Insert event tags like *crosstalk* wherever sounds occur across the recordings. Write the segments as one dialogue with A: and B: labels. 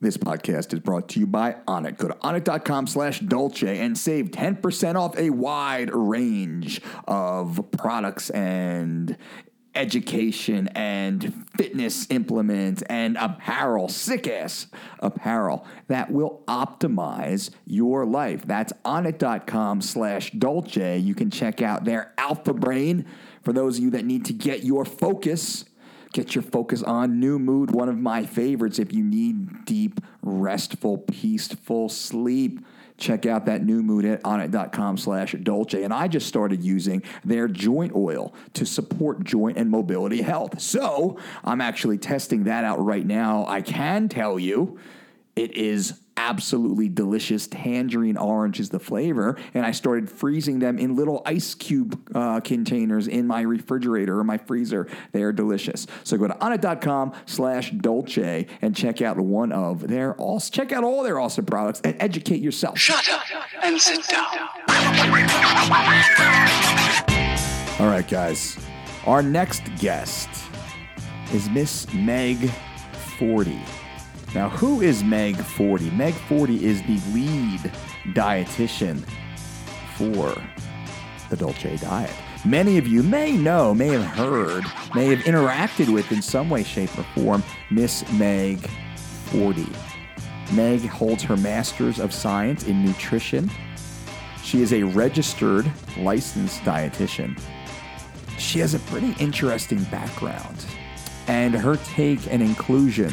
A: This podcast is brought to you by Onnit. Go to onnit.com slash Dolce and save 10% off a wide range of products and education and fitness implements and apparel, sick ass apparel that will optimize your life. That's onnit.com slash Dolce. You can check out their Alpha Brain for those of you that need to get your focus. Get your focus on new mood, one of my favorites. If you need deep, restful, peaceful sleep, check out that new mood at onit.com slash dolce. And I just started using their joint oil to support joint and mobility health. So I'm actually testing that out right now. I can tell you it is absolutely delicious. Tangerine orange is the flavor. And I started freezing them in little ice cube uh, containers in my refrigerator or my freezer. They are delicious. So go to onit.com slash dolce and check out one of their awesome, check out all their awesome products and educate yourself.
B: Shut up and sit down.
A: All right, guys. Our next guest is Miss Meg 40. Now, who is Meg 40? Meg 40 is the lead dietitian for the Dolce Diet. Many of you may know, may have heard, may have interacted with in some way, shape, or form Miss Meg 40. Meg holds her Master's of Science in Nutrition. She is a registered licensed dietitian she has a pretty interesting background, and her take and inclusion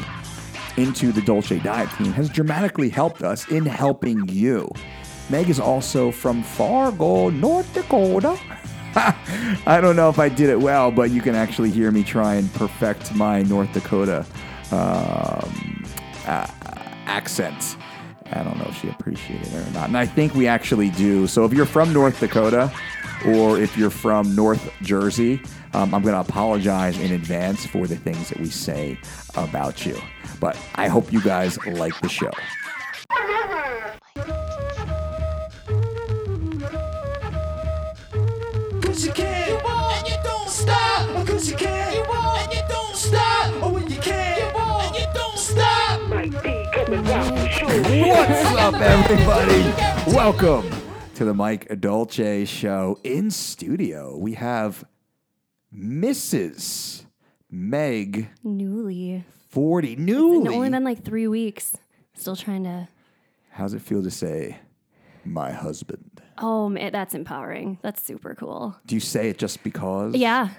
A: into the Dolce Diet team has dramatically helped us in helping you. Meg is also from Fargo, North Dakota. *laughs* I don't know if I did it well, but you can actually hear me try and perfect my North Dakota um, uh, accent. I don't know if she appreciated it or not. And I think we actually do. So if you're from North Dakota or if you're from North Jersey, um, I'm going to apologize in advance for the things that we say about you. But I hope you guys like the show.
C: Cause you can, you won't, and you don't stop. Oh, Cause you can, you won't, and you don't stop. Oh, when you can, you won't, and you don't stop.
A: What's up, everybody? Welcome to the Mike Dolce Show. In studio, we have Mrs. Meg
D: Newly.
A: 40
D: It's only
A: Newly.
D: been like three weeks. Still trying to.
A: How's it feel to say my husband?
D: Oh, man, that's empowering. That's super cool.
A: Do you say it just because?
D: Yeah.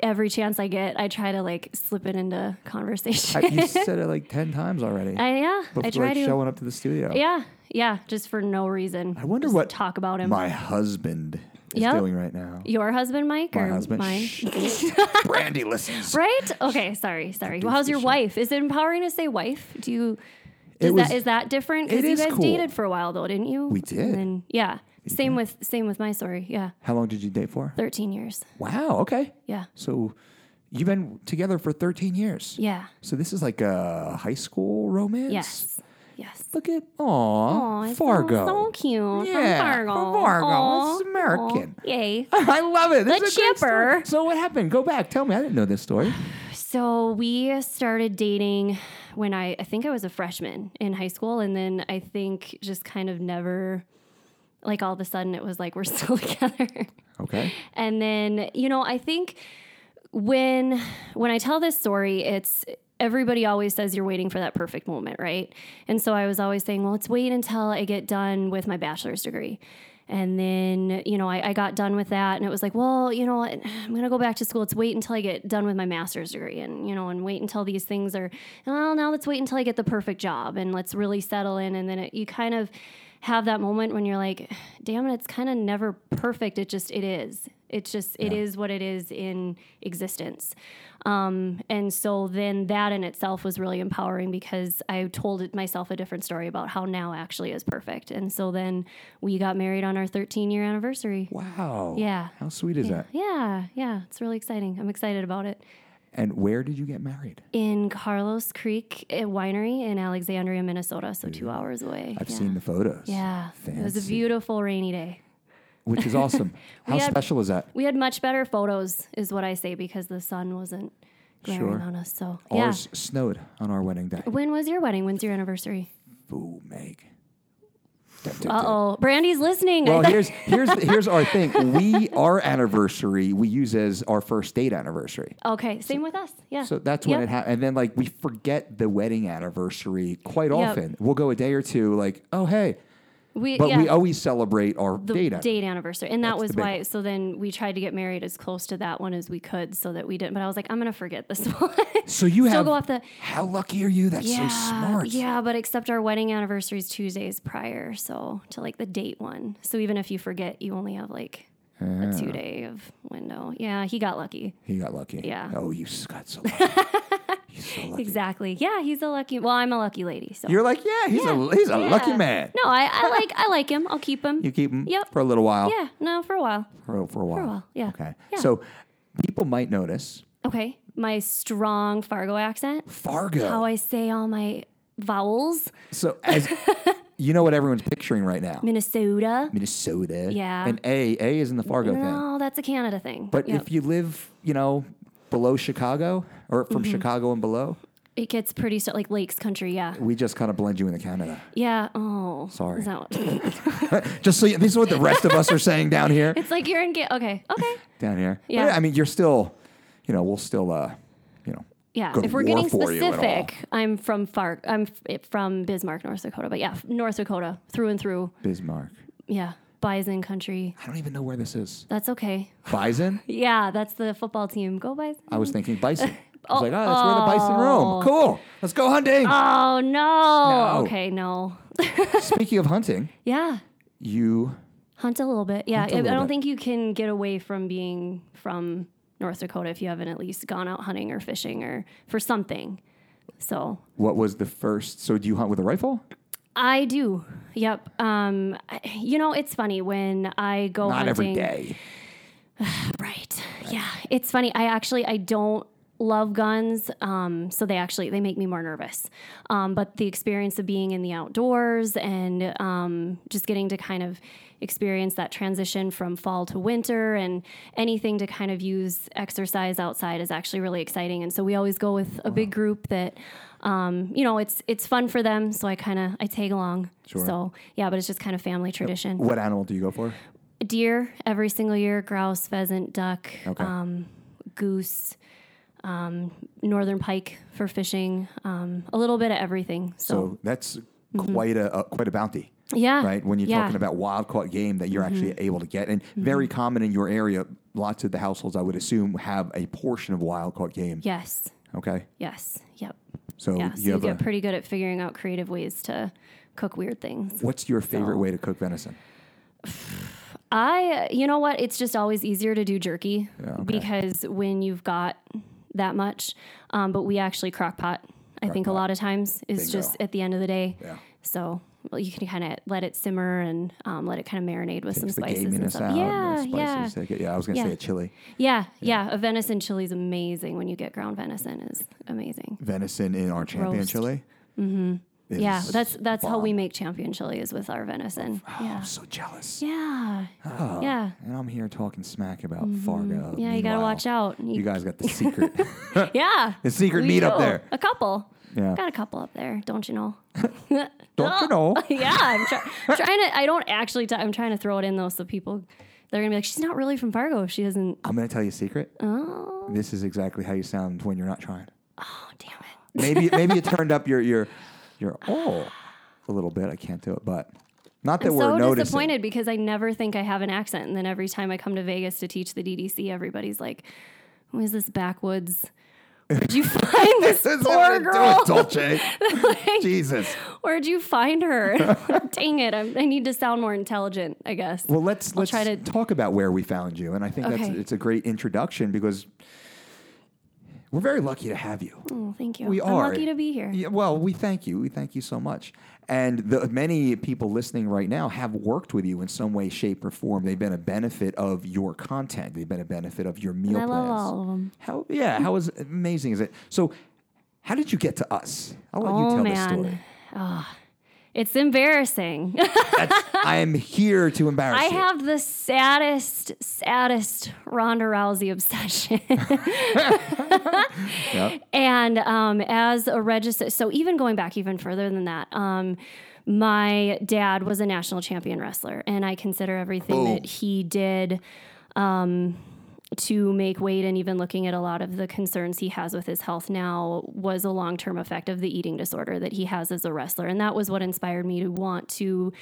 D: Every chance I get, I try to like slip it into conversation.
A: I- you said it like 10 times already.
D: *laughs* I, yeah.
A: before
D: I try
A: like,
D: to.
A: showing up to the studio.
D: Yeah. Yeah. Just for no reason.
A: I wonder
D: Just
A: what
D: Talk about him.
A: My husband is
D: Yep.
A: doing right now.
D: Your husband, Mike?
A: My
D: or
A: husband.
D: Mine? *laughs*
A: Shh. Brandy listens.
D: Right? Okay. Sorry. Sorry. Well,
A: Produce
D: how's
A: the
D: your
A: show.
D: wife? Is it empowering to say wife? Do you.
A: It
D: Is
A: was-
D: that is that different?
A: it
D: Because you
A: is
D: guys
A: cool.
D: dated for a while though, didn't you?
A: We
D: And
A: did.
D: then- yeah. Same with same with my story. Yeah.
A: How long did you date for?
D: Thirteen years.
A: Wow. Okay.
D: Yeah.
A: So you've been together for 13 years.
D: Yeah.
A: So this is like a high school romance?
D: Yes. Yes.
A: Look at,
D: Aw,
A: aw,
D: it's so-
A: Fargo.
D: So cute.
A: Yeah,
D: From Fargo.
A: from Fargo.
D: Aw,
A: It's American.
D: aw,
A: *laughs*
D: Yay.
A: I love it. This
D: The
A: is a great story.
D: chipper.
A: So what happened? Go back. Tell me. I didn't know this story.
D: So we started dating when I, I think I was a freshman in high school. And then I think just kind of never, like all of a sudden it was like, we're *laughs* still together.
A: Okay.
D: and then you know i think when when i tell this story it's everybody always says you're waiting for that perfect moment right and so i was always saying well let's wait until i get done with my bachelor's degree and then you know I, I got done with that and it was like well you know what, i'm going to go back to school let's wait until i get done with my master's degree and you know and wait until these things are well now let's wait until i get the perfect job and let's really settle in and then it, you kind of have that moment when you're like damn it it's kind of never perfect it just it is it's just it is what it is in existence um, and so then that in itself was really empowering because i told it- myself a different story about how now actually is perfect and so then we got married on our 13 year anniversary
A: Wow.
D: Yeah.
A: How sweet is that?
D: yeah yeah it's really exciting i'm excited about it
A: And where did you get married?
D: in carlos creek uh, winery in alexandria minnesota so two hours away
A: I've
D: yeah.
A: seen the photos.
D: yeah it was a
A: Fancy.
D: beautiful rainy day
A: Which
D: *laughs*
A: is awesome. How
D: had-
A: special is that?
D: We had much better photos, is what I say, because the sun wasn't glaring
A: Sure.
D: on us. So
A: Ours snowed on our wedding day.
D: yeah. When was your wedding? When's your anniversary?
A: Ooh, Meg.
D: Uh oh, Brandy's listening. I *laughs*
A: Well,
D: thought-
A: here's here's here's our thing. We our anniversary we use as our first date anniversary.
D: okay, same with us. Yeah.
A: So that's when it
D: Yep.
A: happened. And then like we forget the wedding anniversary quite
D: Yep.
A: often. We'll go a day or two like, "Oh, hey."
D: We,
A: But
D: yeah,
A: we always celebrate our
D: the
A: date. an-
D: date anniversary, and that
A: That's
D: was
A: the big
D: why.
A: one.
D: So then we tried to get married as close to that one as we could, so that we didn't. But I was like, I'm gonna forget this *laughs* one.
A: So you
D: Still
A: have
D: go off the-
A: How lucky are you? That's
D: yeah,
A: so smart.
D: yeah. But except our wedding anniversary is two days prior, so to like the date one. So even if you forget, you only have like a two day of window. Yeah, he got lucky.
A: He got lucky.
D: Yeah.
A: Oh, you s- got so
D: *laughs*
A: lucky. He's so lucky.
D: Exactly. Yeah, he's a lucky. Well, I'm a lucky lady. So
A: You're like, "Yeah, he's a he's a lucky
D: Yeah.
A: man."
D: No, I, I like I like him. I'll keep him.
A: You keep him
D: Yep.
A: for a little while.
D: yeah. No, for a while.
A: For, for a while.
D: while, yeah.
A: Okay.
D: Yeah.
A: So people might notice
D: Okay, my strong Fargo accent.
A: Fargo.
D: How I say all my vowels.
A: So
D: *laughs*
A: as you know what everyone's picturing right now.
D: Minnesota.
A: Minnesota.
D: Yeah.
A: And A, A is in the Fargo thing.
D: No, that's a Canada thing.
A: But
D: Yep.
A: if you live, you know, below Chicago or from
D: Mm-hmm.
A: Chicago and below,
D: it gets pretty st- like Lakes Country. Yeah,
A: we just kind of blend you into Canada.
D: yeah. Oh,
A: Sorry.
D: Is that what- *laughs*
A: Just so you, this is what the rest of us are saying down here.
D: it's like you're in. Ga- okay, okay.
A: Down here. But
D: Yeah.
A: I mean, you're still, you know, we'll still, uh, you know,
D: Yeah,
A: Go
D: if we're
A: war
D: getting
A: for you at all.
D: specific, I'm from Far. I'm f- from Bismarck, North Dakota. But yeah, North Dakota through and through.
A: Bismarck.
D: Yeah, Bison Country.
A: I don't even know where this is.
D: That's okay.
A: Bison?
D: Yeah, that's the football team. Go Bison.
A: I was thinking bison. I was
D: Oh,
A: like, oh, that's where the bison roam. Cool. Let's go hunting.
D: Oh no.
A: No.
D: Okay, no. *laughs*
A: Speaking of hunting,
D: yeah.
A: you
D: Hunt a little bit. Yeah.
A: Hunt a
D: I I
A: little
D: don't
A: bit.
D: think you can get away from being from North Dakota if you haven't at least gone out hunting or fishing or for something. So
A: What was the first? So do you hunt with a rifle?
D: I do. Yep. Um, I- you know, it's funny when I go
A: Not
D: hunting.
A: every day.
D: Right. Yeah. It's funny. I actually I don't love guns. Um, so they actually they make me more nervous. Um, but the experience of being in the outdoors and um, just getting to kind of experience that transition from fall to winter and anything to kind of use exercise outside is actually really exciting. And so we always go with a big group that um, you know, it's it's fun for them, so I kind of I tag along.
A: Sure.
D: So yeah, but it's just kind of family tradition
A: What animal do you go for?
D: deer every single year grouse pheasant duck
A: Okay.
D: um, goose um, northern pike for fishing um, a little bit of everything
A: So,
D: so,
A: that's
D: Mm-hmm.
A: quite a, a quite a bounty,
D: *laughs* yeah
A: right? When you're
D: yeah. Mm-hmm.
A: talking about wild caught game that you're actually able to get, and very common in your area. Lots of the households, I would assume, have a portion of wild caught game.
D: yes
A: Okay,
D: yes yep
A: so
D: yeah so
A: you
D: you
A: have
D: get
A: a.
D: pretty good at figuring out creative ways to cook weird things
A: what's your favorite way to cook venison?
D: i you know what it's just always easier to do jerky
A: okay.
D: because when you've got that much um, but we actually crock pot i think a
A: pot.
D: lot of times is
A: Bingo.
D: just at the end of the day
A: Yeah.
D: So well, you can kind of let it simmer and um, let it kind of marinate with some
A: Takes the
D: spices and
A: gaminess
D: stuff.
A: out.
D: yeah,
A: the
D: yeah,
A: spices take it- yeah, I was gonna say
D: Yeah.
A: a chili.
D: yeah, yeah. A venison chili is amazing when you get ground venison is amazing.
A: Venison in our champion
D: Roast.
A: chili. Mm-hmm.
D: Yeah, that's that's how we make champion chili is with our venison. Yeah,
A: Oh, I'm so jealous.
D: yeah,
A: Oh.
D: yeah,
A: And I'm here talking smack about Fargo.
D: Mm-hmm. yeah. You gotta
A: Meanwhile,
D: watch out. You-
A: You guys got
D: *laughs*
A: the secret.
D: yeah,
A: the secret
D: we
A: meat up
D: do.
A: there.
D: A couple.
A: Yeah.
D: Got a couple up there, don't you know? *laughs*
A: Don't you know?
D: yeah, I'm try- trying to. I don't actually. i I'm trying to throw it in though, so people they're gonna be like, she's not really from Fargo. if She doesn't.
A: I'm going to tell you a secret.
D: Oh,
A: This is exactly how you sound when you're not trying. Oh,
D: damn it.
A: Maybe maybe you turned up your your your oh a little bit. I can't do it, but not that
D: I'm
A: we're
D: so
A: noticing.
D: disappointed because I never think I have an accent, and then every time I come to Vegas to teach the DDC, everybody's like, "Who is this backwoods?
A: *laughs*
D: Where'd you find this
A: That's
D: poor
A: what we're
D: girl?
A: doing, Dolce. Jesus.
D: *laughs* Where'd you
A: *laughs*
D: find her? *laughs* Dang it! I'm, I need to sound more intelligent, I guess.
A: Well, let's let's
D: try to-
A: talk about where we found you, and I think that's
D: Okay.
A: it's a great introduction because we're very lucky to have you.
D: Oh, thank you.
A: We
D: I'm
A: are
D: lucky to be here.
A: Yeah, well, we thank you. We thank you so much. And the many people listening right now have worked with you in some way, shape, or form. They've been a benefit of your content. They've been a benefit of your meal
D: I love
A: plans.
D: all of 'em.
A: How yeah, how is amazing is it? So, how did you get to us? I'll let you
D: Oh *laughs*
A: tell this
D: man.
A: story.
D: It's embarrassing. *laughs*
A: I am here to embarrass
D: I
A: you.
D: have the saddest, saddest Ronda Rousey obsession.
A: *laughs*
D: *laughs*
A: Yep.
D: And um, as a registered, so even going back even further than that, um, my dad was a national champion wrestler, and I consider everything
A: Boom.
D: that he did um, to make weight, and even looking at a lot of the concerns he has with his health now, was a long term effect of the eating disorder that he has as a wrestler. And that was what inspired me to want to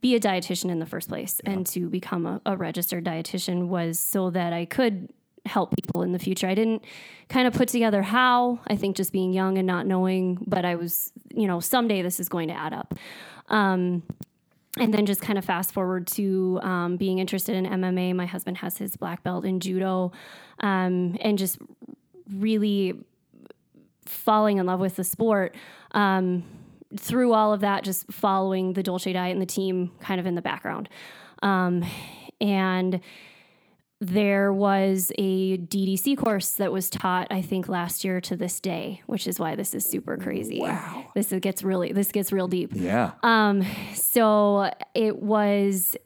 D: be a dietitian in the first place and to become a, a registered dietitian was so that I could help people in the future. I didn't kind of put together how. I think just being young and not knowing, but I was, you know, someday this is going to add up. Um, and then just kind of fast forward to um, being interested in MMA. My husband has his black belt in judo, um, and just really falling in love with the sport. Um, through all of that, just following the Dolce diet and the team kind of in the background. Um, and there was a DDC course that was taught, I think, last year to this day, which is why this is super crazy. Wow. This gets really, this gets real deep.
A: yeah.
D: Um, So it was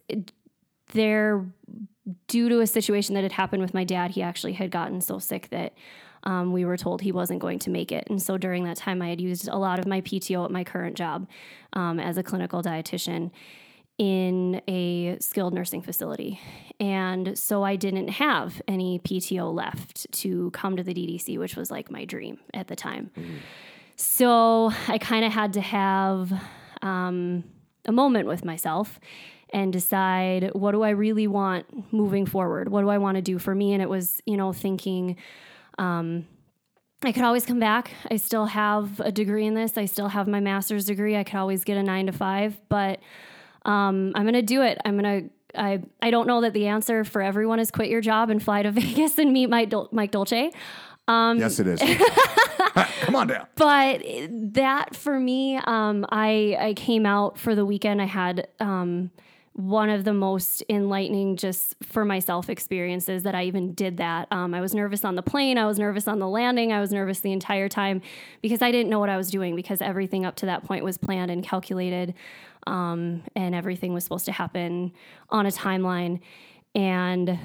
D: there due to a situation that had happened with my dad. He actually had gotten so sick that um, we were told he wasn't going to make it. And so during that time, I had used a lot of my PTO at my current job um, as a clinical dietitian in a skilled nursing facility. And so I didn't have any PTO left to come to the DDC, which was like my dream at the time. So I kind of had to have um, a moment with myself and decide what do I really want moving forward? What do I want to do for me? And it was, you know, thinking um, I could always come back. I still have a degree in this, I still have my master's degree. I could always get a nine to five, but um, I'm going to do it. I'm going to. I, I don't know that the answer for everyone is quit your job and fly to *laughs* Vegas and meet Mike, Dol- Mike Dolce. Um,
A: yes,
D: *laughs*
A: it is. *laughs* Come on down.
D: but that for me um, I, I came out for the weekend i had um, one of the most enlightening just for myself experiences that i even did that um, i was nervous on the plane i was nervous on the landing i was nervous the entire time because i didn't know what i was doing because everything up to that point was planned and calculated um, and everything was supposed to happen on a timeline and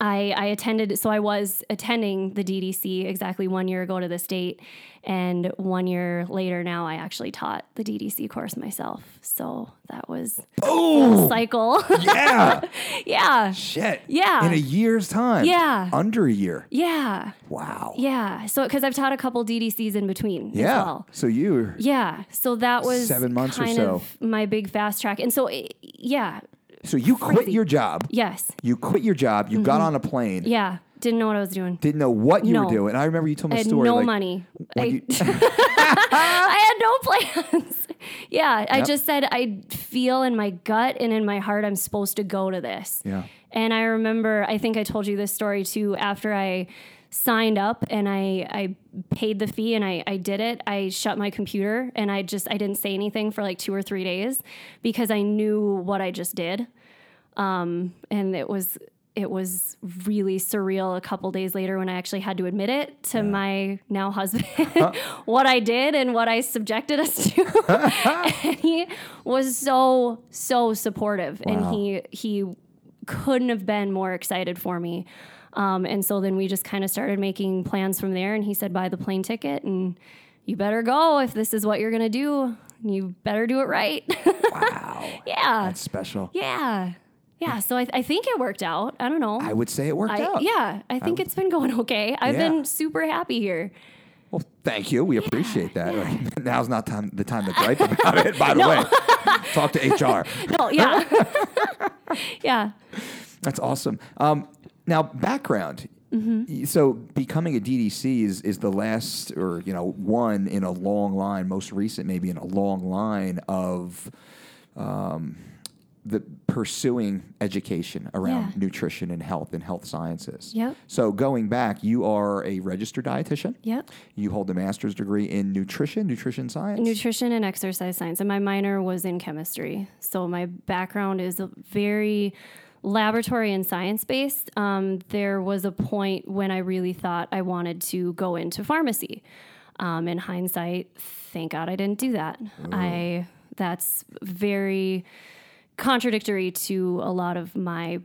D: I, I attended, so I was attending the DDC exactly one year ago to this date. And one year later now, I actually taught the DDC course myself. So that was a
A: Oh,
D: cycle. *laughs*
A: yeah.
D: yeah.
A: Shit.
D: *laughs* Yeah.
A: In a year's time.
D: Yeah.
A: Under a year.
D: Yeah.
A: Wow.
D: Yeah. So, because I've taught a couple DDCs in between as
A: Yeah.
D: well.
A: So you.
D: Yeah. So that was
A: Seven months or
D: kind
A: so.
D: of my big fast track. And so, it, yeah.
A: So you quit your job.
D: Yes.
A: You quit your job. You got on a plane.
D: Mm-hmm. Yeah. Didn't know what I was doing.
A: Didn't know what you were
D: No.
A: doing. I remember you told me
D: I
A: a
D: had
A: story.
D: no
A: like,
D: money. I,
A: when you- *laughs*
D: *laughs* I had no plans. *laughs* yeah, I
A: Yep.
D: just said I feel in my gut and in my heart I'm supposed to go to this.
A: Yeah.
D: And I remember, I think I told you this story too. After I signed up and I, I paid the fee and I, I did it, I shut my computer and I just I didn't say anything for like two or three days because I knew what I just did. Um, and it was it was really surreal a couple days later when I actually had to admit it to my now husband *laughs* what I did and what I subjected us to. *laughs* and he was so so supportive and he he couldn't have been more excited for me. Um, and so then we just kind of started making plans from there. And he said, buy the plane ticket and you better go if this is what you're going to do. You better do it right. *laughs*
A: wow.
D: yeah.
A: That's special.
D: yeah. Yeah. So I, I think it worked out. I don't know.
A: I would say it worked
D: I-
A: out.
D: yeah. I think it's been going *laughs* okay. I've
A: Yeah.
D: been super happy here.
A: Well, thank you. We appreciate that. *laughs* Now's not time the time to
D: *laughs*
A: gripe about it, by the way. Talk to HR.
D: No,
A: *laughs*
D: yeah. *laughs* yeah.
A: That's awesome. Um, now, background.
D: Mm-hmm.
A: Y- So, becoming a DDC is, is the last, or you know, one in a long line. Most recent, maybe in a long line of um, the pursuing education around
D: Yeah.
A: nutrition and health and health sciences.
D: Yep.
A: So, going back, you are a registered dietitian.
D: Yep.
A: You hold a master's degree in nutrition, nutrition science.
D: Nutrition and exercise science, and my minor was in chemistry. So my background is a very laboratory and science based. Um, there was a point when I really thought I wanted to go into pharmacy. Um, in hindsight, thank God I didn't do that. I that's very contradictory to a lot of my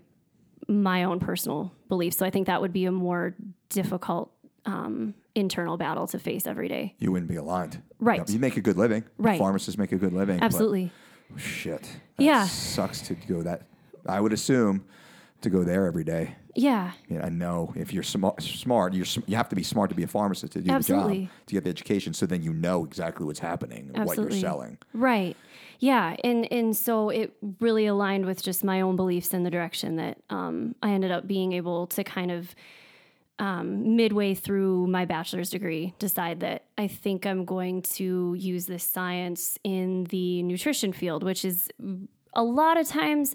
D: my own personal beliefs. So I think that would be a more difficult um, internal battle to face every day.
A: You wouldn't be aligned.
D: Right.
A: No, you make a good living.
D: Right.
A: Pharmacists make a good living. but
D: Absolutely.
A: shit. That
D: Yeah.
A: Sucks to go that. I would assume to go there every day.
D: Yeah.
A: You know, I know if you're smart, smart, you're sm- you have to be smart to be a pharmacist to do the
D: Absolutely.
A: job, to get the education, so then you know exactly what's happening, and what you're
D: Absolutely.
A: selling.
D: Right. Yeah. And and so it really aligned with just my own beliefs in the direction that um, I ended up being able to kind of um, midway through my bachelor's degree decide that I think I'm going to use this science in the nutrition field, which is a lot of times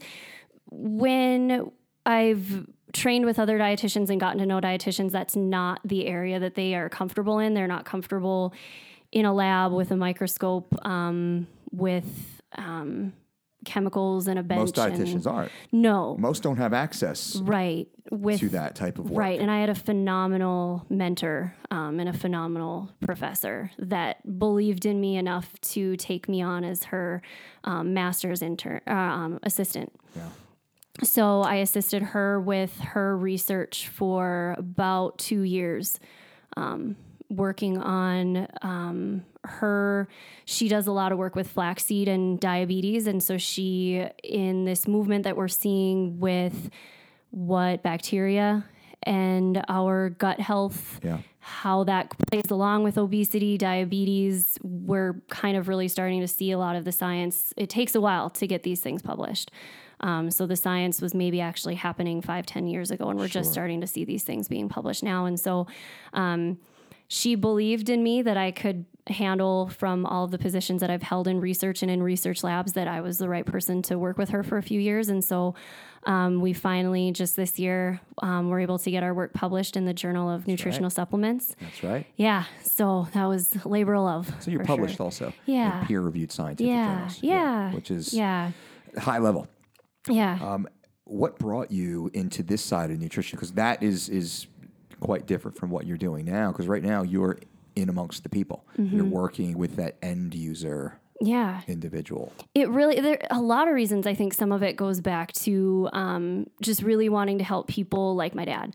D: when I've trained with other dietitians and gotten to know dietitians, that's not the area that they are comfortable in. They're not comfortable in a lab with a microscope, um, with um, chemicals and a bench.
A: Most dietitians
D: and,
A: aren't.
D: No,
A: Most don't have access
D: right. With
A: to that type of work.
D: Right. And I had a phenomenal mentor um, and a phenomenal professor that believed in me enough to take me on as her um, master's intern uh, um, assistant.
A: Yeah.
D: So I assisted her with her research for about two years, um, working on um, her. She does a lot of work with flaxseed and diabetes. And so she, in this movement that we're seeing with what bacteria and our gut health
A: Yeah.
D: how that plays along with obesity, diabetes. We're kind of really starting to see a lot of the science. It takes a while to get these things published. Um, so the science was maybe actually happening five, ten years ago, and we're just starting to see these things being published now. And so um, she believed in me that I could handle from all of the positions that I've held in research and in research labs that I was the right person to work with her for a few years. And so um, we finally just this year um, were able to get our work published in the Journal of Nutritional Supplements.
A: That's right.
D: Yeah. So that was labor of love.
A: So you're
D: for
A: published
D: sure.
A: also.
D: Yeah.
A: In peer-reviewed scientific
D: Yeah,
A: journals.
D: yeah.
A: Which is um,
D: Yeah.
A: high level.
D: Yeah.
A: what brought you into this side of nutrition because that is is quite different from what you're doing now because right now you're in amongst the people you're working with that end user
D: yeah.
A: individual
D: it really there a lot of reasons i think some of it goes back to um, just really wanting to help people like my dad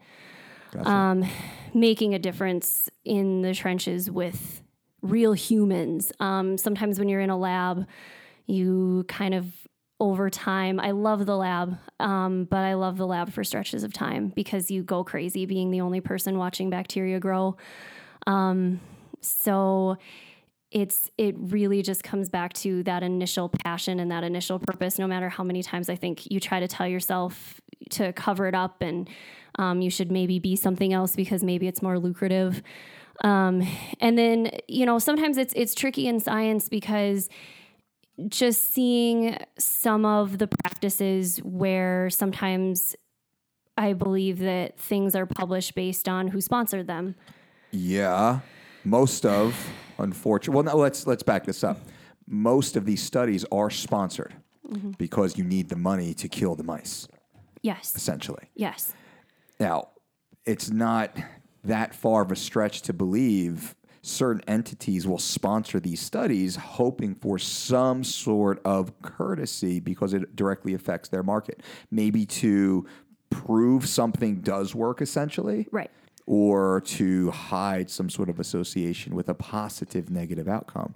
D: um, making a difference in the trenches with real humans um, sometimes when you're in a lab you kind of over time i love the lab um, but i love the lab for stretches of time because you go crazy being the only person watching bacteria grow Um, so it's it really just comes back to that initial passion and that initial purpose no matter how many times i think you try to tell yourself to cover it up and um, you should maybe be something else because maybe it's more lucrative um, and then you know sometimes it's it's tricky in science because just seeing some of the practices where sometimes i believe that things are published based on who sponsored them
A: yeah most of unfortunately well no let's let's back this up most of these studies are sponsored because you need the money to kill the mice
D: yes
A: essentially
D: yes
A: Now, it's not that far of a stretch to believe certain entities will sponsor these studies hoping for some sort of courtesy because it directly affects their market. Maybe to prove something does work essentially.
D: Right.
A: Or to hide some sort of association with a positive negative outcome.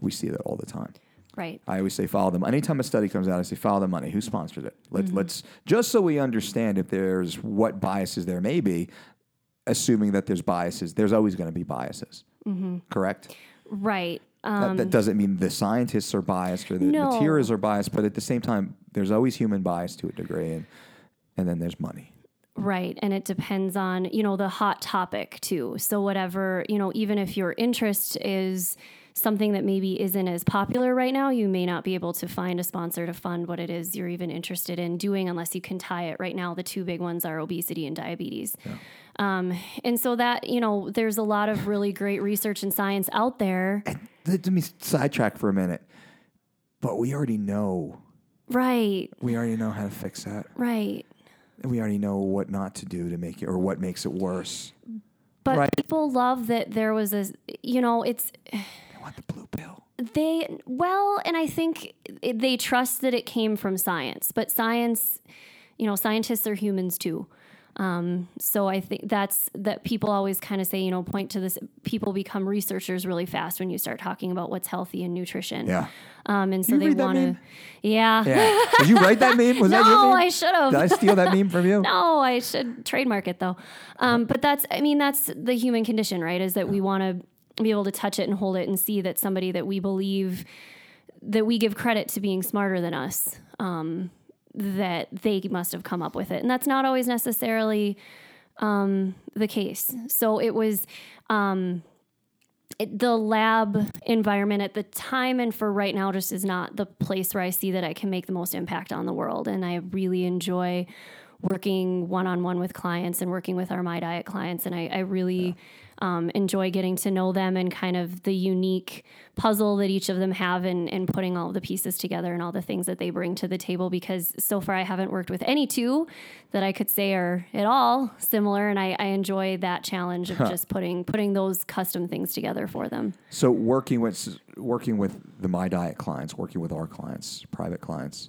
A: We see that all the time.
D: right
A: I always say follow them. Anytime a study comes out, I say follow the money. Who sponsors it? Let,
D: Mm-hmm.
A: Let's just so we understand if there's what biases there may be. Assuming that there's biases, there's always going to be biases. Correct.
D: Right. Mm-hmm. Um,
A: That, that doesn't mean the scientists are biased or the
D: No.
A: materials are biased, but at the same time, there's always human bias to a degree, and and then there's money.
D: right. And it depends on, you know, the hot topic too. So, whatever, you know, even if your interest is something that maybe isn't as popular right now, you may not be able to find a sponsor to fund what it is you're even interested in doing unless you can tie it. Right now, the two big ones are obesity and diabetes. Um, and so, that, you know, there's a lot of really great research and science out there.
A: Let me sidetrack for a minute, but we already know.
D: Right.
A: We already know how to fix that.
D: Right.
A: We already know what not to do to make it, or what makes it worse.
D: But
A: Right.
D: people love that there was this, you know, it's
A: I want the blue pill.
D: they, well, and I think it, they trust that it came from science, but science, you know, scientists are humans too. Um, so I think that's that people always kind of say, you know, point to this. People become researchers really fast when you start talking about what's healthy and nutrition.
A: Yeah.
D: Um, and so
A: you
D: they
A: read that
D: want to,
A: meme?
D: yeah.
A: Yeah. Did you write that meme? Was that your
D: No,
A: meme?
D: I should have.
A: Did I steal that meme from you?
D: *laughs* No, I should trademark it though. Um, but that's, I mean, that's the human condition, right? Is that we want to be able to touch it and hold it and see that somebody that we believe that we give credit to being smarter than us, um, that they must have come up with it. And that's not always necessarily um, the case. So it was um, it, the lab environment at the time and for right now just is not the place where I see that I can make the most impact on the world. And I really enjoy working one on one with clients and working with our My Diet clients. And I, I really um, enjoy getting to know them and kind of the unique puzzle that each of them have and, and putting all the pieces together and all the things that they bring to the table. Because so far, I haven't worked with any two that I could say are at all similar. And I, I enjoy that challenge of just putting, putting those custom things together for them.
A: So working with working with the My Diet clients, working with our clients, private clients.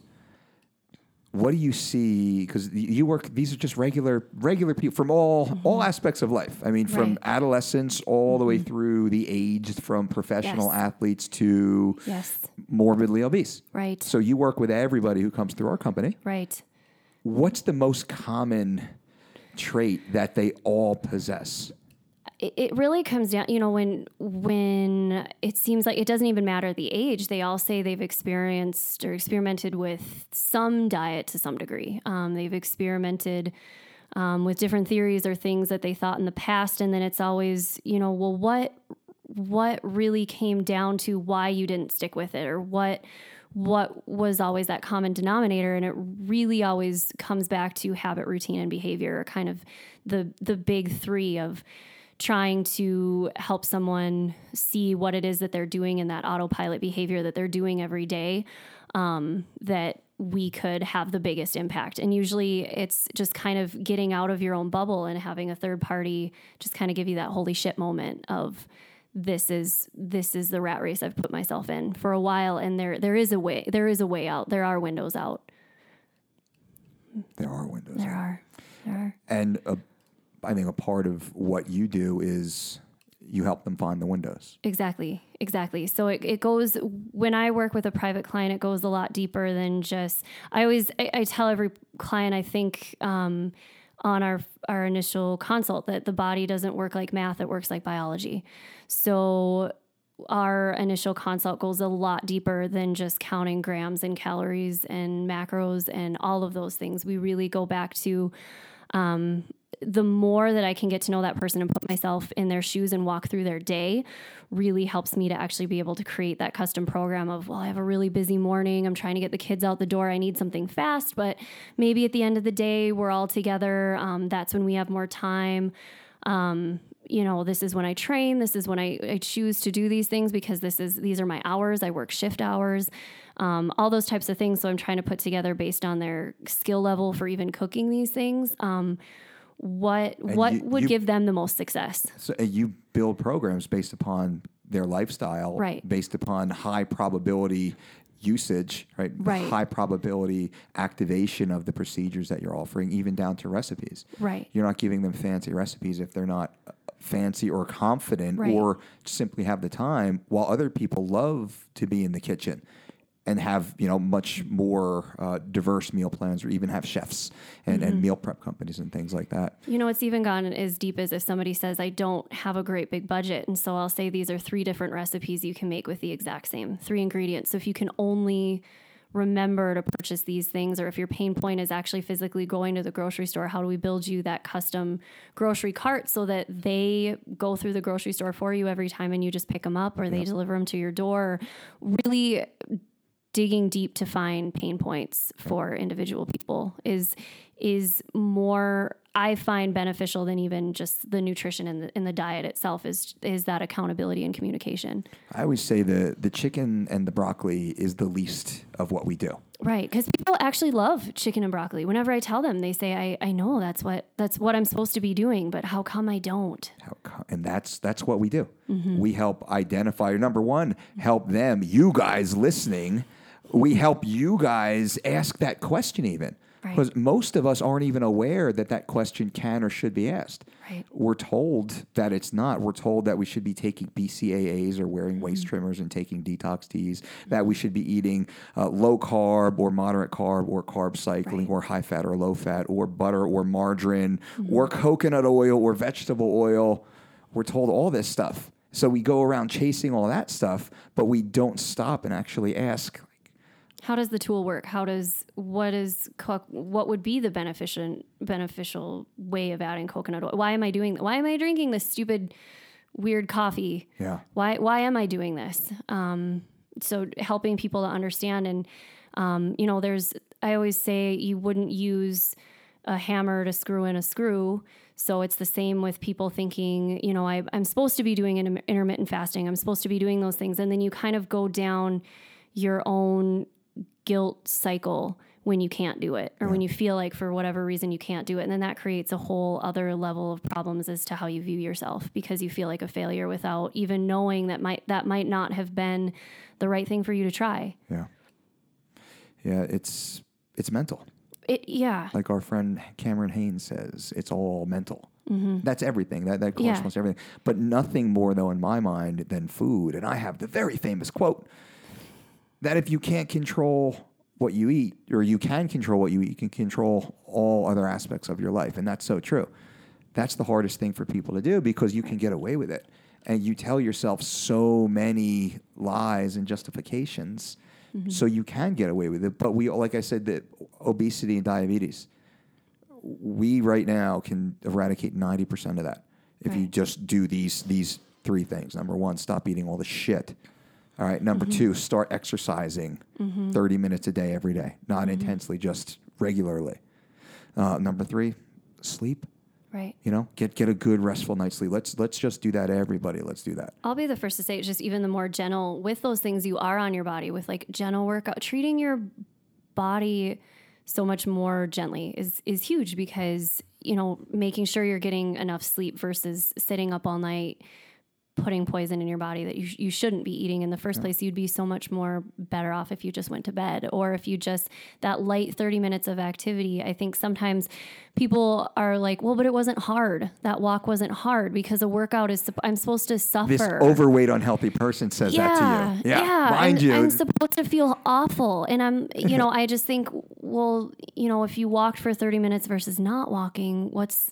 A: What do you see? Because you work; these are just regular, regular people from all all aspects of life. I mean, from
D: Mm-hmm. Right. Mm-hmm.
A: adolescence all the way through the aged, from professional
D: Yes.
A: athletes to
D: Yes.
A: morbidly obese.
D: Right.
A: So you work with everybody who comes through our company.
D: Right.
A: What's the most common trait that they all possess?
D: it, it really comes down you know when when it seems like it doesn't even matter the age they all say they've experienced or experimented with some diet to some degree um, they've experimented um, with different theories or things that they thought in the past and then it's always you know well what what really came down to why you didn't stick with it or what what was always that common denominator and it really always comes back to habit routine and behavior are kind of the the big 3 of trying to help someone see what it is that they're doing in that autopilot behavior that they're doing every day um, that we could have the biggest impact. And usually it's just kind of getting out of your own bubble and having a third party just kind of give you that holy shit moment of this is this is the rat race I've put myself in for a while and there there is a way there is a way out. There are windows out.
A: There are windows.
D: There are. There are.
A: And a, I think a part of what you do is you help them find the windows.
D: Exactly, exactly. So it, it goes, when I work with a private client, it goes a lot deeper than just, I always, I, I tell every client, I think, um, on our our initial consult that the body doesn't work like math it works like biology so our initial consult goes a lot deeper than just counting grams and calories and macros and all of those things we really go back to the more that I can get to know that person and put myself in their shoes and walk through their day really helps me to actually be able to create that custom program of, well, I have a really busy morning. I'm trying to get the kids out the door. I need something fast, but maybe at the end of the day, we're all together. Um, that's when we have more time. Um, you know, this is when I train. This is when I, I choose to do these things because this is these are my hours. I work shift hours, um, all those types of things. So I'm trying to put together based on their skill level for even cooking these things. Um, what what
A: you-
D: would
A: you-
D: give them the most success
A: So and you build programs based upon their lifestyle,
D: Right.
A: based upon high probability usage, right?
D: Right.
A: High probability activation of the procedures that you're offering, even down to recipes.
D: Right.
A: You're not giving them fancy recipes if they're not uh, fancy or confident
D: Right.
A: or simply have the time, while other people love to be in the kitchen. And have you know much more uh, diverse meal plans, or even have chefs and,
D: Mm-hmm.
A: and meal prep companies and things like that.
D: you know it's even gone as deep as if somebody says i don't have a great big budget and so i'll say these are three different recipes you can make with the exact same three ingredients so if you can only remember to purchase these things or if your pain point is actually physically going to the grocery store how do we build you that custom grocery cart so that they go through the grocery store for you every time and you just pick them up or they deliver them to your door really digging deep to find pain points for individual people is is more I find beneficial than even just the nutrition and the, and the diet itself is is that accountability and communication.
A: I always say the the chicken and the broccoli is the least of what we do.
D: Right, because people actually love chicken and broccoli. Whenever I tell them, they say, "I, I know that's what that's what I'm supposed to be doing, but how come I don't?"
A: How co- And that's that's what we do. We help identify. Number one, help them. You guys listening, we help you guys ask that question even
D: Right.
A: because most of us aren't even aware that that question can or should be asked.
D: Right.
A: We're told that it's not. We're told that we should be taking BCAAs or wearing waist trimmers and taking detox teas. That we should be eating uh, low carb or moderate carb or carb cycling or high fat or low fat or butter or margarine or coconut oil or vegetable oil. We're told all this stuff. So we go around chasing all that stuff, but we don't stop and actually ask. like,
D: How does the tool work? How does what is co- what would be the beneficial beneficial way of adding coconut oil? Why am I doing? Why am I drinking this stupid weird coffee?
A: Yeah.
D: Why why am I doing this? Um, so helping people to understand and um, you know, there's I always say you wouldn't use a hammer to screw in a screw. So it's the same with people thinking, you know, I, I'm supposed to be doing inter- intermittent fasting. I'm supposed to be doing those things, and then you kind of go down your own guilt cycle when you can't do it or when you feel like for whatever reason you can't do it and then that creates a whole other level of problems as to how you view yourself because you feel like a failure without even knowing that might that might not have been the right thing for you to try
A: Yeah. Yeah, it's it's mental.
D: it yeah
A: like our friend Cameron Haynes says, it's all mental. That's everything. That that
D: Yeah.
A: corresponds to everything. But nothing more though in my mind than food. And I have the very famous quote that if you can't control what you eat, or you can control what you eat, you can control all other aspects of your life. And that's so true. That's the hardest thing for people to do because you can get away with it. And you tell yourself so many lies and justifications. So you can get away with it. But we, like I said, the obesity and diabetes, we right now can eradicate 90% of that if you
D: Right.
A: just do these these three things number one stop eating all the shit all right number
D: Mm-hmm.
A: two start exercising 30 minutes a day every day not
D: Mm-hmm.
A: intensely just regularly uh, number three sleep
D: right
A: you know get get a good restful night's sleep let's let's just do that everybody let's do that
D: I'll be the first to say it's just even the more gentle with those things you are on your body with like gentle workout treating your body so much more gently is is huge because you know making sure you're getting enough sleep versus sitting up all night putting poison in your body that you, sh- you shouldn't be eating in the first place you'd be so much more better off if you just went to bed or if you just that light 30 minutes of activity i think sometimes people are like well but it wasn't hard that walk wasn't hard because a workout is supp- i'm supposed to suffer
A: this overweight unhealthy person says that to you mind
D: I'm,
A: you
D: I'm supposed to feel awful. And I'm, you know, I just think, well, you know, if you walked for 30 minutes versus not walking, what's,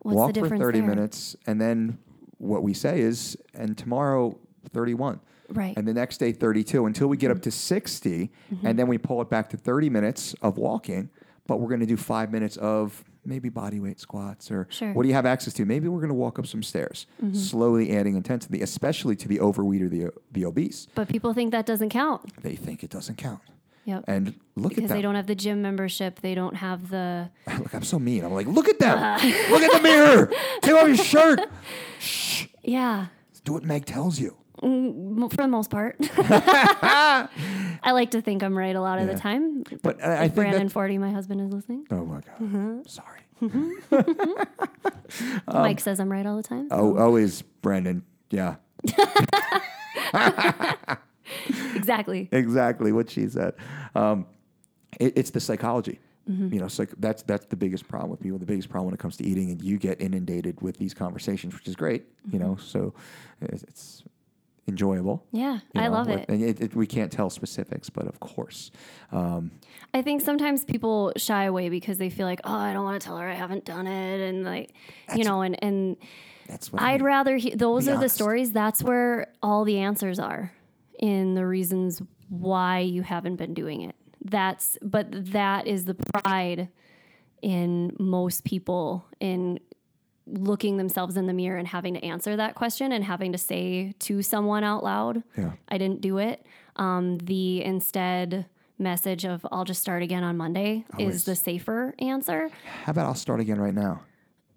D: what's
A: walk
D: the
A: for
D: difference?
A: 30
D: there?
A: minutes and then what we say is and tomorrow 31
D: Right.
A: and the next day 32 until we get up to 60
D: Mm-hmm.
A: and then we pull it back to 30 minutes of walking but we're going to do five minutes of maybe body weight squats or
D: Sure. Mm-hmm.
A: what do you have access to maybe we're going to walk up some stairs slowly adding intensity especially to the overweight or the, the obese
D: But people think that doesn't count.
A: they think it doesn't count
D: Yep.
A: and look
D: because
A: at
D: they
A: them.
D: don't have the gym membership. They don't Uh-huh. have the,
A: *laughs* Look, I'm so mean. I'm like, look at them. *laughs* look at the mirror. Take
D: *laughs*
A: off your shirt.
D: yeah,
A: Do what Meg tells you.
D: m- for the
A: *laughs*
D: most part. I like to think I'm right a lot of
A: Yeah.
D: the time.
A: But I, I think that-
D: Brandon Mm-hmm. Forty, my husband, is listening.
A: Oh my god. Sorry.
D: Mike says I'm right all the time.
A: Um, Oh, always Brandon. Yeah,
D: exactly.
A: exactly what she said. Um, it, it's the psychology.
D: Mm-hmm.
A: You know, it's like that's that's the biggest problem with people. The biggest problem when it comes to eating, and you get inundated with these conversations, which is great. You know, so it's, it's enjoyable.
D: Mm-hmm. Yeah,
A: you
D: I
A: know,
D: love
A: with-
D: it.
A: And it, it- We can't tell specifics, but of course, um,
D: I think sometimes people shy away because they feel like, oh, I don't want to tell her I haven't done it, and like, you know, and and
A: that's what I
D: I'd
A: mean.
D: rather he- those
A: Be
D: are the
A: honest.
D: stories. That's where all the answers are in the reasons why you haven't been doing it. That's but that is the pride in most people in looking themselves in the mirror and having to answer that question and having to say to someone out loud,
A: Yeah.
D: I didn't do it. Um, the instead message of I'll just start again on Monday
A: Always.
D: is the safer answer.
A: How about I'll start again right now?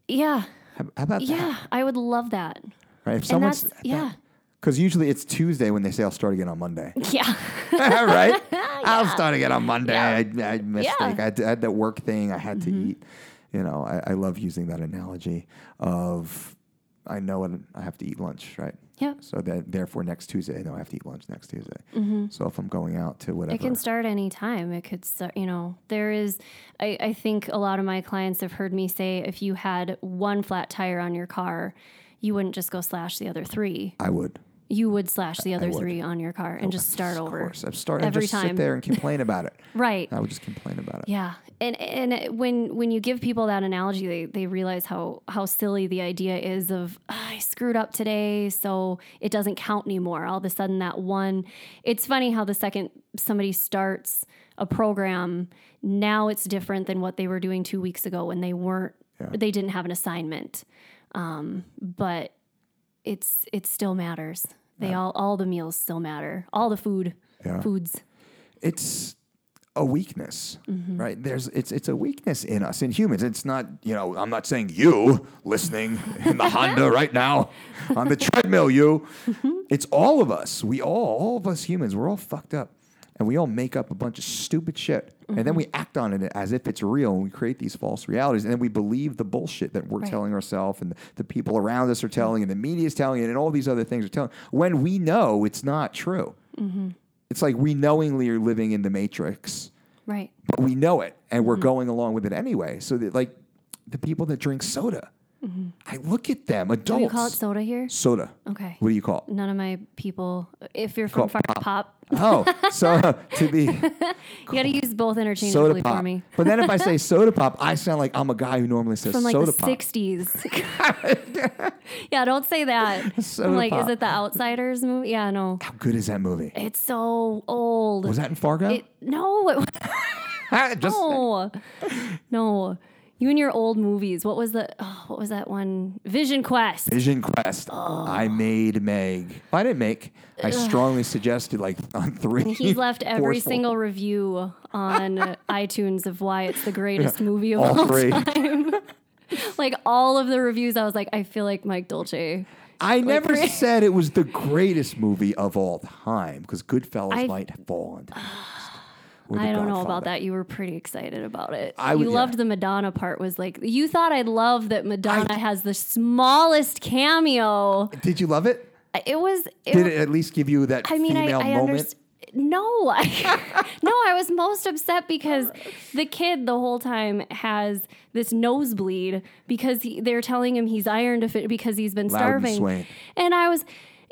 D: Yeah.
A: How, how about that?
D: Yeah. I would love that.
A: Right? If
D: And
A: someone's
D: that's, yeah.
A: because usually it's Tuesday when they say I'll start again on Monday.
D: Yeah.
A: *laughs*
D: *laughs*
A: right? I'll start again on Monday. I, I mistake.
D: Yeah. Mm-hmm.
A: I, had, I had that work thing. I had to eat. You know, I, I love using that analogy of I know when I have to eat lunch, right?
D: Yeah.
A: So that therefore next Tuesday, I know I have to eat lunch next Tuesday. So if I'm going out to whatever,
D: Mm-hmm. It can start any time. It could start, you know, there is, I, I think a lot of my clients have heard me say if you had one flat tire on your car, you wouldn't just go slash the other three.
A: I would.
D: You would slash the other
A: would.
D: three on your car and just start
A: Of
D: over.
A: course, I'm starting
D: Every
A: just sit
D: time.
A: there and
D: *laughs*
A: complain about it.
D: Right.
A: I would just complain about it.
D: Yeah, and and when when you give people that analogy, they they realize how how silly the idea is of "Ah, I screwed up today, so it doesn't count anymore. All of a sudden, that one. It's funny how the second somebody starts a program, now it's different than what they were doing two weeks ago when they weren't. They didn't have an assignment, um, but it's it still matters. They all all the meals still matter. All the food
A: Yeah.
D: foods.
A: it's a weakness, right? There's it's it's a weakness in us in humans. It's not you know I'm not saying you listening in the Honda right now on the treadmill. You, it's all of us. We all all of us humans. We're all fucked up, and we all make up a bunch of stupid shit, and then we act on it as if it's real, and we create these false realities, and then we believe the bullshit that we're
D: Right.
A: telling ourselves, and the, the people around us are telling, and the media is telling, and all these other things are telling. When we know it's not true it's like we knowingly are living in the matrix,
D: Right.
A: but we know it and
D: Mm-hmm.
A: we're going along with it anyway. So that like the people that drink soda, I look at them, adults.
D: Mm-hmm. Do you call it soda here?
A: soda?
D: Okay.
A: What do you
D: *laughs*
A: call? it?
D: None of my people. If you're from Far Pop,
A: Oh, so to be
D: *laughs* you got to use both
A: soda
D: interchangeably
A: pop.
D: for me.
A: But then if I
D: *laughs*
A: say soda pop, I sound like I'm a guy who normally says
D: From like
A: soda
D: the
A: pop. *laughs*
D: '60s. *laughs* yeah, don't say that.
A: Soda
D: I'm like,
A: pop.
D: is it the Outsiders movie? Yeah, no,
A: How good is that movie?
D: it's so old.
A: Was that in Fargo?
D: It, Oh. no, it,
A: *laughs* Ah, Just
D: no, no. You and your old movies. What was the? Oh, what was that one? Vision Quest.
A: Vision Quest.
D: Oh.
A: I made Meg. I didn't make. I strongly suggested like on three. *laughs*
D: He's left every
A: forceful-
D: single review
A: *laughs*
D: on iTunes of why it's the greatest movie of all,
A: all three.
D: *laughs* Like all of the reviews, I was like, I feel like Mike Dolce.
A: I never
D: really-
A: said it was the greatest movie of all time because Goodfellas
D: I-
A: might fall into that list. Or The
D: I don't know
A: Godfather.
D: about that. You were pretty excited about it.
A: I would-
D: you
A: yeah.
D: loved the Madonna part. Was like you thought I'd love that Madonna has the smallest cameo.
A: Did you love it?
D: It was. It,
A: Did it at least give you that
D: I mean, I,
A: female
D: I
A: moment?
D: understand. No, I, *laughs* no, I was most upset because the kid the whole time has this nosebleed because he, they're telling him he's iron deficient because he's been
A: Loud and
D: starving.
A: Swain.
D: And I was,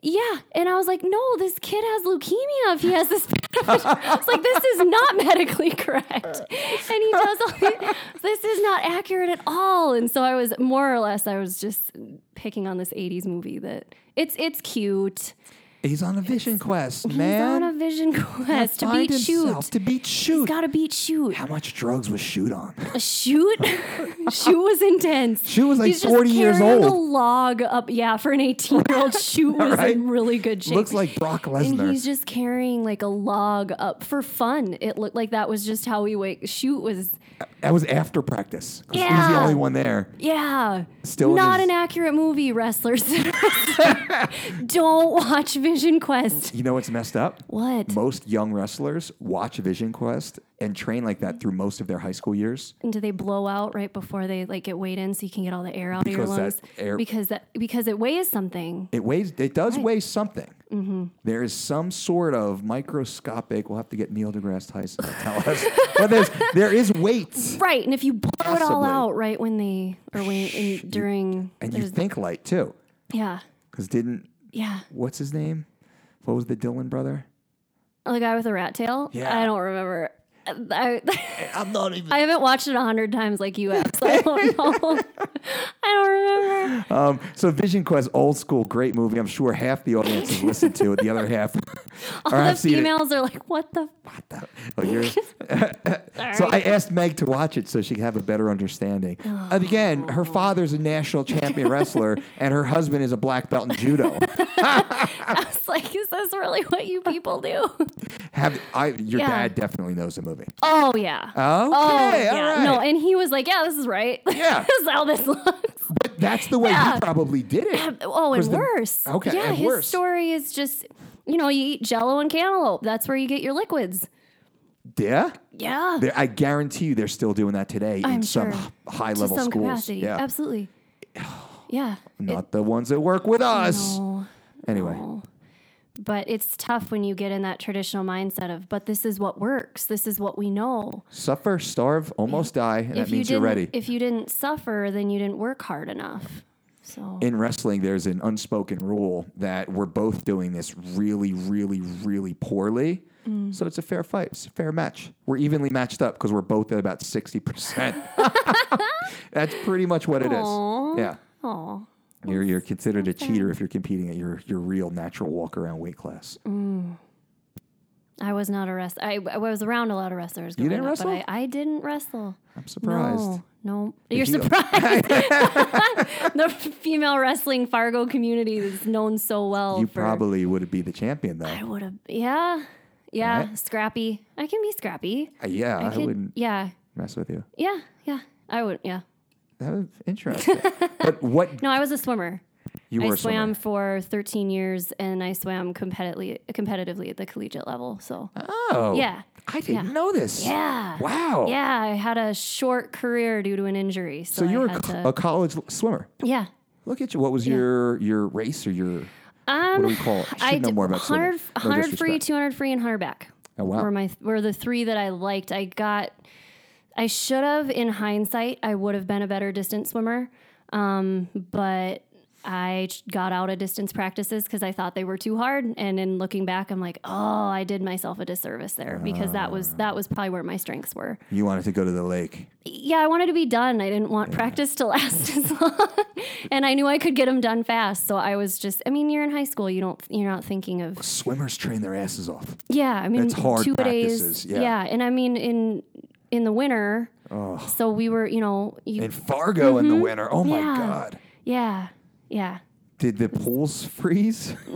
D: yeah, and I was like, no, this kid has leukemia if he has this. *laughs* I was like, this is not medically correct, and he does all these, this is not accurate at all. And so I was more or less, I was just picking on this '80s movie that it's it's cute.
A: He's on a vision quest,
D: He's on
A: man.
D: a vision *laughs*
A: Gotta
D: quest to
A: find
D: beat
A: himself,
D: shoot.
A: To beat shoot.
D: Gotta beat shoot.
A: How much drugs was shoot
D: *laughs*
A: on?
D: Shoot,
A: *laughs*
D: shoot was intense.
A: Shoot was like
D: He's just
A: 40 years
D: carrying A
A: old.
D: log up, yeah, for
A: *laughs*
D: an eighteen-year-old. Shoot was
A: Right?
D: in really good shape.
A: Looks like Brock
D: and
A: Lesnar.
D: he's just carrying like a log up for fun. It looked like that was just how he wake. Shoot was,
A: That was after practice. 'cause He's the
D: Yeah.
A: only one there.
D: yeah,
A: Still in
D: not
A: his-
D: an accurate movie. Wrestlers, *laughs* don't watch Vision Quest.
A: You know what's messed up?
D: What?
A: Most young wrestlers watch Vision Quest and train like
D: Mm-hmm.
A: that through most of their high school years.
D: And do they blow out right before they like get weighed in so you can get all the air out
A: Because that
D: of your lungs?
A: air-
D: because that because it weighs something.
A: It weighs. It does weigh something.
D: Mm-hmm.
A: There is some sort of microscopic. We'll have to get Neil deGrasse Tyson to tell us. but there's there is weight,
D: Right, and if you blow it all
A: Possibly.
D: out right when they or when in, during
A: and you
D: there's-
A: think light too,
D: yeah
A: because didn't
D: yeah
A: what's his name? What was the Dylan brother?
D: the guy with the rat tail
A: Yeah.
D: I don't remember I,
A: I'm not even.
D: I haven't watched it a hundred times like you have, so I
A: *laughs*
D: don't know. I don't remember.
A: Um, so Vision Quest, old school, great movie. I'm sure half the audience has listened to it. The other half,
D: *laughs* All
A: or
D: the
A: I've seen it.
D: females are like, what the? F-?
A: Oh,
D: *laughs*
A: yours? so I asked Meg to watch it so she could have a better understanding. And Again, her
D: Oh.
A: father's a national champion wrestler, and her husband is a black belt in judo.
D: I was *laughs* like, is this really what you people
A: *laughs*
D: do?
A: Have I? Your
D: Yeah.
A: dad definitely knows the movie.
D: Oh yeah.
A: Okay,
D: Oh
A: all
D: yeah.
A: right.
D: No, and he was like, yeah, this is right. *laughs*
A: Yeah.
D: this is how this looks.
A: That's the way
D: Yeah.
A: he probably did it.
D: *laughs* Oh, and
A: Was the-
D: worse.
A: Okay,
D: Yeah,
A: and
D: his
A: worse.
D: story is just, you know, you eat Jello and cantaloupe. That's where you get your liquids.
A: Yeah,
D: Yeah.
A: There- I guarantee you, they're still doing that today in
D: I'm
A: some
D: sure.
A: high
D: to
A: level
D: some
A: schools.
D: capacity.
A: Yeah,
D: Absolutely.
A: *sighs*
D: Yeah.
A: not the ones that work with us.
D: No.
A: Anyway,
D: But it's tough when you get in that traditional mindset of, but this is what works. This is what we know.
A: suffer, starve, almost die, and that
D: you
A: means you're
D: didn't-
A: ready.
D: If you didn't suffer, then you didn't work hard enough. So
A: in wrestling, there's an unspoken rule that we're both doing this really, really, really poorly.
D: Mm.
A: So it's a fair fight. It's a fair match. We're evenly matched up because we're both at about
D: *laughs*
A: 60%. That's pretty much what it is.
D: Aw.
A: Yeah.
D: Aw.
A: You're, you're considered a cheater if you're competing at your, your real natural walk around weight class.
D: Mm. I was not a wrestler. I, I was around a lot of wrestlers.
A: You
D: growing
A: didn't
D: up, but
A: wrestle?
D: I, I didn't wrestle.
A: I'm surprised.
D: No, no. You're
A: you- *laughs*
D: surprised. *laughs* the female wrestling Fargo community is known so well.
A: You
D: for,
A: probably would be the champion, though.
D: I would have. Yeah. Yeah.
A: Right?
D: Scrappy. I can be scrappy.
A: Uh, yeah, I,
D: could-
A: wouldn't
D: Yeah.
A: mess with you.
D: Yeah. Yeah. I would. Yeah.
A: That was
D: *laughs*
A: interesting. but what
D: No, I was a swimmer.
A: you
D: I
A: were
D: swam
A: swimming.
D: for 13 years and I swam competitively, competitively at the collegiate level. So,
A: Oh,
D: Yeah.
A: I didn't
D: Yeah.
A: know this.
D: yeah.
A: Wow.
D: Yeah. I had a short career due to an injury.
A: So
D: So,
A: you
D: I
A: were a,
D: had
A: co-
D: to,
A: a college l- swimmer.
D: Yeah.
A: Look at you. What was your your race or your
D: Um,
A: what do we call it?
D: I
A: should know
D: did
A: more about swimming.
D: 100,
A: No
D: 100 free,
A: disrespect.
D: 200 free, and 100 back.
A: Oh, wow.
D: Were my were the three that I liked. I got. I should have, in hindsight, I would have been a better distance swimmer, um, but I ch- got out of distance practices because I thought they were too hard. And in looking back, I'm like, oh, I did myself a disservice there because that
A: Ah.
D: was that was probably where my strengths were.
A: You wanted to go to the lake.
D: Yeah, I wanted to be done. I didn't want practice to *laughs* last as long, and I knew I could get them done fast. So I was just, I mean, you're in high school, you don't, you're not thinking of
A: Swimmers train their asses off.
D: yeah, I mean,
A: That's hard
D: two
A: practices,
D: days.
A: yeah.
D: and I mean in in the winter. So we were, you know, you,
A: In Fargo in the winter. Oh my
D: Mm-hmm. Yeah.
A: god.
D: yeah, yeah.
A: Did the pools freeze? *laughs*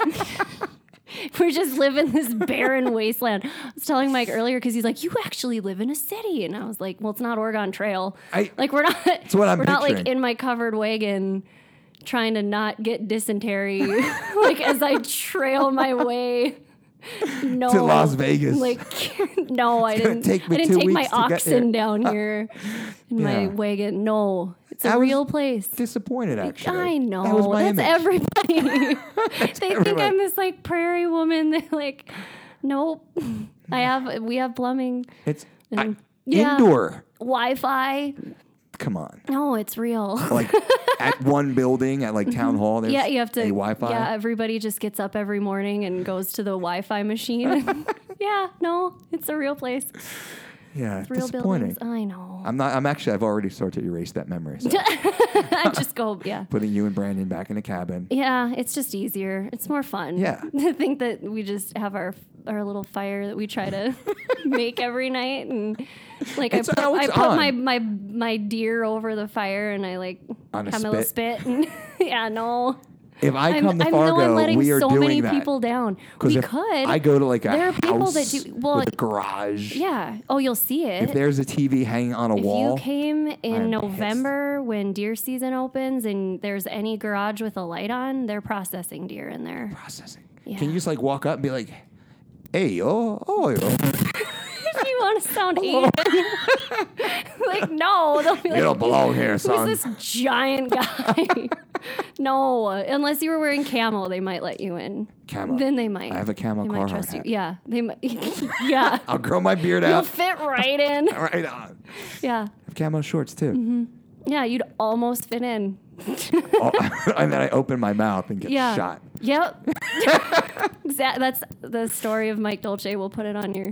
D: *laughs* We're just living this barren wasteland. I was telling Mike earlier because he's like, "You actually live in a city," and I was like, "Well, it's not Oregon Trail.
A: I-
D: like
A: *laughs*
D: we're not. That's
A: what I'm
D: We're not like
A: picturing.
D: in my covered wagon." Trying to not get dysentery, *laughs* like as I trail my way. No,
A: To Las Vegas.
D: Like, *laughs* no, I
A: *laughs*
D: didn't.
A: take me
D: I didn't
A: two
D: take my
A: weeks to get here. *laughs*
D: oxen down here in my
A: Yeah.
D: wagon. No, it's a
A: I was-
D: real place.
A: Disappointed actually.
D: I know.
A: That was my
D: That's
A: image. *laughs*
D: everybody. they think
A: everybody.
D: I'm this like prairie woman. *laughs* They're like, nope. I have we have plumbing,
A: it's I,
D: Yeah.
A: indoor.
D: Wi-Fi.
A: Come on.
D: No, it's real. *laughs*
A: Like at one building at like town hall there's
D: Mm-hmm. yeah, you have to.
A: a Wi-Fi.
D: Yeah, everybody just gets up every morning and goes to the
A: *laughs*
D: Wi-Fi machine. yeah, no, it's a real place.
A: Yeah,
D: Real
A: disappointing.
D: buildings. I know. *laughs*
A: I'm not I'm actually I've already started to erase that memory. So
D: I just go. Yeah,
A: putting you and Brandon back in a cabin.
D: yeah. It's just easier. It's more fun.
A: Yeah.
D: *laughs* I think that we just have our our little fire that we try to *laughs* make every night, and like
A: It's-
D: I put,
A: oh,
D: I
A: it's
D: put
A: on.
D: my my my deer over the fire, and I like
A: On a
D: have my little spit. And *laughs* yeah, no,
A: If I
D: I'm,
A: come to
D: I
A: Fargo,
D: know I'm letting
A: we are
D: so
A: doing
D: many
A: that.
D: people down.
A: 'Cause
D: We
A: if
D: could.
A: I go to like a
D: There are
A: house
D: people that do- well,
A: with a garage.
D: yeah. Oh, you'll see it.
A: If there's a TV hanging on a
D: If
A: wall,
D: you came
A: I'm
D: in November when deer season opens and there's any garage with a light on, they're processing deer in there.
A: processing.
D: Yeah.
A: Can you just like walk up and be like, "Hey, oh, oh,
D: *laughs*
A: yo."
D: if *laughs* you want
A: *laughs*
D: to sound Asian, *laughs* like no, they'll be
A: you don't
D: like,
A: belong here, son."
D: who's this giant guy? *laughs* no, unless you were wearing camel, they might let you in.
A: Camo.
D: Then they might.
A: I have a camo
D: They might
A: Carhartt
D: trust you.
A: hat.
D: Yeah, they might. *laughs*
A: *laughs*
D: yeah,
A: I'll grow my beard
D: you'll
A: out.
D: fit right in.
A: *laughs* Right on.
D: Yeah,
A: I have camo shorts too,
D: Mm-hmm. yeah, you'd almost fit in.
A: Oh, *laughs* and then I open my mouth and get
D: *laughs* Yeah.
A: Oh, shot. *laughs*
D: Yep. exactly. That's the story of Mike Dolce. We'll put it on your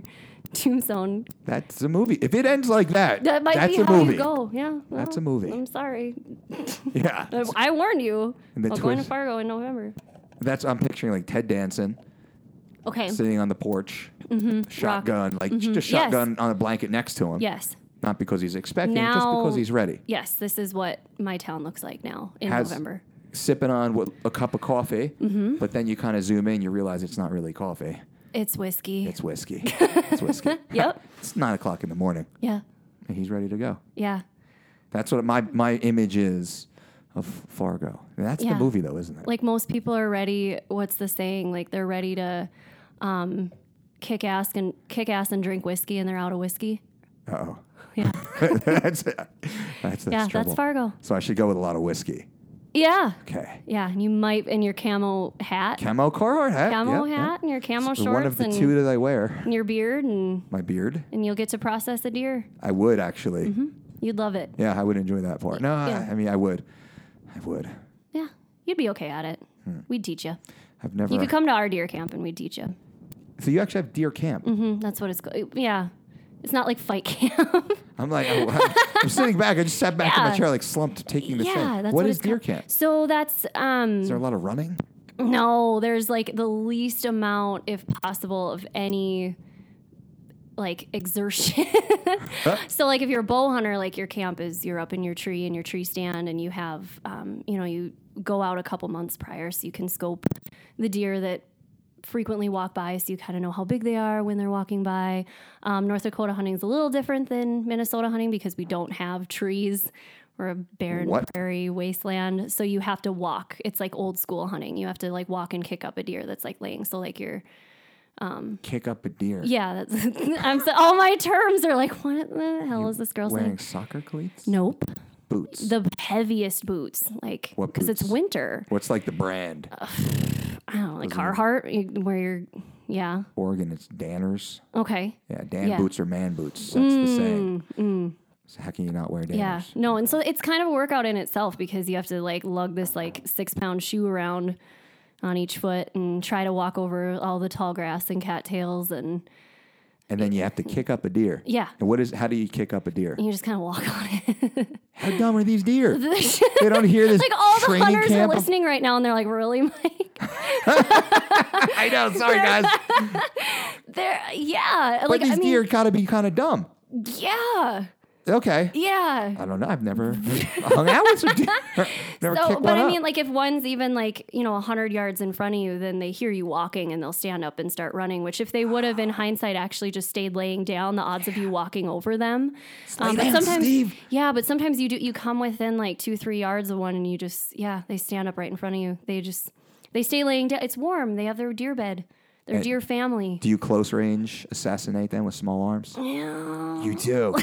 D: tombstone.
A: That's a movie. If it ends like that,
D: That might
A: that's
D: be
A: a
D: how
A: movie.
D: you go. Yeah.
A: That's
D: well,
A: a movie.
D: I'm sorry.
A: *laughs* Yeah,
D: I, I warned you.
A: And the
D: I'll go into
A: twist.
D: Fargo in November.
A: that's I'm picturing like Ted Danson
D: Okay.
A: sitting on the porch, shotgun, like just
D: Mm-hmm. Yes.
A: shotgun on a blanket next to him.
D: yes.
A: not because he's expecting, it, just
D: Now-
A: because he's ready,
D: Yes. This is what my town looks like now in
A: Has-
D: November.
A: sipping on what, a cup of coffee.
D: Mm-hmm.
A: But then you kind of zoom in, you realize it's not really coffee.
D: It's whiskey.
A: It's whiskey. it's whiskey.
D: *laughs* yep.
A: It's nine o'clock in the morning,
D: Yeah.
A: and he's ready to go.
D: Yeah.
A: That's what my my image is of Fargo. And that's the
D: Yeah.
A: movie, though, isn't it?
D: Like most people are ready. What's the saying? Like they're ready to um, kick ass and kick ass and drink whiskey, and they're out of whiskey.
A: oh,
D: *laughs* Yeah.
A: *laughs* that's that's that's
D: yeah.
A: trouble.
D: That's Fargo.
A: So I should go with a lot of whiskey.
D: Yeah.
A: Okay.
D: Yeah, and you might in your camo hat,
A: Camo Carhartt hat.
D: camo
A: Yep,
D: hat, and your camo
A: yep.
D: shorts,
A: One of the
D: and,
A: two that I wear.
D: and your beard, and
A: My beard.
D: and you'll get to process a deer.
A: I would actually.
D: You'd love it.
A: Yeah, I would enjoy that part. No, I-
D: Mm-hmm. Yeah.
A: I, mean I would. I would.
D: Yeah, you'd be okay at it.
A: Hmm.
D: We'd teach you.
A: I've never.
D: You could come to our deer camp, and we'd teach you.
A: so you actually have deer camp.
D: Mm, that's what it's called. Yeah, it's not like fight *laughs* camp.
A: I'm like, oh, I'm, I'm sitting back. I just sat back in my
D: Yeah.
A: chair, like slumped, taking the thing.
D: yeah, that's
A: what
D: what
A: is
D: it's
A: deer
D: called.
A: camp? Is
D: So that's um
A: there a lot of running?
D: no, there's like the least amount, if possible, of any like *laughs* exertion. So, like, if you're a bow hunter, like your camp is you're up in your tree in your tree stand, and you have, um, you know, you go out a couple months prior so you can scope the deer that frequently walk by, so you kind of know how big they are when they're walking by. Um, North Dakota hunting is a little different than Minnesota hunting because we don't have trees. We're a barren
A: What?
D: prairie wasteland, so you have to walk. It's like old school hunting. You have to like walk and kick up a deer that's like laying. So like you're
A: Kick up a deer.
D: yeah. That's *laughs* I'm so, all my terms are like what the hell is this girl
A: Wearing
D: saying?
A: soccer cleats,
D: Nope.
A: boots.
D: the heaviest boots, like
A: What
D: because it's
A: boots?
D: winter.
A: What's like the brand?
D: I don't know, like Carhartt, you- where you're, yeah,
A: Oregon, it's Danners.
D: okay,
A: Yeah, Dan
D: Yeah. Mm,
A: boots are man boots. That's the saying. So how can you not wear Danners?
D: yeah, no, and so it's kind of a workout in itself because you have to like lug this like six pound shoe around on each foot and try to walk over all the tall grass and cattails and
A: And then you have to kick up a deer.
D: Yeah.
A: And what is? How do you kick up a deer?
D: you just kind of walk *laughs* on it.
A: How dumb are these deer? they don't hear this.
D: *laughs* like all the
A: training
D: hunters are
A: camp.
D: listening right now and they're like, really, *laughs* Mike?
A: I know. Sorry, guys.
D: They're yeah,
A: but
D: like
A: these
D: I mean,
A: deer gotta be kind of dumb.
D: yeah,
A: Okay.
D: yeah.
A: I don't know. I've
D: *laughs*
A: never hung out with some deer. never
D: So,
A: kicked
D: but
A: one
D: I
A: up.
D: mean, like if one's even like you know hundred yards in front of you, then they hear you walking and they'll stand up and start running. Which, if they would
A: *gasps*
D: have in hindsight actually just stayed laying down, the odds of you walking over them. um,
A: lay down, Steve.
D: yeah, but sometimes you do you come within like two three yards of one, and you just yeah they stand up right in front of you. They just they stay laying down. It's warm. They have their deer bed, their
A: And-
D: deer family.
A: do you close range assassinate them with small arms? *gasps*
D: yeah,
A: You
D: *laughs*
A: do.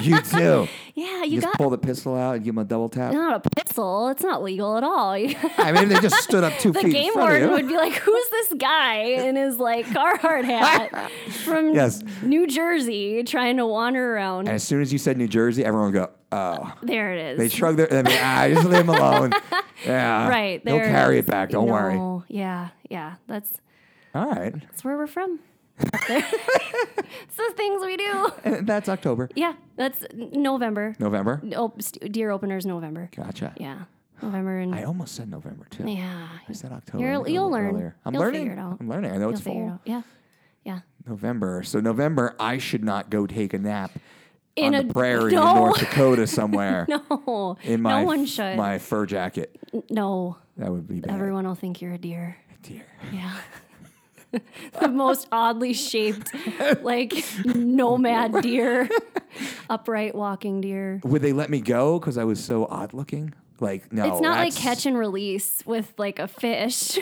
A: you do.
D: yeah,
A: You
D: you
A: just
D: got
A: pull the pistol out and give them a double
D: *laughs*
A: tap.
D: not a pistol. It's not legal at all. *laughs*
A: I mean, if they just stood up two
D: the
A: feet in
D: game
A: front
D: warden
A: of you.
D: would be like, "Who's this guy in his like Carhartt hat
A: *laughs*
D: from
A: Yes.
D: New Jersey trying to wander around?"
A: and as soon as you said New Jersey, everyone would go, oh.
D: there it is.
A: They shrug their, I mean, ah, just leave them
D: *laughs*
A: alone. Yeah.
D: right.
A: They'll
D: there
A: carry
D: is.
A: it back. Don't worry. All
D: No, Yeah, yeah. That's
A: right.
D: that's where
A: *laughs*
D: we're from. it's *laughs* the things we do.
A: And that's October.
D: Yeah, that's November.
A: November.
D: Oh, st- deer openers November.
A: Gotcha.
D: Yeah, November and
A: I almost said November, too.
D: yeah.
A: I said October.
D: You're-
A: a little
D: you'll learn.
A: earlier. I'm
D: You'll
A: learning.
D: figure it out.
A: I'm learning. I know
D: You'll
A: it's
D: figure it
A: fall.
D: out. Yeah, yeah. *laughs*
A: November. So November, I should not go take a nap
D: In
A: on
D: a-
A: the prairie in
D: *laughs* no.
A: North Dakota somewhere
D: *laughs* No,
A: in my
D: no one should.
A: my fur jacket.
D: no,
A: That would be bad.
D: everyone will think you're a deer.
A: Dear.
D: Yeah. *laughs* the most oddly shaped, like nomad deer, upright walking deer.
A: Would they let me go because I was so odd looking? Like no,
D: It's not like
A: that's- *laughs*
D: catch and release with like a fish.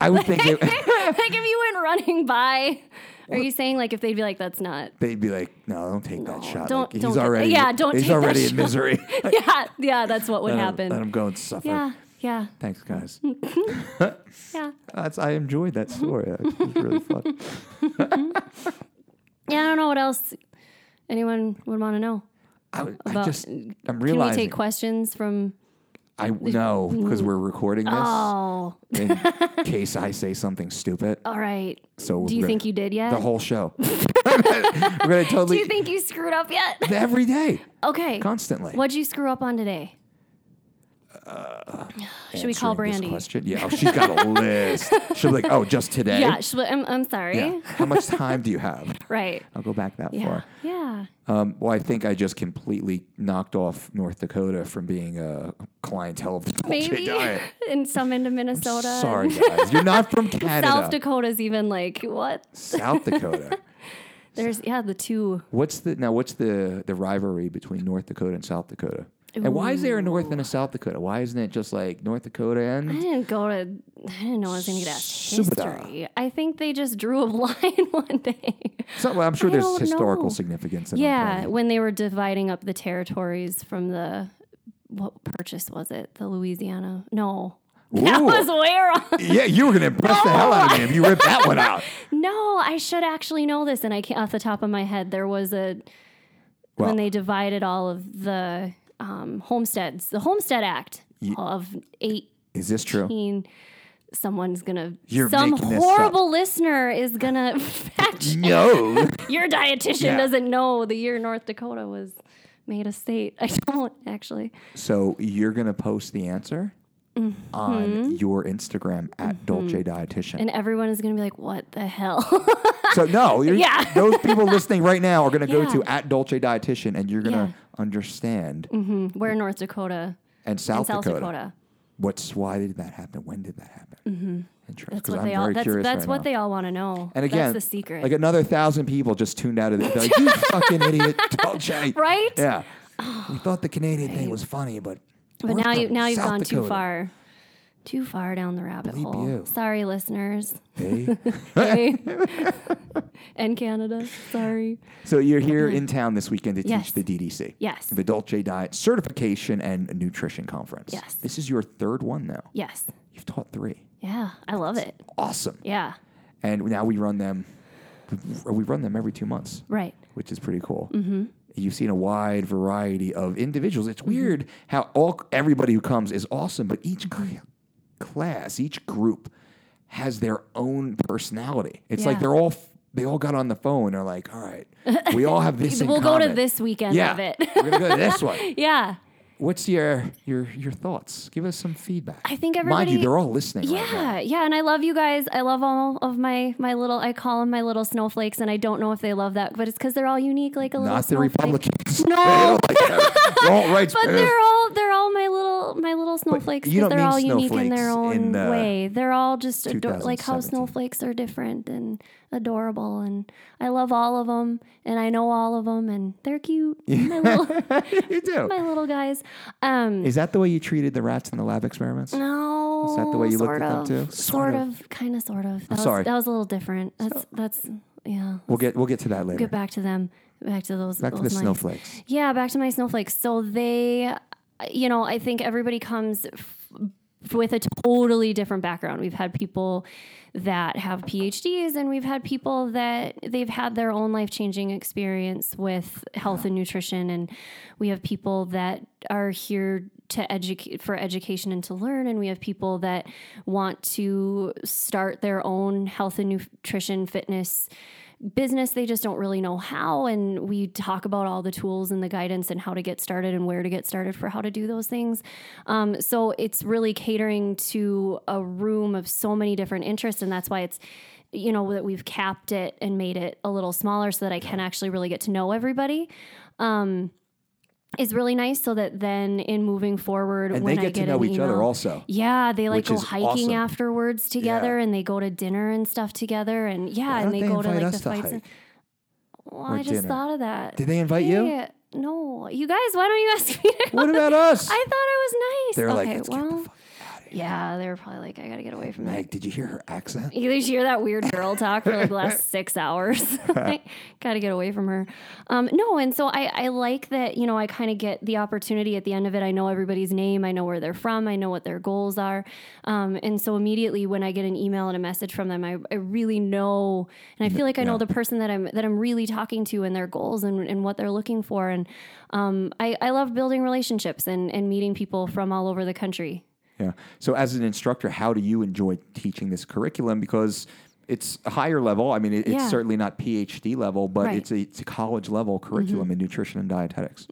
A: I would think it,
D: *laughs* like if you went running by, are you saying like if they'd be like, that's not.
A: *laughs* they'd be like, no, don't take that shot.
D: don't-
A: Like, he's
D: don't-
A: already
D: yeah, don't
A: he's
D: take that
A: already in
D: shot. *laughs*
A: misery.
D: Yeah, yeah, that's what would
A: let, him,
D: happen.
A: let him go and suffer.
D: yeah, Mm. yeah,
A: Thanks, guys.
D: yeah.
A: That's, I enjoyed that
D: Mm-hmm.
A: story. It
D: *laughs*
A: was really fun.
D: Yeah, I don't know what else anyone would want to know.
A: I, I
D: About-
A: just I'm
D: Can we
A: realizing
D: take questions from
A: I no, because we're recording this
D: Oh, *laughs*
A: in case I say something stupid.
D: all right.
A: So
D: do you
A: we're
D: think
A: gonna-
D: you did yet?
A: The whole
D: *laughs*
A: show. we're gonna
D: do
A: totally
D: you think you screwed up yet? *laughs*
A: every day,
D: okay.
A: constantly.
D: What'd you screw up on today? Should we call
A: answering this
D: Brandy?
A: question. Yeah, oh, she's got
D: *laughs*
A: a list. She'll be like, "Oh, just today."
D: Yeah, sh- I'm, I'm sorry.
A: Yeah. How much time do you have?
D: *laughs*
A: *laughs*
D: Right.
A: I'll go back that
D: Yeah.
A: far.
D: Yeah.
A: Um, well, I think I just completely knocked off North Dakota from being a clientele of the bullshit
D: Maybe. *laughs*
A: diet.
D: and some into Minnesota. and
A: Sorry, guys. You're not from Canada.
D: *laughs* South Dakota's even like, what?
A: South Dakota.
D: There's, yeah, the two.
A: What's the now? What's the the rivalry between North Dakota and South Dakota? And why is there a North and a South Dakota? Why isn't it just like North Dakota
D: I
A: and
D: didn't go to, I didn't know I was going to get asked
A: Subata.
D: history. I think they just drew a *laughs* line one day.
A: so, well, I'm sure
D: I
A: there's
D: don't
A: historical
D: know.
A: significance. In
D: Yeah,
A: Oklahoma.
D: when they were dividing up the territories from the, what purchase was it? The Louisiana? No. *laughs* That
A: Ooh.
D: was way wrong.
A: yeah, you were gonna impress the hell out of me if you ripped that one
D: *laughs*
A: out.
D: No, I should actually know this, and I can't off the top of my head. There was a
A: Well-
D: when they divided all of the um, homesteads, the Homestead Act of eighteen.
A: Is this true?
D: Someone's gonna
A: You're
D: some
A: making this up.
D: horrible listener is gonna *laughs* fact
A: No.
D: your dietitian
A: Yeah.
D: doesn't know the year North Dakota was made a state. I don't actually.
A: So you're gonna post the answer on your Instagram at Dolce Dietitian.
D: Mm-hmm. And everyone is gonna be like, "What the hell?" *laughs*
A: so no, you're,
D: Yeah.
A: those people listening right now are gonna go
D: Yeah.
A: to at Dolce Dietitian, and you're gonna understand.
D: Where North Dakota
A: And
D: and
A: South,
D: South
A: Dakota.
D: Dakota.
A: What's why did that happen? When did that happen? Mm-hmm. Interesting.
D: That's
A: 'cause
D: what
A: I'm
D: they all.
A: very
D: That's
A: curious
D: that's
A: right
D: what
A: now.
D: they all want to know.
A: And again,
D: that's the secret.
A: Like another thousand people just tuned out of it. They're like,
D: *laughs*
A: you fucking idiot, *laughs* Dolce.
D: Right? Oh,
A: Yeah. We thought the Canadian thing was funny, but
D: But
A: we're
D: now you
A: from
D: now you've
A: South
D: gone too
A: Dakota.
D: far. Too far down the rabbit
A: Bleep
D: hole.
A: you.
D: Sorry,
A: *laughs*
D: listeners. *laughs*
A: Hey.
D: Hey. and Canada. Sorry.
A: so you're here in town this weekend to
D: Yes.
A: teach the DDC.
D: Yes.
A: The Dolce Diet Certification and Nutrition Conference.
D: Yes.
A: This is your third one now.
D: Yes.
A: You've taught three.
D: Yeah. I love it.
A: Awesome.
D: Yeah.
A: And now we run them. We run them every two months.
D: Right.
A: which is pretty cool.
D: Mm-hmm.
A: You've seen a wide variety of individuals. It's weird how all everybody who comes is awesome, but each
D: Mm-hmm.
A: cl- class, each group has their own personality. It's like
D: Yeah.
A: they're all f- they all got on the phone. and They're like, all right, we all have this. in
D: *laughs* We'll go to
A: common."
D: this weekend
A: Yeah,
D: of it.
A: we're gonna go to this one.
D: *laughs* yeah.
A: What's your your your thoughts? Give us some feedback.
D: I think
A: mind you,
D: everybody-
A: they're all listening. right now.
D: Yeah, yeah, and I love you guys. I love all of my my little. I call them my little snowflakes, and I don't know if they love that, but it's because they're all unique, like a little.
A: not the
D: snowflake.
A: Republicans. *laughs*
D: No.
A: they don't like that. They're all right.
D: *laughs* But they're all they're all my little my little snowflakes.
A: you
D: 'cause
A: don't
D: they're
A: mean
D: all unique in their
A: snowflakes in
D: own
A: the
D: way. They're all just ador- like how
A: 2017.
D: snowflakes are different and adorable, and I love all of them, and I know all of them, and
A: *laughs*
D: they're cute. My little
A: you do.
D: my little guys. Um,
A: Is that the way you treated the rats in the lab experiments?
D: no,
A: Is that the way you looked
D: sort
A: at them
D: of,
A: too?
D: Sort,
A: Sort
D: of, kind of, sort of. That was,
A: sorry.
D: that was a little different. That's that's yeah.
A: We'll get we'll get to that later.
D: Get back to them. Back to those.
A: Back to
D: those
A: the
D: mice.
A: snowflakes.
D: Yeah, back to my snowflakes. So they, you know, I think everybody comes f- with a totally different background. We've had people that have PhDs, and we've had people that they've had their own life changing experience with health and nutrition, and we have people that are here to educate for education and to learn and we have people that want to start their own health and nutrition fitness business they just don't really know how and we talk about all the tools and the guidance and how to get started and where to get started for how to do those things um, so it's really catering to a room of so many different interests and that's why it's you know that we've capped it and made it a little smaller so that i can actually really get to know everybody um, is really nice so that then in moving forward
A: And
D: when
A: they
D: I
A: get to
D: get
A: know
D: an
A: each other
D: email-
A: also.
D: yeah, they like
A: Which
D: go
A: is
D: hiking
A: awesome.
D: afterwards together,
A: Yeah.
D: and they go to dinner and stuff together, and yeah,
A: don't
D: and they,
A: they
D: go to
A: invite
D: like
A: us
D: the
A: to
D: fights.
A: hike
D: and, well,
A: or
D: I just
A: dinner?
D: thought of that.
A: Did they invite you?
D: Yeah. No, you guys, why don't you ask me?
A: *laughs* What about us?
D: *laughs* I thought I was nice.
A: They're
D: okay,
A: like, "Let's get the
D: well,
A: fuck outta here."
D: Yeah, they were probably like, I gotta get away from that.
A: Meg, did you hear her accent?
D: *laughs* You just hear that weird girl talk for like the last six hours. *laughs* Like, Gotta get away from her. Um, no, and so I, I like that, you know, I kind of get the opportunity at the end of it. I know everybody's name, I know where they're from, I know what their goals are. Um, and so immediately when I get an email and a message from them, I, I really know and I feel like I know the person that I'm that I'm really talking to and their goals and, and what they're looking for. And um, I, I love building relationships and, and meeting people from all over the country.
A: Yeah. So as an instructor, how do you enjoy teaching this curriculum? Because it's a higher level. I mean, it,
D: Yeah.
A: it's certainly not PhD level, but
D: Right. Mm-hmm.
A: it's, a, it's a college level curriculum in nutrition and dietetics.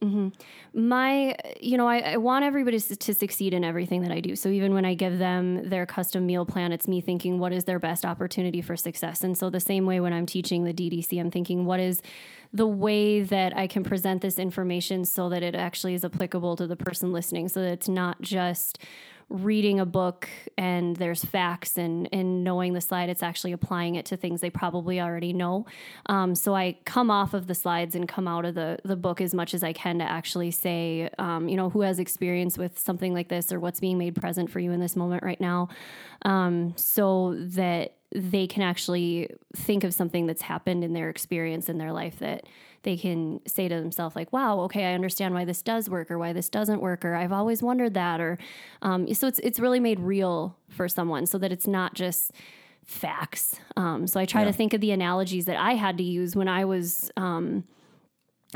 D: my you know I, I want everybody s- to succeed in everything that i do so even when i give them their custom meal plan it's me thinking what is their best opportunity for success and so the same way when i'm teaching the ddc i'm thinking what is the way that i can present this information so that it actually is applicable to the person listening so that it's not just reading a book and there's facts and and knowing the slide it's actually applying it to things they probably already know um, so i come off of the slides and come out of the the book as much as i can to actually say um, you know who has experience with something like this or what's being made present for you in this moment right now um, so that they can actually think of something that's happened in their experience in their life that they can say to themselves like wow okay i understand why this does work or why this doesn't work or i've always wondered that or um, so it's it's really made real for someone so that it's not just facts um, so i try to think of the analogies that i had to use when i was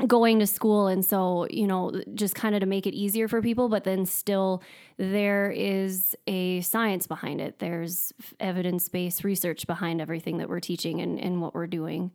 D: going to school and so you know just kind of to make it easier for people but then still there is a science behind it there's evidence-based research behind everything that we're teaching and, and what we're doing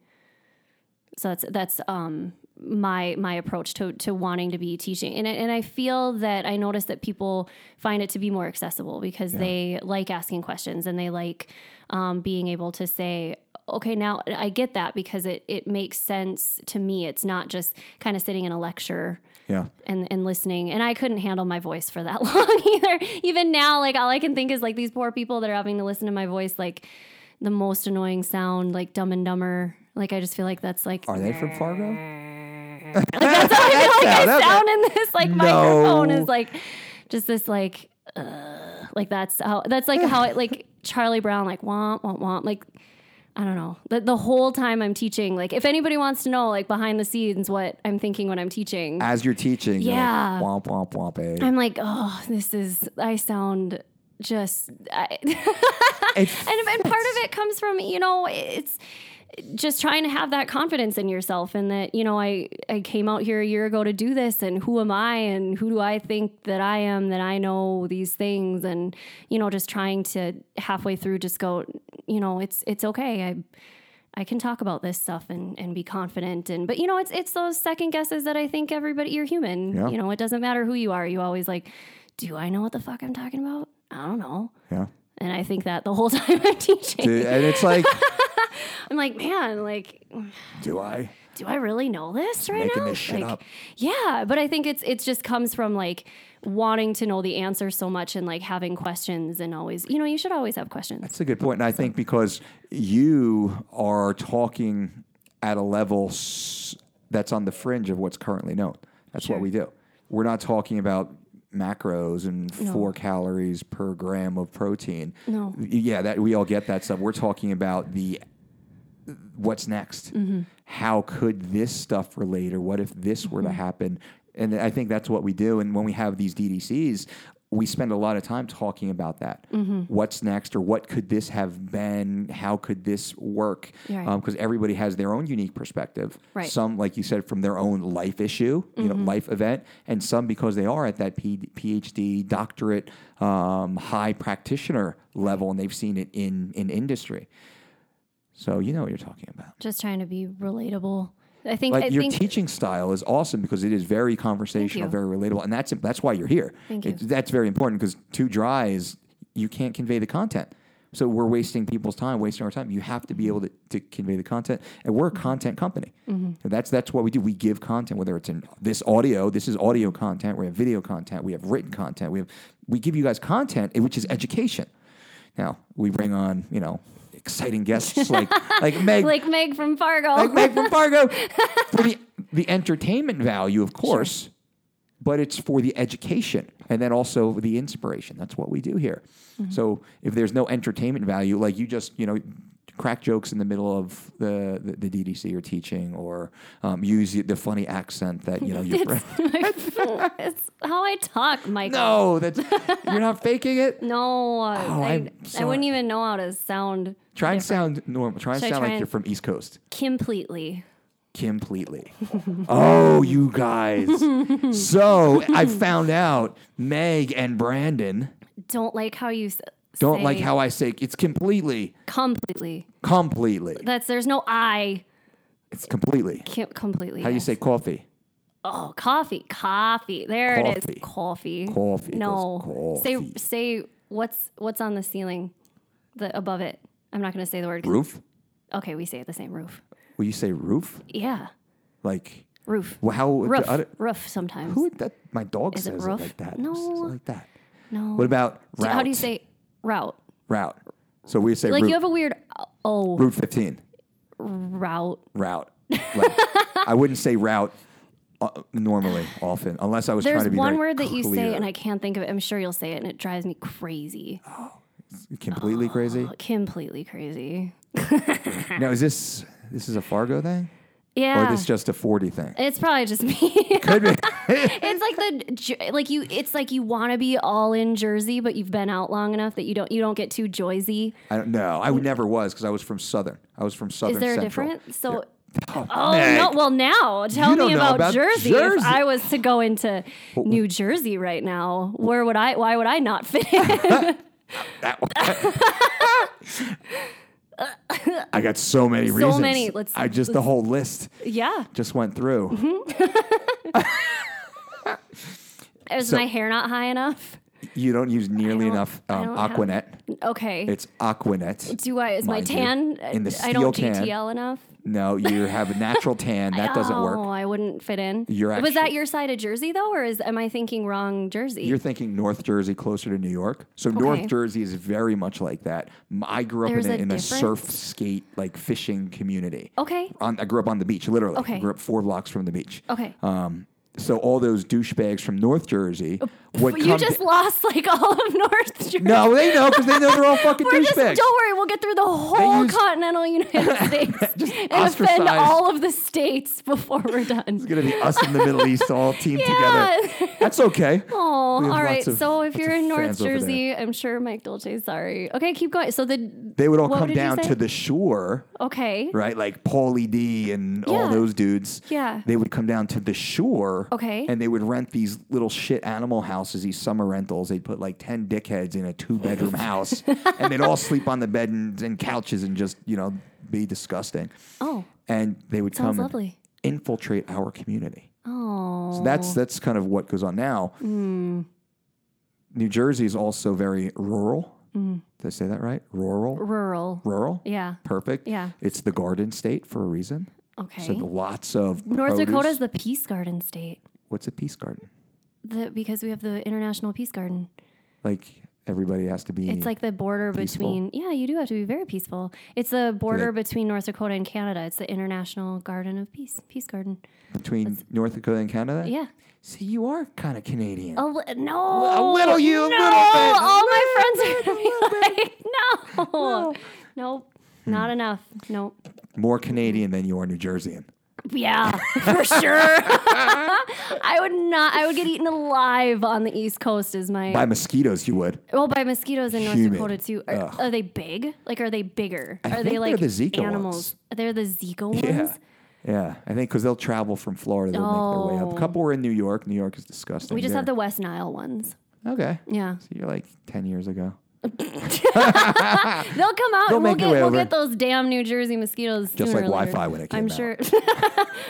D: so that's that's um my my approach to to wanting to be teaching and I- and I feel that I notice that people find it to be more accessible because they like asking questions and they like um, being able to say okay now I get that because it it makes sense to me it's not just kind of sitting in a lecture
A: Yeah.
D: and, and listening. And I couldn't handle my voice for that *laughs* long either. Even now, like all I can think is like these poor people that are having to listen to my voice, like the most annoying sound, like dumb and dumber. Like I just feel like that's like,
A: Are they from
D: *laughs*
A: Fargo?
D: like
A: *laughs*
D: I
A: that-
D: sound in this like
A: No.
D: microphone is like just this like uh, like that's how that's like how
A: *laughs*
D: it like Charlie Brown like womp womp womp like I don't know the, the whole time I'm teaching like if anybody wants to know like behind the scenes what I'm thinking when I'm teaching
A: As you're teaching, you're like,
D: Yeah.
A: womp womp womp. Eh?
D: I'm like, oh, this is, I sound just, I, *laughs*
A: *laughs* It's-
D: and, and part of it comes from, you know, it's just trying to have that confidence in yourself and that, you know, I, I came out here a year ago to do this and who am I and who do I think that I am that I know these things and, you know, just trying to halfway through just go, you know, it's, it's okay. I, I can talk about this stuff and, and be confident and but you know it's it's those second guesses that I think everybody you're human.
A: Yeah.
D: You know, it doesn't matter who you are, you always like, Do I know what the fuck I'm talking about? I don't know.
A: yeah.
D: And I think that the whole *laughs* time I'm teaching.
A: Dude, and it's
D: *laughs*
A: like,
D: I'm like, man, like
A: do I?
D: do I really know this right
A: Making
D: now?
A: this shit
D: like,
A: up.
D: Yeah, but I think it's it's just comes from like wanting to know the answer so much and like having questions and always you know, you should always have questions.
A: That's a good point. And I think because you are talking at a level s- that's on the fringe of what's currently known. That's what
D: Sure.
A: we do. We're not talking about macros and four calories per gram of protein.
D: No.
A: Yeah, that we all get that stuff. We're talking about the what's next. How could this stuff relate, or what if this were to happen? And I think that's what we do. And when we have these DDCs, we spend a lot of time talking about that. What's next, or what could this have been? How could this work? Um,
D: Right.
A: because everybody has their own unique perspective.
D: Right.
A: Some, like you said, from their own life issue, you know, life event, and some because they are at that P- PhD, doctorate, um, high practitioner level, and they've seen it in in industry. So you know what you're talking about.
D: Just trying to be relatable. I think
A: Like
D: I
A: your
D: think
A: teaching style is awesome because it is very conversational,
D: you.
A: very relatable, and that's that's why you're here.
D: Thank you.
A: It's- that's very important because too dry is you can't convey the content. So we're wasting people's time, wasting our time. You have to be able to, to convey the content, and we're a
D: Mm-hmm.
A: content company. And that's that's what we do. We give content, whether it's in this audio, this is audio content. We have video content. We have written content. We have we give you guys content, eh, which is education. Now we bring on you know exciting guests like
D: *laughs*
A: like Meg
D: *laughs* like Meg from Fargo.
A: like
D: *laughs*
A: Meg from Fargo for the, the entertainment value, of course, but it's for the education. and then also the inspiration. That's what we do here.
D: Mm-hmm.
A: So if there's no entertainment value, like you just you know crack jokes in the middle of the the, the DDC you're teaching, or um, use the funny accent that you know your friend. *laughs*
D: it's how I talk, Michael.
A: No, that's you're not faking it.
D: No, I,
A: Oh, I'm
D: I
A: sorry.
D: wouldn't even know how to sound
A: Try and sound normal. Try and
D: Should I
A: sound
D: try
A: like you're
D: and-
A: from East Coast.
D: completely.
A: completely. oh, you guys. so
D: *laughs*
A: I found out Meg and Brandon
D: Don't like how you s-
A: don't
D: say
A: like how I say it's completely,
D: completely.
A: completely.
D: That's there's no I
A: It's completely.
D: can't completely.
A: How you
D: yes.
A: say coffee?
D: Oh, coffee, coffee. There it is. Coffee.
A: Coffee. It
D: No.
A: goes coffee.
D: Say say what's what's on the ceiling, the above it. I'm not gonna say the word. 'cause-
A: Roof?
D: Okay, we say it the same roof.
A: Will you say roof?
D: Yeah,
A: Like
D: roof.
A: well, how
D: Roof.
A: the other-
D: roof sometimes.
A: who would that my dog
D: Is it
A: says
D: roof?
A: like that.
D: No.
A: Says it like that.
D: no.
A: What about
D: So
A: route?
D: How do you say route?
A: route? So we say
D: Like
A: route,
D: you have a weird oh
A: route 15.
D: route.
A: route. Like, I wouldn't say route uh, normally, often, unless I was
D: There's
A: trying to be
D: one
A: very
D: word that you say
A: clear.
D: and I can't think of it. I'm sure you'll say it and it drives me crazy.
A: Ah. completely
D: Oh. *laughs*
A: crazy.
D: Completely crazy.
A: Now, is this this is a Fargo thing,
D: Yeah.
A: or this just a forty thing?
D: it's probably just me.
A: *laughs* Could
D: *laughs*
A: be.
D: it's like the ju- like you it's like you want to be all in jersey but you've been out long enough that you don't you don't get too joysy
A: I don't know. I would never was because I was from Southern. I was from Southern.
D: is there a
A: Central.
D: difference so
A: Oh,
D: oh no well now tell
A: You don't
D: me
A: know
D: about,
A: about
D: jersey.
A: Jersey.
D: if i was to go into new jersey right now where would i why would i not *laughs*
A: *laughs*
D: fit in
A: I got so many
D: So
A: reasons.
D: many. Let's- Mm-hmm.
A: I just the whole list
D: yeah
A: just went through.
D: is
A: So-
D: my hair not high enough
A: You don't use nearly
D: don't-
A: enough
D: I
A: um,
D: don't have-
A: Aquanet.
D: okay
A: It's Aquanet.
D: do i is my
A: mind you,
D: tan
A: in the
D: i don't
A: steel tan.
D: gtl enough
A: No, you have a natural tan. That doesn't
D: Oh,
A: work.
D: *laughs* I wouldn't fit in.
A: You're
D: was that
A: actually-
D: your side of Jersey though, or is am I thinking wrong Jersey?
A: You're thinking North Jersey closer to New York. So North Jersey is very much like that. M- I grew up
D: There's
A: in, a,
D: a
A: in a surf
D: difference?
A: skate like fishing community.
D: okay.
A: On, I grew up on the beach, literally. I
D: Okay.
A: grew up four blocks from the beach.
D: Okay.
A: Um, so all those douchebags from North Jersey would
D: Oh, you
A: come
D: just
A: to-
D: lost like all of North Jersey.
A: *laughs* no, they know because they know they're all fucking
D: We're just,
A: douchebags.
D: don't worry, we'll get through the whole
A: use- *laughs*
D: continental United States and
A: ostracized.
D: offend all of the states before we're done. *laughs*
A: It's gonna be us in the Middle East all teamed together.
D: Yeah.
A: That's
D: *laughs*
A: okay.
D: Oh,
A: We have
D: all right.
A: lots of-
D: so if
A: lots
D: you're
A: of
D: in North
A: fans over there.
D: Jersey, I'm sure Mike Dolce's sorry. Okay, keep going. So the
A: They would all
D: what
A: come
D: did you
A: down
D: say?
A: to the shore.
D: okay,
A: right? Like Paulie D and all
D: Yeah.
A: those dudes.
D: Yeah.
A: They would come down to the shore.
D: Okay.
A: And they would rent these little shit animal houses, these summer rentals. They'd put like 10 dickheads in a two
D: *laughs*
A: bedroom house and they'd all sleep on the bed and, and couches and just, you know, be disgusting.
D: Oh.
A: And they would
D: Sounds
A: come
D: lovely.
A: and infiltrate our community.
D: oh, Mm.
A: So that's that's kind of what goes on now. New Jersey is also very rural. Did I say that right? Rural.
D: rural.
A: Rural.
D: Mm. Yeah.
A: Perfect.
D: Yeah.
A: It's the garden state for a reason.
D: Okay.
A: So lots of
D: Eh? North
A: produce.
D: Dakota is the Peace Garden state.
A: What's a peace garden?
D: The, because we have the International Peace Garden.
A: Like everybody has to be.
D: It's like the border
A: Peaceful.
D: between. Yeah, you do have to be very peaceful. It's the border between North Dakota and Canada. It's the International Garden of Peace, Peace Garden.
A: between North Dakota and Canada.
D: Yeah. Oh.
A: See, you are kind of Canadian.
D: A li- no.
A: A little you, a
D: no.
A: little bit.
D: All my friends are *laughs* gonna be like, no, nope, not
A: Hmm.
D: enough. Nope.
A: *laughs* More Canadian than you are New Jerseyan.
D: Yeah, for sure. *laughs* I would not. I would get eaten alive on the East Coast. Is my
A: By mosquitoes, you would.
D: Well, by mosquitoes in North
A: Humid.
D: Dakota too. Are,
A: Ugh.
D: are they big? Like, are they bigger? are
A: think
D: they
A: they're
D: like
A: the Zika
D: animals?
A: ones.
D: They're the Zika ones.
A: Yeah. Yeah, I think because they'll travel from Florida, they'll make their way up.
D: Oh.
A: A couple were in New York. New York is disgusting.
D: We just have
A: there.
D: the West Nile ones.
A: okay.
D: Yeah,
A: So you're like ten years ago.
D: they'll come out.
A: They'll
D: and we'll
A: make their
D: get
A: way
D: we'll
A: over.
D: get those damn New Jersey mosquitoes.
A: Just
D: sooner
A: like
D: or later.
A: Wi-Fi when it
D: I'm
A: came out.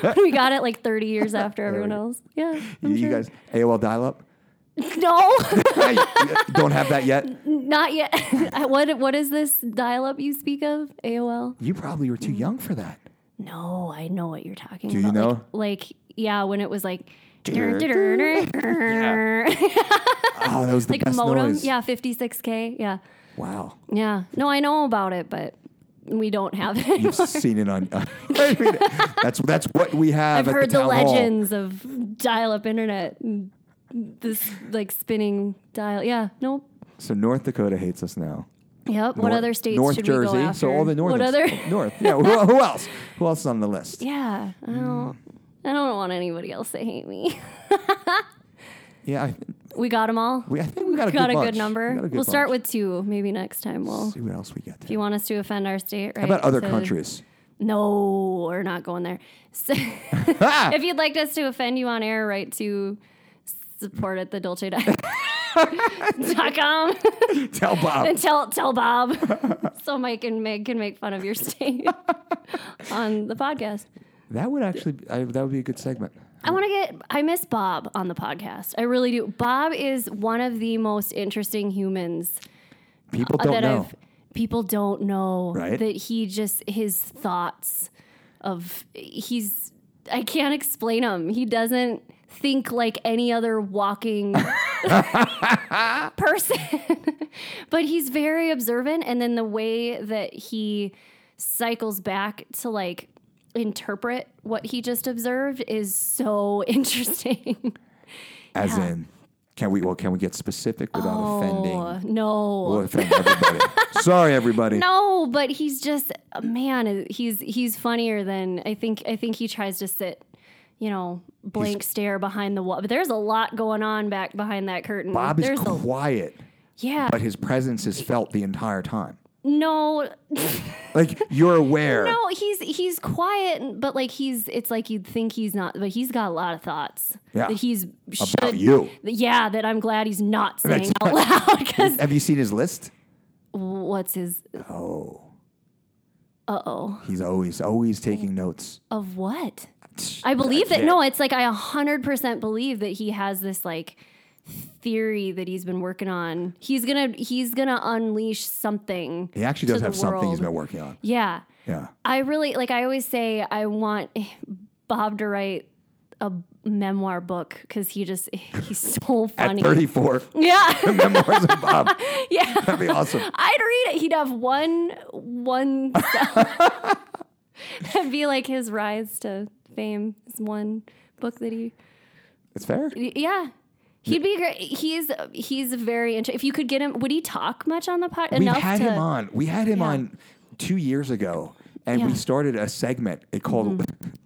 D: sure
A: *laughs*
D: we got it like 30 years after everyone else. Yeah, I'm
A: you you
D: sure.
A: guys AOL dial-up?
D: *laughs* No, *laughs*
A: Hey, you don't have that yet.
D: not yet. *laughs* what what is this dial-up you speak of? AOL.
A: You probably were too young for that.
D: No, I know what you're talking
A: Do you
D: about.
A: know?
D: Like, like yeah, when it was like. *laughs*
A: Oh, that was the
D: like a
A: best
D: modem.
A: noise.
D: Yeah, 56K. Yeah.
A: Wow.
D: Yeah. No, I know about it, but we don't have it anymore. *laughs*
A: You've seen it on. *laughs* that's that's what we have.
D: I've
A: at
D: heard
A: the,
D: the,
A: town hall.
D: legends of dial up internet. this like spinning dial. Yeah. Nope.
A: So North Dakota hates us now.
D: Yep. what
A: Nor-
D: other states
A: North
D: should
A: Jersey.
D: we go after?
A: So all the north. *laughs*
D: What other?
A: North. Yeah. Who, who else? Who else is on the list?
D: *laughs* yeah. I
A: Mm.
D: don't. I don't want anybody else to hate me. *laughs*
A: Yeah. I,
D: we got them all.
A: we, I think we got a
D: got
A: good
D: a
A: bunch.
D: good number.
A: We got a good
D: will start
A: bunch.
D: with two. Maybe next time we'll.
A: See what else we get.
D: If you want us to offend our state, right?
A: How about other
D: So- *laughs*
A: countries?
D: No, we're not going there. *laughs* So
A: Ah!
D: if you'd like us to offend you on air, write to support at the Dolce
A: *laughs*
D: Di- *laughs* dot com
A: *laughs* Tell Bob.
D: and *laughs* tell tell Bob *laughs* so Mike and Meg can make fun of your state on the podcast.
A: That would actually. be- I, that would be a good segment.
D: I want to get. I miss Bob on the podcast. I really do. Bob is one of the most interesting humans
A: People don't
D: Uh, that
A: know.
D: I've people don't know
A: Right.
D: that he just his thoughts of he's I can't explain him. He doesn't think like any
A: *laughs*
D: other walking person. *laughs* but he's very observant and then the way that he cycles back to like interpret what he just observed is so *laughs* interesting.
A: As in, can we? Well, can we get specific without
D: Oh,
A: offending?
D: no.
A: We'll offend
D: *laughs*
A: everybody. Sorry, everybody.
D: No, but he's just a man. He's he's funnier than I think. I think he tries to sit, you know, blank stare behind the wall. But there's a lot going on back behind that curtain.
A: Bob is
D: there's a,
A: quiet,
D: yeah.
A: but his presence is felt the entire time.
D: no,
A: Like you're aware.
D: no, he's he's quiet, but like he's it's like you'd think he's not, but he's got a lot of thoughts
A: Yeah.
D: that he's should,
A: About you.
D: Yeah, that I'm glad he's not saying
A: That's- *laughs*
D: out loud because
A: Have you seen his list?
D: what's his
A: Oh,
D: uh oh.
A: he's always always taking notes.
D: Of what? I believe that. No, it's like I 100% believe that he has this like theory that he's been working on. He's going to he's going to unleash something.
A: He actually does
D: to the
A: have something he's
D: world.
A: been working on.
D: Yeah.
A: Yeah.
D: I really like I always say I want Bob to write a memoir book cuz he just *laughs* he's so funny.
A: At 34,
D: *laughs* Yeah. *laughs*
A: memoirs of Bob.
D: yeah.
A: That'd be awesome.
D: I'd read it. He'd have one
A: *laughs*
D: one. *laughs* That'd be like his rise to fame. Is one book that he.
A: It's fair.
D: Yeah. He'd be great. He's he's very interesting. If you could get him, would he talk much on the pod?
A: We
D: enough
A: had
D: to
A: him on. We had him
D: Yeah.
A: on two years ago, and we
D: Yeah. Mm-hmm.
A: started a segment it called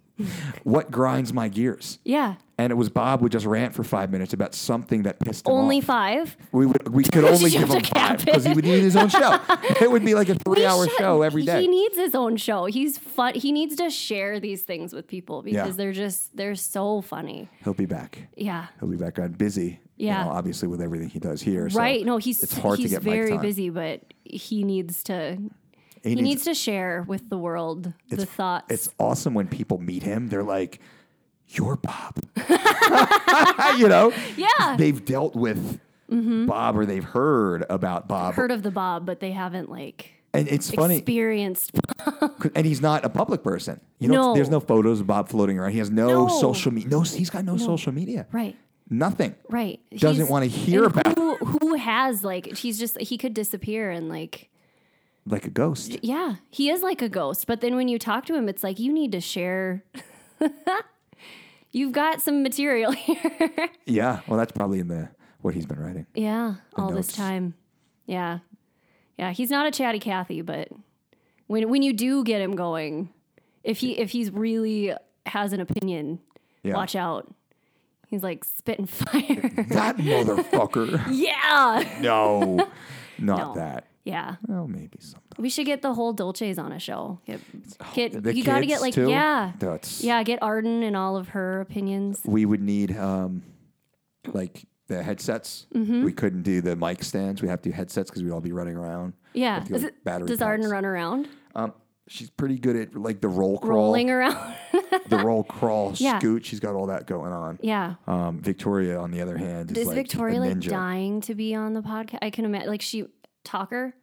A: *laughs* "What Grinds My Gears."
D: yeah,
A: And it was Bob would just rant for five minutes about something that pissed him
D: only
A: off.
D: five.
A: We would, we could only
D: You
A: give
D: have
A: him
D: to
A: five
D: cap it.
A: because he would need his own
D: *laughs*
A: show. It would be like a three-hour
D: He should-
A: show every day.
D: He needs his own show. He's fun. He needs to share these things with people because
A: Yeah.
D: they're just they're so funny.
A: He'll be back.
D: Yeah.
A: He'll be back on busy. you
D: Yeah.
A: know, obviously with everything he does here. so
D: Right. No, he's
A: it's hard to
D: he's
A: get mic
D: very
A: time.
D: busy, but he needs to
A: He
D: he
A: needs-
D: needs to share with the world the thoughts.
A: It's awesome when people meet him. They're like, "You're
D: *laughs*
A: Bob," *laughs* you know.
D: Yeah. Mm-hmm.
A: They've dealt with Bob, or they've heard about Bob,
D: heard of the Bob, but they haven't like
A: and it's funny.
D: experienced.
A: 'cause- And he's not a public person. You know,
D: No.
A: there's no photos of Bob floating around. He has no,
D: No.
A: social media. No, he's got no, social media.
D: Right.
A: Nothing.
D: Right.
A: Doesn't
D: He's-
A: wanna hear
D: and
A: about-
D: who, who has like he's just he could disappear and like
A: Like a ghost.
D: yeah, he is like a ghost, but then when you talk to him it's like you need to share *laughs* You've got some material *laughs* here.
A: Yeah. Well, that's probably in the what he's been writing.
D: yeah, all
A: notes.
D: this time. Yeah. Yeah, he's not a chatty Cathy, but when when you do get him going, if he if he's really has an opinion,
A: Yeah.
D: watch out. He's like spitting *laughs* fire.
A: That
D: *laughs*
A: motherfucker. *laughs*
D: yeah.
A: no, not
D: No.
A: that.
D: Yeah.
A: Well, maybe something.
D: We should get the whole Dolce's on a show. Get, get-
A: The
D: you got to
A: kids,
D: get like
A: too?
D: yeah,
A: That's-
D: yeah. Get Arden and all of her opinions.
A: we would need um, like the headsets.
D: Mm-hmm.
A: We couldn't do the mic stands. We have to do headsets because we'd all be running around.
D: Yeah,
A: With, like,
D: Is it-
A: battery
D: does Arden
A: packs.
D: run around,
A: She's pretty good at like the roll crawl,
D: rolling around? *laughs*
A: the roll crawl,
D: Yeah.
A: scoot. She's got all that going on.
D: yeah.
A: Um, Victoria, on the other hand, is,
D: Is
A: like
D: Victoria
A: a
D: like
A: ninja.
D: dying to be on the podcast? I can imagine. Like she talker.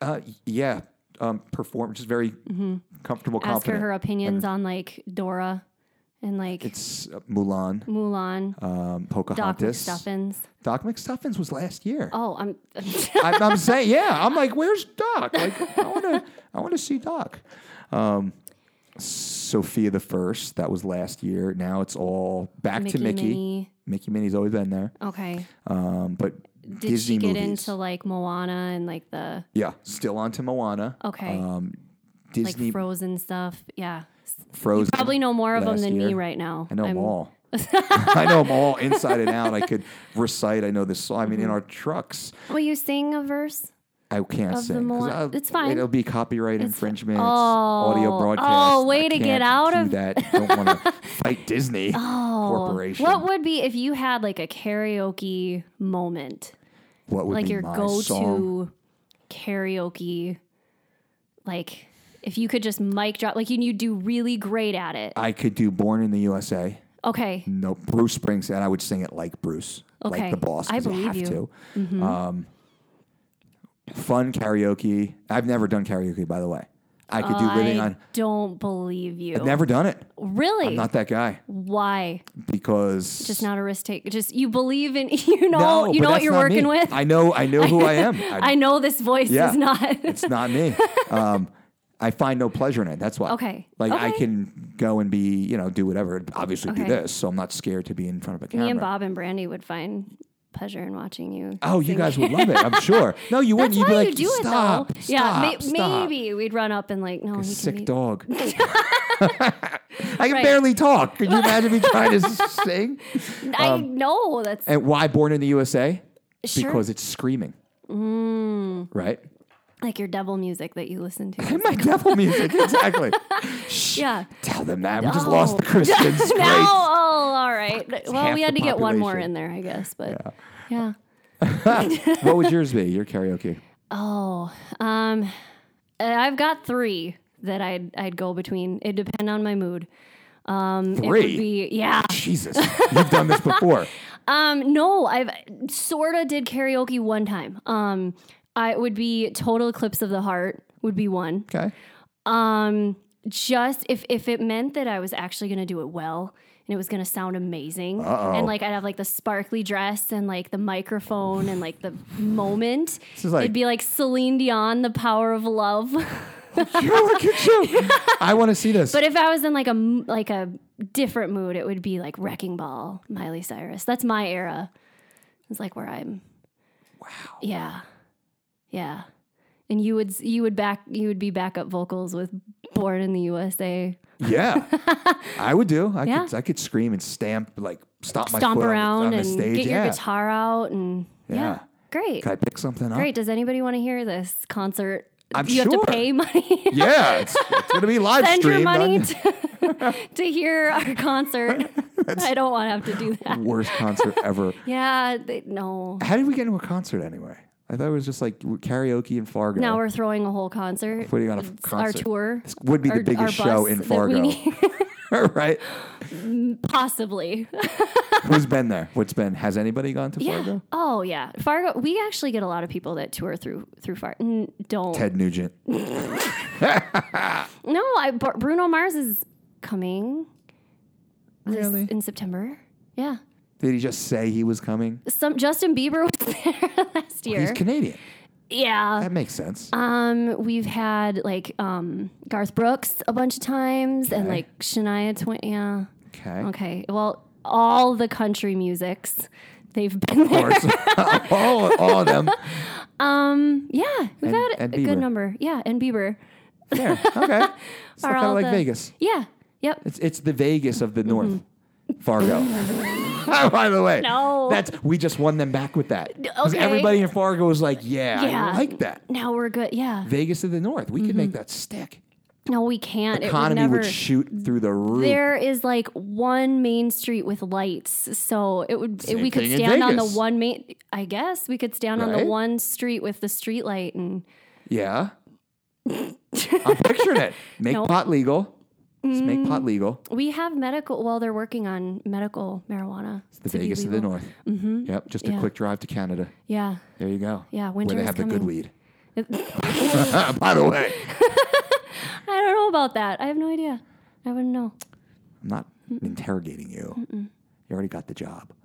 A: Uh, yeah, um, perform. She's very comfortable,
D: Mm-hmm. Ask her
A: confident.
D: her opinions on like Dora and like
A: It's uh, Mulan,
D: Mulan,
A: um,
D: Doc
A: Pocahontas.
D: McStuffins.
A: Doc McStuffins was last year.
D: Oh, I'm. *laughs*
A: I, I'm saying, yeah. I'm like, where's Doc? Like, I want to, I want to see Doc. Um, Sophia the First. That was last year. Now it's all back to
D: Mickey
A: Mickey.
D: Minnie.
A: Mickey Minnie's always been there.
D: Okay.
A: Um, but
D: Did
A: Disney
D: she get
A: movies.
D: into like Moana and like the
A: yeah, still on to Moana.
D: okay,
A: Um,
D: like
A: Disney
D: Frozen stuff? Yeah.
A: Frozen.
D: Probably know more of them
A: last
D: than me
A: year.
D: right now.
A: I know
D: I'm-
A: them
D: *laughs*
A: all. I know them all inside and out. I could recite. I know this. song. I mean, in
D: Mm-hmm.
A: our trucks,
D: Will you sing a verse?
A: I can't
D: Of the
A: sing. 'cause
D: Moana-
A: I'll-
D: it's fine.
A: It'll be copyright infringement. it's
D: Oh.
A: audio broadcast.
D: Oh, way
A: I
D: to get
A: can't
D: out
A: do
D: of- *laughs* Oh,
A: that. Don't want to fight Disney Corporation.
D: What would be if you had like a karaoke moment?
A: What would
D: like
A: be
D: your
A: my
D: go
A: song?
D: to karaoke like if you could just mic drop like you you do really great at it.
A: I could do "Born in the USA."
D: Okay.
A: No, Bruce Springsteen. I would sing it like Bruce,
D: Okay.
A: like the boss.
D: I
A: 'cause
D: believe
A: have
D: you. Mm-hmm.
A: To. Um, fun karaoke. I've never done karaoke, by the way. I could do living
D: Oh, I
A: on.
D: don't believe you.
A: I've never done it.
D: really?
A: I'm not that guy
D: Why?
A: because
D: Just not a risk take. Just you believe in *laughs* you know you
A: but
D: know what
A: that's
D: you're
A: not me.
D: working with.
A: I know. I know who I am.
D: *laughs* I know this voice
A: Yeah.
D: is not.
A: *laughs* it's not me. Um, I find no pleasure in it. That's why.
D: Okay.
A: Like I
D: Okay.
A: can go and be, you know, do whatever. Obviously, do
D: Okay.
A: this. So I'm not scared to be in front of a camera.
D: Me and Bob and Brandy would find pleasure in watching you.
A: Oh, you
D: sing.
A: guys would love it. I'm
D: *laughs*
A: sure. No, you wouldn't.
D: That's
A: You'd be
D: why
A: like,
D: you do
A: stop,
D: it though.
A: stop,
D: yeah, may-
A: stop."
D: maybe we'd run up and like, no, he
A: Sick
D: can be- *laughs*
A: dog. *laughs* I can
D: Right.
A: barely talk.
D: *laughs*
A: Could you imagine me trying to sing?
D: I know that's
A: Um, And why Born in the USA?
D: Sure. Mm.
A: Because it's screaming. Right?
D: like your devil music that you listen to.
A: And my devil
D: *laughs*
A: music, exactly.
D: yeah. *laughs*
A: Tell them that. We just
D: No.
A: lost the Christian
D: now, *laughs*
A: grace.
D: oh, all right. well,
A: half
D: we had
A: the
D: to get one more
A: population.
D: in there, I guess, but yeah.
A: What would yours be? Your karaoke.
D: Oh, um, I've got three that I'd I'd go between. It would depend on my mood. Um, It
A: Three?
D: would be, yeah.
A: Jesus. You've done this
D: *laughs*
A: before.
D: Um, no, I've sort of did karaoke one time. Um, I it would be Total Eclipse of the Heart would be one.
A: Okay.
D: Um, just if if it meant that I was actually gonna do it well and it was gonna sound amazing, and like I'd have like the sparkly dress and like the microphone and like the moment,
A: is like-
D: it'd be like Celine Dion, "The Power of Love." *laughs*
A: You look at you. I want to see this.
D: but if I was in like a m- like a different mood, it would be like Wrecking Ball, Miley Cyrus. That's my era. It's like where I'm. Wow. Yeah, yeah. And you would s- you would back you would be backup vocals with "Born in the USA." *laughs*
A: yeah. I would do. I,
D: Yeah.
A: could, I could scream and stamp, like stomp my
D: stomp
A: foot on the-
D: around
A: on the,
D: and
A: stage.
D: get
A: yeah.
D: your guitar out and yeah,
A: Yeah.
D: great,
A: Can I pick something up?
D: great. Does anybody want to hear this concert?
A: I'm
D: you have
A: sure.
D: to pay money. *laughs*
A: Yeah, it's, it's going to be live
D: Send your
A: streamed.
D: money
A: on-
D: to, to *laughs* hear
A: *laughs*
D: our concert. I don't want to have to do that.
A: Worst concert
D: *laughs*
A: ever.
D: Yeah, they, no.
A: How did we get into a concert anyway? I thought it was just like karaoke in Fargo.
D: Now we're throwing a whole concert.
A: putting on a f-
D: It's
A: concert.
D: Our tour.
A: This would be the
D: our- our
A: biggest show
D: bus
A: in
D: that we *laughs*
A: Fargo,
D: need-
A: *laughs*
D: *laughs*
A: right?
D: Possibly.
A: Who's been there? What's been? Has anybody gone to
D: Yeah.
A: Fargo?
D: Oh yeah. Fargo. We actually get a lot of people that tour through through Fargo. Don't.
A: Ted Nugent.
D: No, I Br- Bruno Mars is coming. this-
A: Really?
D: in September. Yeah.
A: Did he just say he was coming?
D: Some Justin Bieber was *laughs* there last year.
A: He's Canadian.
D: yeah.
A: That makes sense.
D: Um, we've had like um Garth Brooks a bunch of times, and
A: Okay.
D: like Shania Twain. Yeah.
A: Okay.
D: Okay. Well, all the country musics, they've *laughs* been
A: Of
D: there.
A: course. *laughs* all, all of them.
D: Yeah, we've
A: And-
D: had
A: and
D: a good
A: Bieber.
D: number. Yeah, and Bieber.
A: There.
D: *laughs*
A: Okay. It's
D: Are
A: kind of
D: all
A: like
D: the- Mm-hmm.
A: Vegas.
D: Yeah. Yep.
A: It's, it's the Vegas of the North.
D: *laughs*
A: Fargo. *laughs* By the way,
D: No.
A: that's we just won them back with that. 'Cause
D: okay.
A: everybody in Fargo was like, yeah,
D: Yeah.
A: I like that.
D: Now we're good. Yeah.
A: Vegas of the North. We could make that stick.
D: No, we can't.
A: Economy
D: Mm-hmm. it would never.
A: would shoot through the roof.
D: There is like one main street with lights, so it would
A: Same
D: we could
A: thing in
D: stand on the
A: Vegas.
D: one main. I guess we could stand on the
A: Right?
D: one street with the street light, and *laughs*
A: Yeah. I'm picturing it. Make
D: No.
A: pot legal. Just make
D: Mm.
A: pot legal.
D: we have medical. Well, they're working on medical marijuana.
A: The
D: to be
A: Vegas of the
D: legal.
A: North. Mm-hmm. Yep. Just a
D: Yeah.
A: quick drive to Canada.
D: Yeah,
A: There you go.
D: Yeah,
A: Where
D: winter
A: they
D: is
A: have the good
D: coming.
A: weed.
D: *laughs*
A: Ah, By the way,
D: I don't know about that. I have no idea. I wouldn't know.
A: I'm not interrogating you. You already got the
D: *laughs*
A: job. *laughs*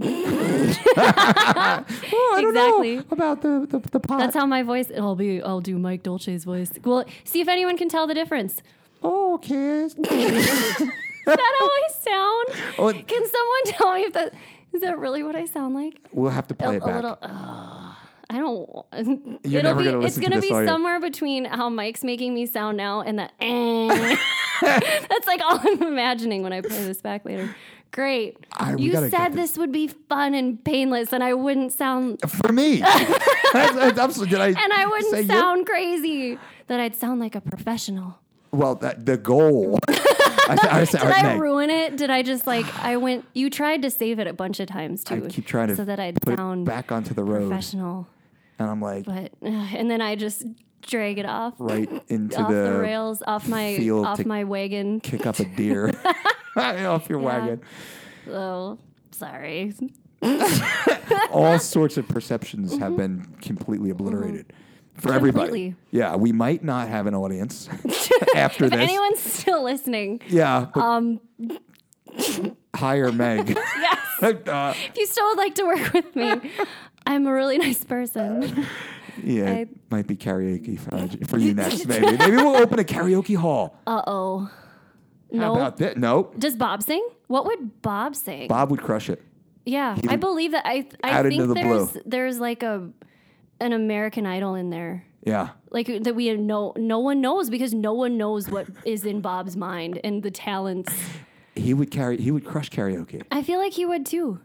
A: Oh, I
D: exactly.
A: don't know about the, the, the pot.
D: That's how my voice. I'll be. I'll do Mike Dolce's voice. Well, see if anyone can tell the difference.
A: Oh,
D: *laughs*
A: kids.
D: Is that
A: *laughs*
D: how I sound?
A: Oh, it-
D: Can someone tell me if that is that really what I sound like?
A: we'll have to
D: A,
A: play it
D: a
A: back.
D: little. ah, I *laughs* don't.
A: You're
D: it'll
A: never
D: be.
A: gonna
D: it's
A: listen to
D: gonna
A: this,
D: be
A: are you?
D: somewhere between how Mike's making me sound now and the.
A: *laughs*
D: eh. That's like all I'm imagining when I play this back later. Great.
A: I- we
D: you
A: gotta get
D: said this. would be fun and painless, and I wouldn't sound.
A: For
D: *laughs*
A: me. *laughs* That's- that's absolutely- did I
D: And I
A: say
D: wouldn't
A: you?
D: sound crazy. That I'd sound like a professional.
A: Well, that, the
D: *laughs*
A: goal. I, I, said, all
D: Did
A: right,
D: I
A: Meg,
D: ruin it? Did I just like I went? You tried to save it a bunch of times
A: I
D: too.
A: keep trying to
D: so that I'd
A: put
D: sound
A: it back onto the road.
D: professional,
A: And I'm like,
D: but ugh, and then I just drag it off
A: right
D: *laughs*
A: into
D: off the,
A: the,
D: rails, off my
A: field
D: off
A: to
D: my wagon.
A: kick up a
D: *laughs*
A: deer *laughs* off your wagon.
D: Oh, sorry.
A: All sorts of perceptions have been completely obliterated for everybody.
D: Mm-hmm. Completely.
A: Yeah, we might not have an
D: *laughs*
A: audience *laughs* after
D: if
A: this.
D: anyone's still listening, *laughs*
A: yeah, but
D: Um,
A: hire
D: *laughs*
A: Meg. *laughs*
D: yes,
A: Uh,
D: if you still would like to work
A: *laughs*
D: with me, I'm a really nice person.
A: yeah,
D: I-
A: it might be karaoke for,
D: *laughs*
A: for you next. Maybe maybe we'll open a karaoke hall.
D: Uh oh,
A: How
D: no.
A: about that? Nope.
D: Does Bob sing? What would Bob sing?
A: Bob would crush it.
D: Yeah, I
A: would-
D: believe that. I I
A: Out into
D: think
A: the blue.
D: there's there's like a an American Idol in there,
A: Yeah.
D: like uh, that we no no one knows because no one knows what is in Bob's mind and the talents.
A: He would carry. He would crush karaoke.
D: I feel like he would too.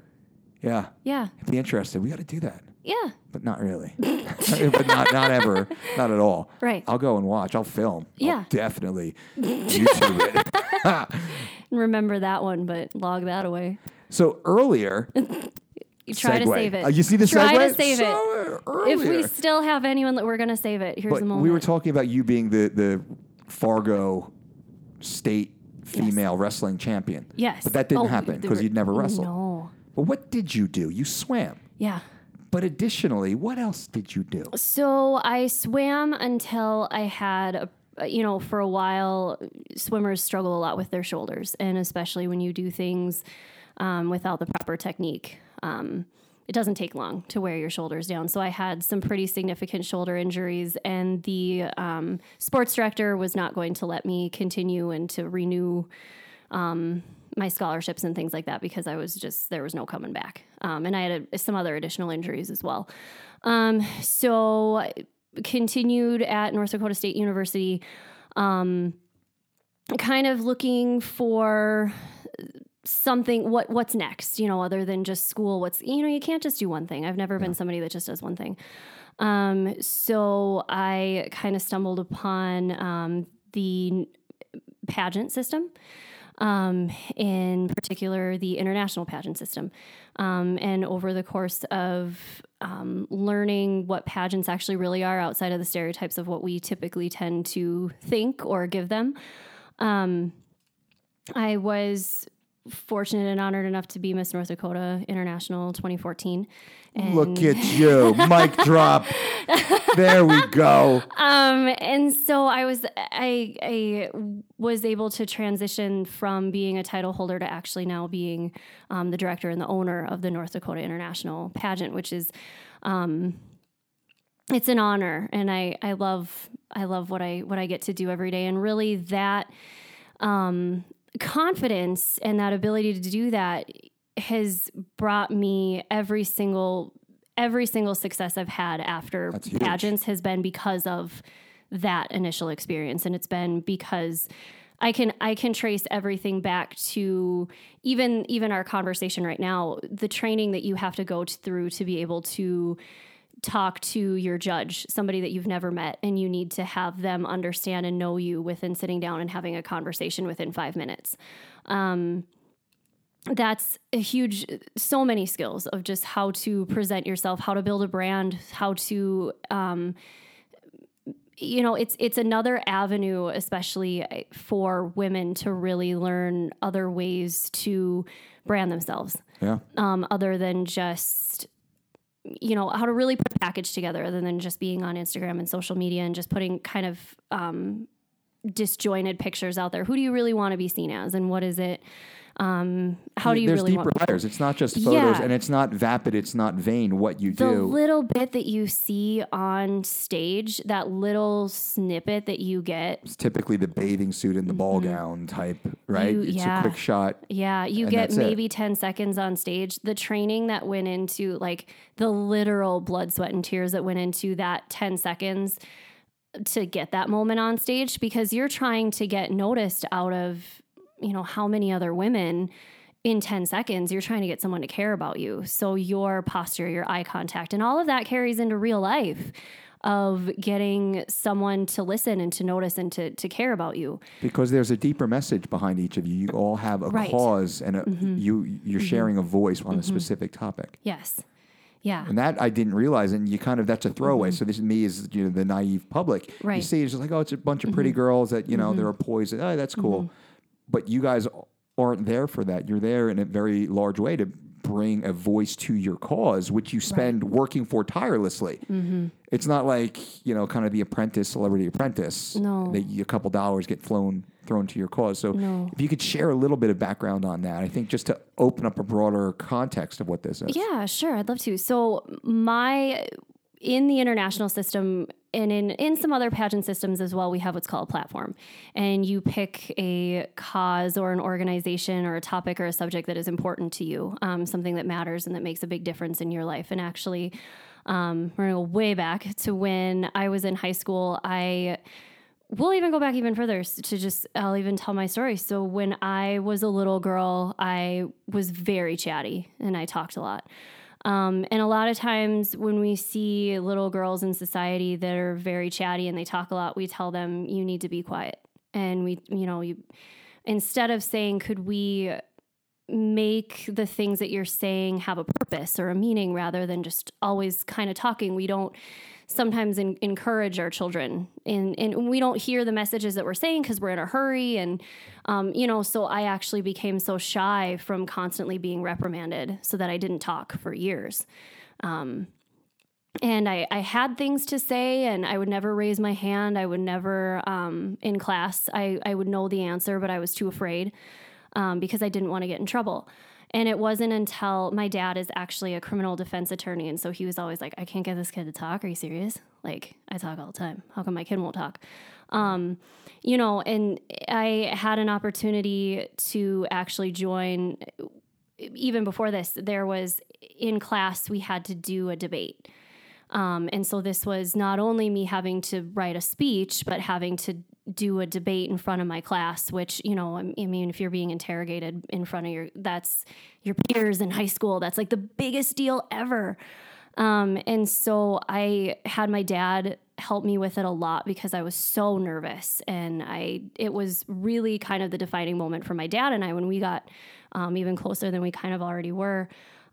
A: Yeah,
D: Yeah,
A: It'd be interested. We got to do that,
D: yeah,
A: but not really. *laughs* but not not ever. Not at all.
D: Right.
A: I'll go and watch. I'll film. I'll
D: Yeah.
A: definitely. YouTube
D: *laughs*
A: it.
D: remember that one, but log that away.
A: So earlier,
D: You try to
A: segue.
D: save it.
A: Uh, you see the
D: try
A: segue?
D: to save it.
A: so Earlier,
D: If we still have anyone that we're gonna save it, here's
A: but
D: the moment.
A: we were talking about you being the the Fargo state female wrestling champion.
D: Yes,
A: But that didn't
D: Oh,
A: happen
D: there
A: because
D: were-
A: you'd never wrestled.
D: No.
A: But what did you do? You swam.
D: Yeah.
A: But additionally, what else did you do?
D: So I swam until I had, a, you know, for a while, swimmers struggle a lot with their shoulders, and especially when you do things um, without the proper technique. Um, it doesn't take long to wear your shoulders down. So I had some pretty significant shoulder injuries, and the um, sports director was not going to let me continue and to renew um, my scholarships and things like that because I was just there was no coming back. Um, and I had a, some other additional injuries as well. Um, so I continued at North Dakota State University, um, kind of looking for something what what's next you know other than just school what's you know you can't just do one thing i've never been somebody that just does one thing um so i kind of stumbled upon um the pageant system um, in particular the international pageant system. Um, and over the course of um, learning what pageants actually really are outside of the stereotypes of what we typically tend to think or give them, um, I was fortunate and honored enough to be Miss North Dakota International 2014. And
A: Look at you, mic
D: *laughs*
A: drop. There we go.
D: um and so i was i i was able to transition from being a title holder to actually now being um, the director and the owner of the north dakota international pageant which is um it's an honor and i i love i love what i what i get to do every day and really that um, confidence and that ability to do that has brought me every single every single success I've had after
A: huge.
D: pageants has been because of that initial experience and it's been because I can I can trace everything back to even even our conversation right now the training that you have to go t- through to be able to talk to your judge, somebody that you've never met, and you need to have them understand and know you within sitting down and having a conversation within five minutes. Um, that's a huge, so many skills of just how to present yourself, how to build a brand, how to, um, you know, it's it's another avenue, especially eh, for women to really learn other ways to brand themselves
A: Yeah.
D: um, other than just you know how to really put a package together other than just being on instagram and social media and just putting kind of um, disjointed pictures out there who do you really want to be seen as and what is it um, how do you
A: There's
D: really
A: deeper
D: want
A: layers. It's not just photos,
D: Yeah.
A: and it's not vapid. It's not vain. What you
D: the
A: do.
D: little bit that you see on stage, that little snippet that you get,
A: it's typically the bathing suit and the ball gown type, right?
D: Mm-hmm. You-
A: it's a
D: yeah.
A: quick shot.
D: yeah, you
A: And
D: get
A: that's it.
D: maybe 10 seconds on stage. The training that went into like the literal blood, sweat, and tears that went into that 10 seconds to get that moment on stage because you're trying to get noticed out of, you know, how many other women in 10 seconds you're trying to get someone to care about you. So your posture, your eye contact, and all of that carries into real life of getting someone to listen and to notice and to to care about you.
A: because there's a deeper message behind each of you. You all have a
D: Right. Mm-hmm.
A: cause, and a, you you're sharing a voice on a specific topic.
D: Yes. Yeah. Mm-hmm.
A: And that I didn't realize, and you kind of that's a throwaway. So this me is you know the naive public. You
D: Right. Mm-hmm.
A: see, it's just like oh, it's a bunch of pretty girls that you know they're a poison. Oh, that's cool, but you guys aren't there for that. You're there in a very large way to bring a voice to your cause, which you spend working for tirelessly.
D: Mm-hmm.
A: It's not like you know kind of the apprentice, celebrity apprentice.
D: No.
A: that you, a couple dollars get flown thrown to your cause. So
D: No.
A: if you could share a little bit of background on that, I think just to open up a broader context of what this is.
D: Yeah, sure. I'd love to. So my in the international system and in in some other pageant systems as well, we have what's called a platform. And you pick a cause or an organization or a topic or a subject that is important to you, um, something that matters and that makes a big difference in your life. And actually, um, we're gonna go way back to when I was in high school. I we'll even go back even further s- to just I'll even tell my story. So when I was a little girl, I was very chatty and I talked a lot. Um, and a lot of times when we see little girls in society that are very chatty and they talk a lot, we tell them you need to be quiet. And we, you know, you instead of saying could we make the things that you're saying have a purpose or a meaning rather than just always kind of talking. We don't sometimes en- encourage our children and, and we don't hear the messages that we're saying because we're in a hurry. And, um, you know, so I actually became so shy from constantly being reprimanded so that I didn't talk for years. Um, and I, I had things to say and I would never raise my hand. I would never, um, in class, I, I would know the answer, but I was too afraid um, because I didn't want to get in trouble. And it wasn't until my dad is actually a criminal defense attorney. And so he was always like, I can't get this kid to talk. Are you serious? Like, I talk all the time. How come my kid won't talk? Um, you know, and I had an opportunity to actually join, even before this, there was in class, we had to do a debate. Um, and so this was not only me having to write a speech, but having to do a debate in front of my class, which, you know, I mean, if you're being interrogated in front of your, that's your peers in high school, that's like the biggest deal ever. Um, and so I had my dad help me with it a lot because I was so nervous, and I it was really kind of the defining moment for my dad and I when we got um, even closer than we kind of already were.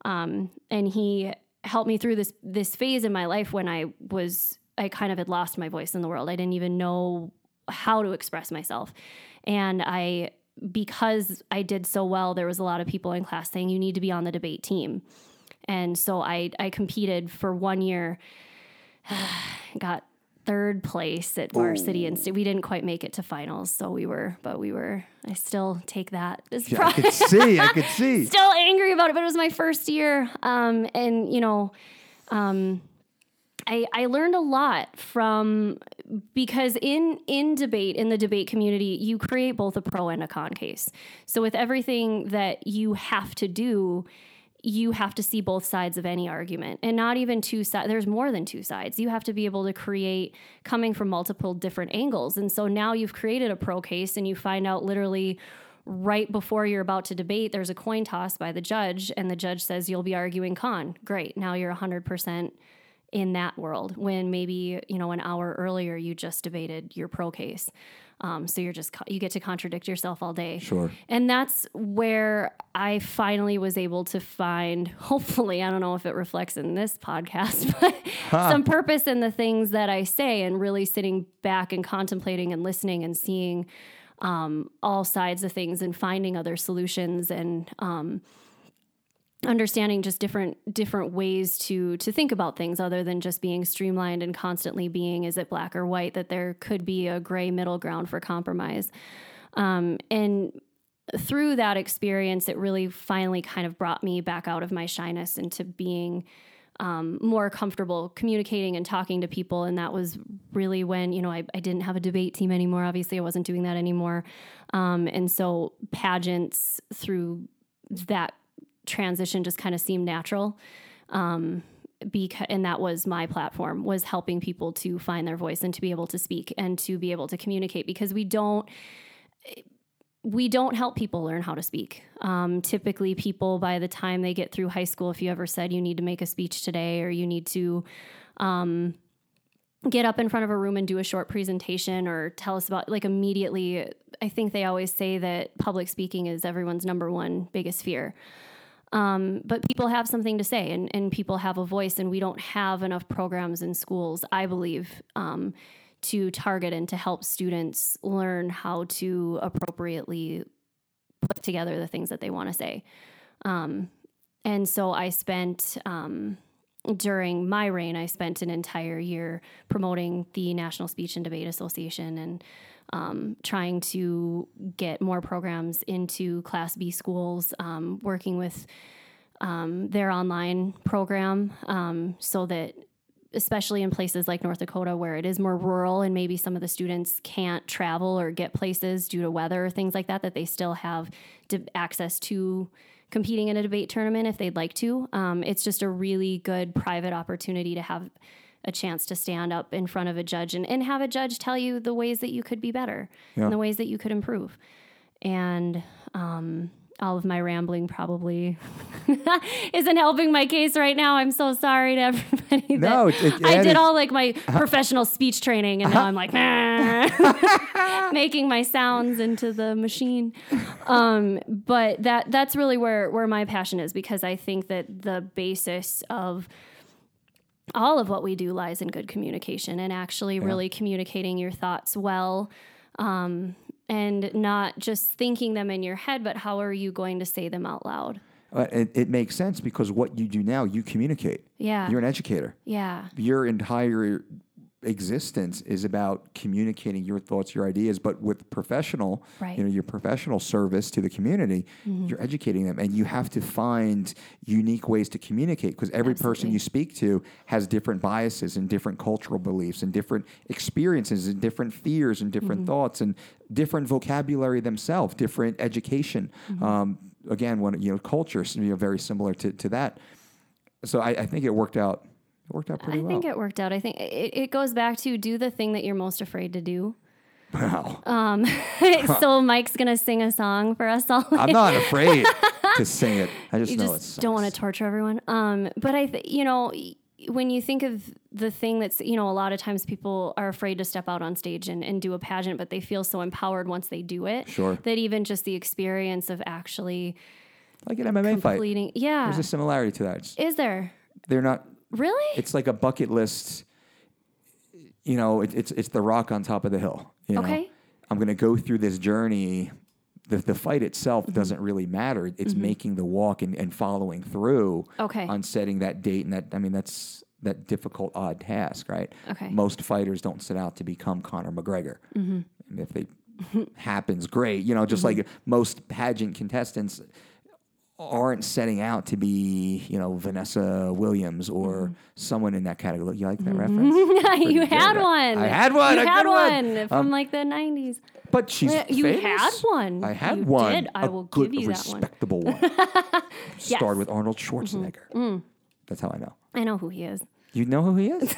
D: Um, and he helped me through this this phase in my life when I was I kind of had lost my voice in the world. I didn't even know how to express myself, and I because I did so well, there was a lot of people in class saying you need to be on the debate team and so I I competed for one year, *sighs* got third place at varsity, and st- we didn't quite make it to finals. So we were, but we were. I still take that as
A: Yeah, I
D: pride.
A: could see. I could see. *laughs*
D: *laughs* still angry about it, but it was my first year, um, and you know. Um, I, I learned a lot from because in in debate in the debate community you create both a pro and a con case so with everything that you have to do you have to see both sides of any argument and not even two sides there's more than two sides you have to be able to create coming from multiple different angles and so now you've created a pro case and you find out literally right before you're about to debate there's a coin toss by the judge and the judge says you'll be arguing con great now you're 100% in that world when maybe you know an hour earlier you just debated your pro case um, so you're just co- you get to contradict yourself all day
A: Sure.
D: and that's where i finally was able to find *laughs* hopefully i don't know if it reflects in this podcast *laughs* but some purpose in the things that i say and really sitting back and contemplating and listening and seeing um, all sides of things and finding other solutions and um, understanding just different different ways to to think about things other than just being streamlined and constantly being is it black or white that there could be a gray middle ground for compromise um, and through that experience, it really finally kind of brought me back out of my shyness into being um, more comfortable communicating and talking to people. And that was really when, you know, I, I didn't have a debate team anymore. Obviously, I wasn't doing that anymore. Um, and so pageants through that transition just kind of seemed natural. Um, because and that was my platform was helping people to find their voice and to be able to speak and to be able to communicate because we don't we don't help people learn how to speak. Um, typically, people by the time they get through high school, if you ever said you need to make a speech today or you need to um, get up in front of a room and do a short presentation or tell us about, like, immediately, I think they always say that public speaking is everyone's number one biggest fear. Um, but people have something to say and, and people have a voice, and we don't have enough programs in schools, I believe, um, to target and to help students learn how to appropriately put together the things that they want to say. Um, and so I spent um, during my reign, I spent an entire year promoting the National Speech and Debate Association and um, trying to get more programs into Class B schools, um, working with um, their online program um, so that especially in places like North Dakota where it is more rural and maybe some of the students can't travel or get places due to weather or things like that, that they still have de- access to competing in a debate tournament if they'd like to. Um, it's just a really good private opportunity to have a chance to stand up in front of a judge and, and have a judge tell you the ways that you could be better
A: Yeah.
D: and the ways that you could improve. And um, all of my rambling probably *laughs* isn't helping my case right now. I'm so sorry to *laughs* everybody. that-
A: No, it- it-
D: I
A: and
D: did
A: it-
D: all
A: *laughs*
D: like my professional speech training, and now I'm like "Nah," *laughs* making my sounds into the machine. Um, but that that's really where where my passion is because I think that the basis of all of what we do lies in good communication and actually really communicating your thoughts well um, and not just thinking them in your head, but how are you going to say them out loud?
A: Uh, it, it makes sense because what you do now, you communicate.
D: Yeah.
A: You're an educator.
D: Yeah.
A: Your entire existence is about communicating your thoughts, your ideas, but with professional,
D: Right. Mm-hmm.
A: you know, your professional service to the community, you're educating them and you have to find unique ways to communicate because every person you speak to has different biases and different cultural beliefs and different experiences and different fears and different
D: Mm-hmm.
A: thoughts and different vocabulary themselves, different education.
D: Mm-hmm.
A: Um, again, one, you know, culture, so, you know, very similar to, to that. So I, I think it worked out. It worked out pretty
D: I
A: well.
D: think it worked out. I think it, it goes back to do the thing that you're most afraid
A: *laughs*
D: to do. *laughs*
A: Wow.
D: so Mike's gonna sing a song for us all.
A: *laughs*
D: *laughs*
A: I'm not afraid to sing it. I just
D: you
A: know
D: just
A: it's
D: don't want to torture everyone. Um, but I, th- you know, y- when you think of the thing that's, you know, a lot of times people are afraid to step out on stage and, and do a pageant, but they feel so empowered once they do it.
A: Sure.
D: That even just the experience of actually
A: like an MMA fight.
D: bleeding. Yeah.
A: There's a similarity to that. It's-
D: is there
A: They're not.
D: really?
A: It's like a bucket list. You know, it, it's it's the rock on top of the hill. You know?
D: Okay.
A: I'm gonna go through this journey. The, the fight itself
D: Mm-hmm.
A: doesn't really matter. It's making the walk and, and following through
D: Okay.
A: on setting that date and that I mean that's that difficult odd task, right?
D: Okay. Mm-hmm.
A: Most fighters don't set out to become Conor McGregor. And
D: *laughs*
A: if they happens, great. You know, just like most pageant contestants aren't setting out to be, you know, Vanessa Williams or someone in that category. You like that reference?
D: Mm-hmm. *laughs* you had
A: good.
D: one.
A: I had one,
D: You
A: a
D: had
A: good one. Um,
D: one from like the 90s.
A: But she's
D: Yeah, you
A: famous.
D: had one.
A: I had
D: You
A: one.
D: did. I
A: A
D: will
A: good,
D: give you that one. Mm-hmm.
A: respectable
D: *laughs*
A: one. Starred with Arnold Schwarzenegger.
D: Mm.
A: That's how I know.
D: I know who he is. *laughs*
A: You know who he is?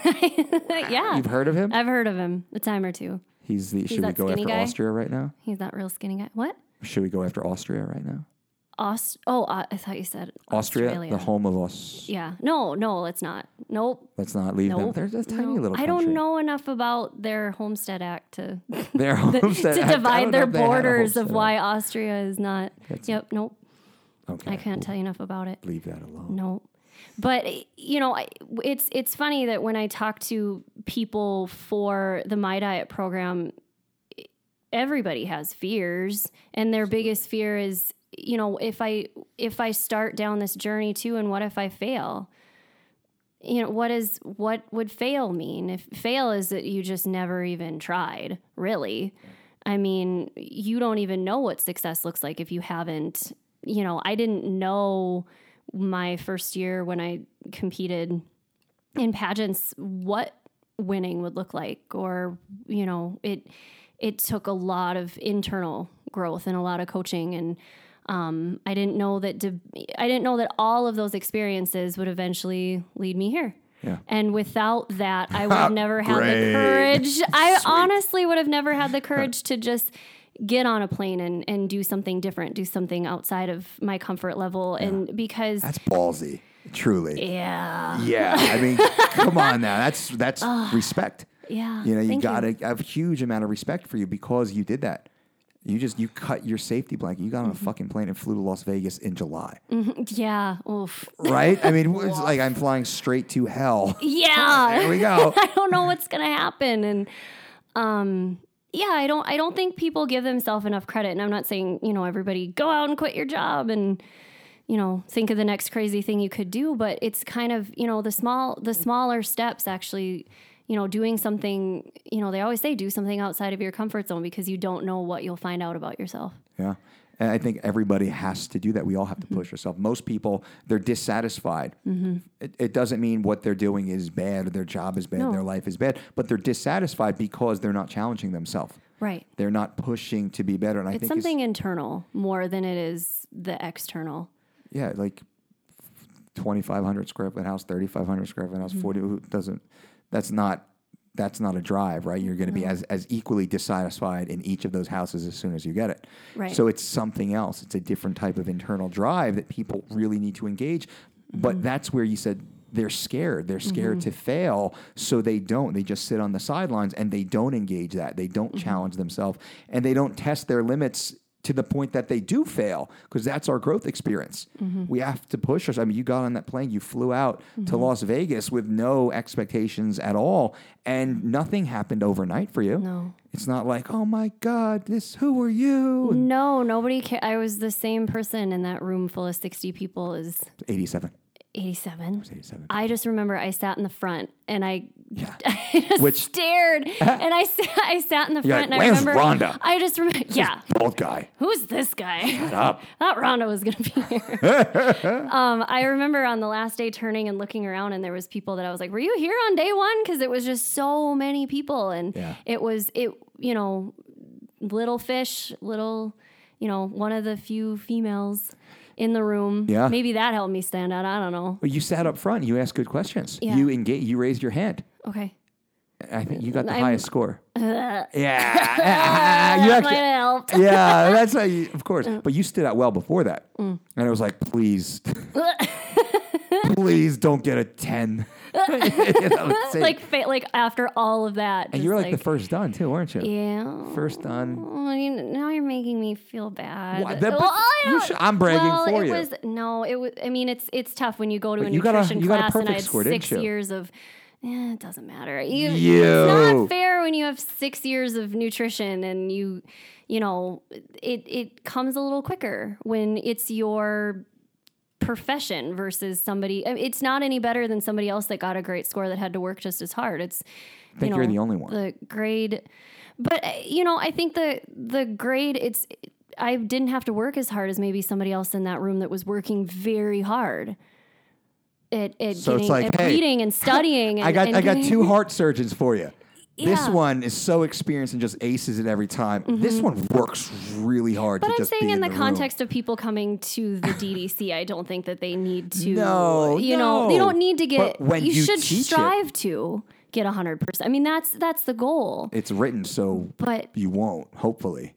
D: yeah.
A: You've heard of him?
D: I've heard of him a time or two.
A: He's the. should we
D: that
A: go
D: skinny
A: after
D: guy?
A: Austria right now?
D: He's that real skinny guy. What?
A: Should we go after Austria right now?
D: Aust- oh, uh, I thought you said
A: Austria,
D: Australia.
A: the home of us.
D: yeah. No, no, let's not. Nope.
A: Let's not leave them.
D: Nope.
A: They're just tiny
D: No.
A: little.
D: I
A: country.
D: don't know enough about their Homestead Act to,
A: *laughs* Their homes that-
D: *laughs* to
A: I- I don't
D: divide
A: know
D: their
A: if they had a
D: borders of
A: homestead.
D: why Austria is not. yep. Nope.
A: Okay,
D: I Mm. can't tell you enough about it.
A: leave that alone.
D: No. But you know, I- it's it's funny that when I talk to people for the My Diet program, everybody has fears, and their biggest fear is, you know, if I if I start down this journey too, and what if I fail? You know, what is what would fail mean? If fail is that you just never even tried, really. I mean, you don't even know what success looks like if you haven't, you know, I didn't know my first year when I competed in pageants what winning would look like or you know it it took a lot of internal growth and a lot of coaching and um, I didn't know that deb- I didn't know that all of those experiences would eventually lead me here.
A: Yeah.
D: And without that,
A: *laughs*
D: I would have never had
A: Great.
D: the courage. I honestly would have never had the courage to just get on a plane and, and do something different, do something outside of my comfort level. And because,
A: That's ballsy, truly.
D: yeah, *laughs*
A: Yeah, I mean, come on now. That's that's respect.
D: yeah.
A: You know, you
D: thank
A: got to have a huge amount of respect for you because you did that. You just you cut your safety blanket. You got on
D: Mm-hmm.
A: a fucking plane and flew to Las Vegas in July,
D: Mm. Yeah. Oof.
A: right? I
D: *laughs*
A: mean, it's like I'm flying straight to hell. There
D: Yeah.
A: we go.
D: *laughs* I don't know what's gonna happen, and um, yeah, I don't. I don't think people give themselves enough credit, and I'm not saying you know everybody go out and quit your job and you know think of the next crazy thing you could do, but it's kind of you know the small the smaller steps actually. You know, doing something, you know, they always say do something outside of your comfort zone because you don't know what you'll find out about yourself.
A: Yeah. And I think everybody has to do that. We all have to push ourselves. Most people, they're dissatisfied.
D: Mm-hmm.
A: It, it doesn't mean what they're doing is bad or their job is bad,
D: No.
A: their life is bad, but they're dissatisfied because they're not challenging themselves.
D: Right.
A: They're not pushing to be better. And I
D: It's
A: think
D: something internal more than it is the external.
A: yeah, like 2,500 square foot house, 3,500 square foot
D: Mm-hmm.
A: house, 40, who doesn't, that's not, that's not a drive, right? You're going to be as, as equally dissatisfied in each of those houses as soon as you get it.
D: Right.
A: So it's something else. It's a different type of internal drive that people really need to engage. But that's where you said they're scared. They're scared to fail. So they don't. They just sit on the sidelines and they don't engage that. They don't challenge themselves and they don't test their limits to the point that they do fail because that's our growth experience. We have to push us. I mean, you got on that plane, you flew out to Las Vegas with no expectations at all, and nothing happened overnight for you.
D: No.
A: It's not like, oh my God, this, who are you? And
D: No, nobody ca I was the same person in that room full of 60 people as
A: 87.
D: 87.
A: 87.
D: I just remember I sat in the front and
A: *laughs*
D: I
A: yeah.
D: Which,
A: Which-
D: stared and I sat, *laughs* I sat in the
A: Uh-huh. You're like,
D: front and I
A: "Where's
D: remember
A: Rhonda?"
D: I
A: *laughs*
D: just remember yeah,
A: Bald guy.
D: who's this guy?
A: Up.
D: *laughs* Thought Rhonda was gonna be here.
A: *laughs*
D: um, I remember on the last day turning and looking around, and there was people that I was like, "Were you here on day one?" Because it was just so many people, and
A: Yeah.
D: it was it you know little fish, little you know one of the few females in the room.
A: Yeah.
D: maybe that helped me stand out. I don't know.
A: Well, you sat up front. You asked good questions.
D: Yeah.
A: You engage. You raised your hand.
D: Okay,
A: I think you got the
D: I'm-
A: highest
D: *laughs*
A: score. yeah. *laughs* you
D: that
A: actually,
D: might *laughs* have helped.
A: yeah. That's how you, of course.
D: Mm.
A: But you stood out well before that. And it was like,
D: *laughs*
A: please, please don't get a 10. *laughs* You know,
D: *laughs*
A: it's
D: like fa- like after all of that,
A: and you were like, the first done, too, weren't you?
D: yeah.
A: First done.
D: Oh, you, now you're making me feel bad.
A: Why- that-
D: Well,
A: but
D: I
A: you
D: don't-
A: should- I'm bragging
D: well,
A: for
D: it
A: you.
D: Was, no, it was. I mean, it's it's tough when you go to a
A: you got a-
D: nutrition
A: you got a
D: class and I
A: perfect
D: had
A: score, didn't
D: six
A: you?
D: years of. Eh, it doesn't matter. You, It's
A: You.
D: not fair when you have six years of nutrition and you, you know, it it comes a little quicker when it's your profession versus somebody. I mean, it's not any better than somebody else that got a great score that had to work just as hard. It's
A: think
D: you know,
A: you're the only one.
D: The grade, but uh, you know, I think the the grade. It's I didn't have to work as hard as maybe somebody else in that room that was working very hard. At, at
A: So it's
D: getting
A: like,
D: at
A: hey, *laughs*
D: reading and studying. And,
A: I got
D: and
A: I got
D: getting-
A: two heart surgeons for you. This
D: Yeah. Mm-hmm.
A: one is so experienced and just aces it every time. This one works really hard. to
D: But I'm
A: just
D: saying
A: be
D: in
A: in
D: the,
A: room.
D: context of people coming to the DDC, I don't think that they need to.
A: No,
D: you know, they
A: no.
D: don't need to get.
A: But when you
D: should
A: teach it-
D: strive to get 100. percent I mean, that's that's the goal.
A: it's written so
D: But
A: you won't. Hopefully,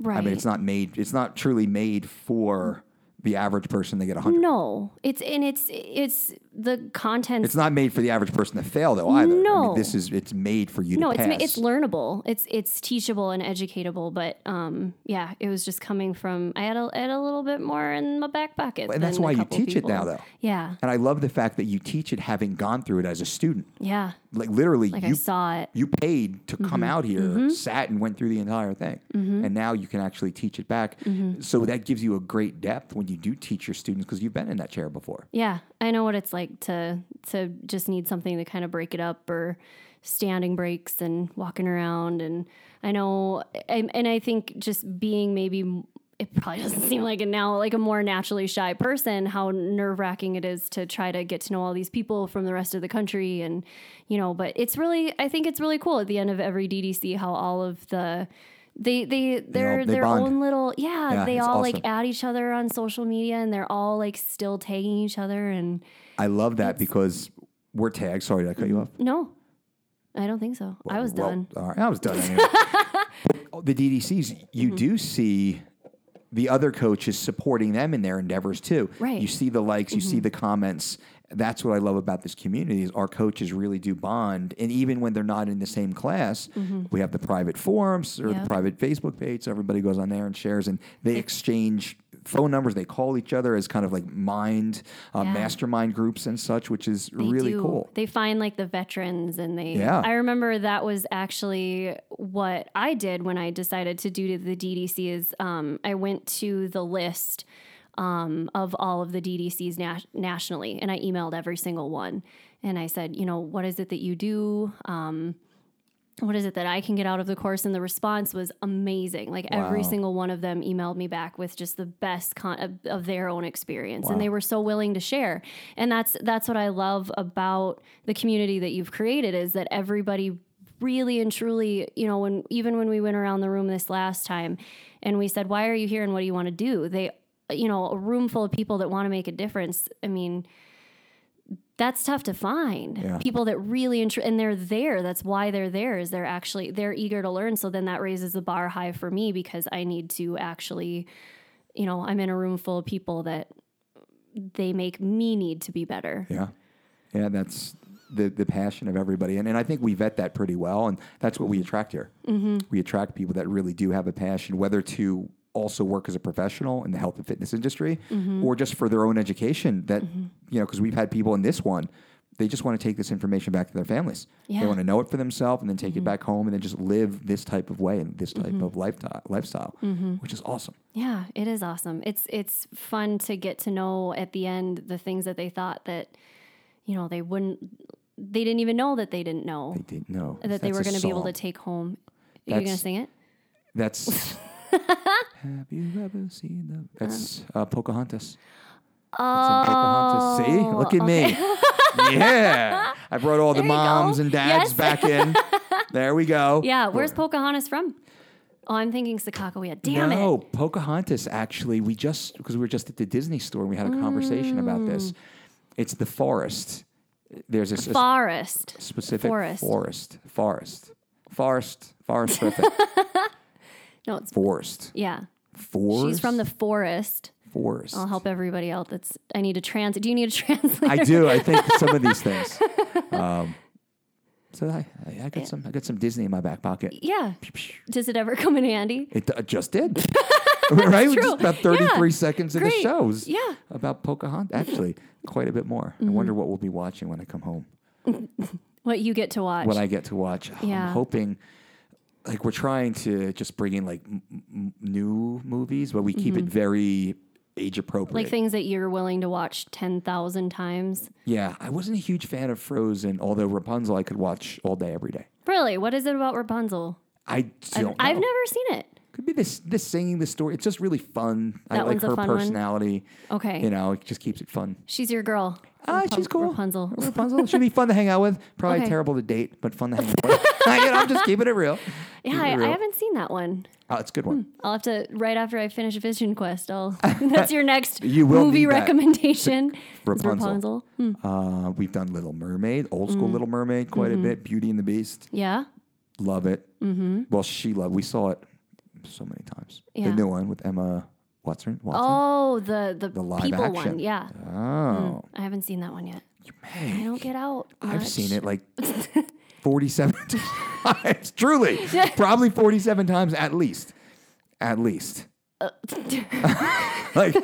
D: right.
A: I mean, it's not made. It's not truly made for the average person to get hundred.
D: no, it's and it's it's the content.
A: It's not made for the average person to fail though either. I mean,
D: No.
A: this is it's made for you
D: no,
A: to
D: it's
A: pass.
D: ma- it's learnable. It's it's teachable and educatable. But um, yeah, it was just coming from. I had a, I had a little bit more in my back pocket.
A: and that's
D: than a
A: why you
D: couple
A: teach it
D: people.
A: now though.
D: Yeah,
A: And I love the fact that you teach it having gone through it as a student.
D: yeah.
A: Like literally,
D: Like I
A: you
D: saw it.
A: you paid to come out here, sat and went through the entire thing. And now you can actually teach it back. So that gives you a great depth when you do teach your students because you've been in that chair before.
D: Yeah, I know what it's like. like to to just need something to kind of break it up or standing breaks and walking around and I know and, and I think just being maybe it probably *laughs* doesn't seem like it now like a more naturally shy person how nerve wracking it is to try to get to know all these people from the rest of the country and you know but it's really I think it's really cool at the end of every DDC how all of the they they they're
A: they
D: their
A: bond.
D: own little yeah,
A: Yeah,
D: they
A: it's
D: all like
A: awesome.
D: at each other on social media and they're all like still tagging each other and
A: I love that because we're tagged. Sorry, did I cut you off?
D: no i don't think so i was
A: Well,
D: done
A: All right, I was done.
D: *laughs*
A: Anyway. But the DDCs, you
D: Mm-hmm.
A: do see the other coaches supporting them in their endeavors too.
D: Right. Mm-hmm.
A: You see the likes, you see the comments. That's what I love about this community is our coaches really do bond, and even when they're not in the same class,
D: Mm-hmm.
A: we have the private forums or the
D: Yep.
A: private Facebook page. So everybody goes on there and shares, and they exchange phone numbers. They call each other as kind of like mind uh,
D: Yeah.
A: mastermind groups and such, which is
D: They
A: really
D: do.
A: cool.
D: They find like the veterans and they.
A: Yeah.
D: I remember that was actually what I did when I decided to do the DDC. Is um, I went to the list um, of all of the DDCs nas- nationally and I emailed every single one and I said, you know, what is it that you do? Um, what is it that I can get out of the course? And the response was amazing. Like every
A: Wow.
D: single one of them emailed me back with just the best con- of, of their own experience, and they were so willing to share. And that's that's what I love about the community that you've created is that everybody really and truly, you know, when even when we went around the room this last time, and we said, "Why are you here? And what do you want to do?" They, you know, a room full of people that want to make a difference. I mean that's tough to find people that really intr- and they're there that's why they're there is they're actually they're eager to learn so then that raises the bar high for me because i need to actually you know i'm in a room full of people that they make me need to be better
A: Yeah. Yeah, that's the, the passion of everybody. And, and I think we vet that pretty well. And that's what we attract here.
D: Mm-hmm.
A: We attract people that really do have a passion, whether to also work as a professional in the health and fitness industry
D: Mm-hmm.
A: or just for their own education. That, you know, because we've had people in this one, they just want to take this information back to their families. They
D: Yeah. Mm-hmm.
A: want to know it for themselves and then take it back home and then just live this type of way and this type of lifestyle, lifestyle
D: Mm-hmm.
A: which is awesome.
D: yeah it is awesome it's it's fun to get to know at the end the things that they thought that you know they wouldn't they didn't even know that they didn't know
A: They didn't know
D: that they
A: That's
D: were
A: a
D: going to be able
A: song.
D: to take home you are
A: That's-
D: going to sing it *laughs*
A: That's. Have you ever seen them? That's uh, Pocahontas. It's in
D: Oh,
A: Pocahontas. See, look at me. *laughs* yeah, I brought all the
D: you go.
A: moms and dads
D: Yes.
A: back
D: *laughs*
A: in. There we go.
D: Yeah, where's Pocahontas from? Oh, I'm thinking Sakakawea. Damn
A: No,
D: it.
A: Pocahontas. Actually, we just because we were just at the Disney store and we had a conversation about this.
D: Mm.
A: It's the forest. There's a, s- a
D: Forest.
A: specific
D: forest.
A: forest, forest, forest, forest,
D: *laughs*
A: terrific.
D: No, it's
A: forest,
D: yeah.
A: forest.
D: She's from the forest.
A: forest.
D: I'll help everybody out. That's I need a trans. Do you *laughs* need a translator?
A: I do. I
D: *laughs*
A: think some of these things. Um, so I, I, I got some. I got some Disney in my back pocket.
D: yeah. Does it ever come in handy?
A: It uh, just did.
D: *laughs*
A: *laughs* right? Just
D: true.
A: about 33
D: Yeah.
A: seconds of the
D: Great.
A: shows.
D: Yeah. Mm-hmm.
A: About Pocahontas. Actually, quite a bit more. I wonder what we'll be watching when I come home.
D: What you get to watch?
A: What I get to watch. I'm
D: Yeah.
A: hoping, like, we're trying to just bring in, like, m- m- new movies, but we keep it very age appropriate.
D: Mm-hmm. like things that you're willing to watch ten thousand times.
A: yeah. I wasn't a huge fan of Frozen, although Rapunzel I could watch all day, every day.
D: Really? What is it about Rapunzel?
A: I don't
D: I've,
A: know.
D: I've never seen it.
A: Could be this this singing the story. It's just really fun. I
D: That
A: like
D: one's a
A: her
D: fun one?
A: personality.
D: Okay.
A: You know, it just keeps it fun.
D: She's your girl.
A: Ah, she's cool.
D: Rapunzel.
A: Rapunzel. She'd be fun to hang out with. Probably
D: Okay.
A: terrible to date, but fun to
D: *laughs*
A: hang out with. *laughs* you know, I'm just keeping it real.
D: Yeah,
A: Keeping
D: I,
A: it
D: I
A: real.
D: haven't seen that one.
A: Oh, it's a good one.
D: I'll have to right after I finish Vision
A: *laughs*
D: Quest. I'll that's your next
A: You will
D: movie
A: need that.
D: recommendation.
A: *laughs* Rapunzel.
D: Is Rapunzel.
A: Uh, we've done Little Mermaid, old
D: Mm.
A: school Little Mermaid, quite
D: Mm-hmm.
A: a bit. Beauty and the Beast,
D: Yeah.
A: love it. Mm-hmm. Well, she loved. We saw it so many times. The
D: Yeah.
A: new one with Emma Watson. Watson.
D: Oh, the the,
A: live
D: people
A: action.
D: one. Yeah. Mm,
A: Oh,
D: I haven't seen that one yet.
A: man.
D: I don't get out.
A: I've
D: much.
A: seen it like 47 *laughs* times. Truly. Probably 47 times at least. At least. *laughs*
D: *laughs*
A: like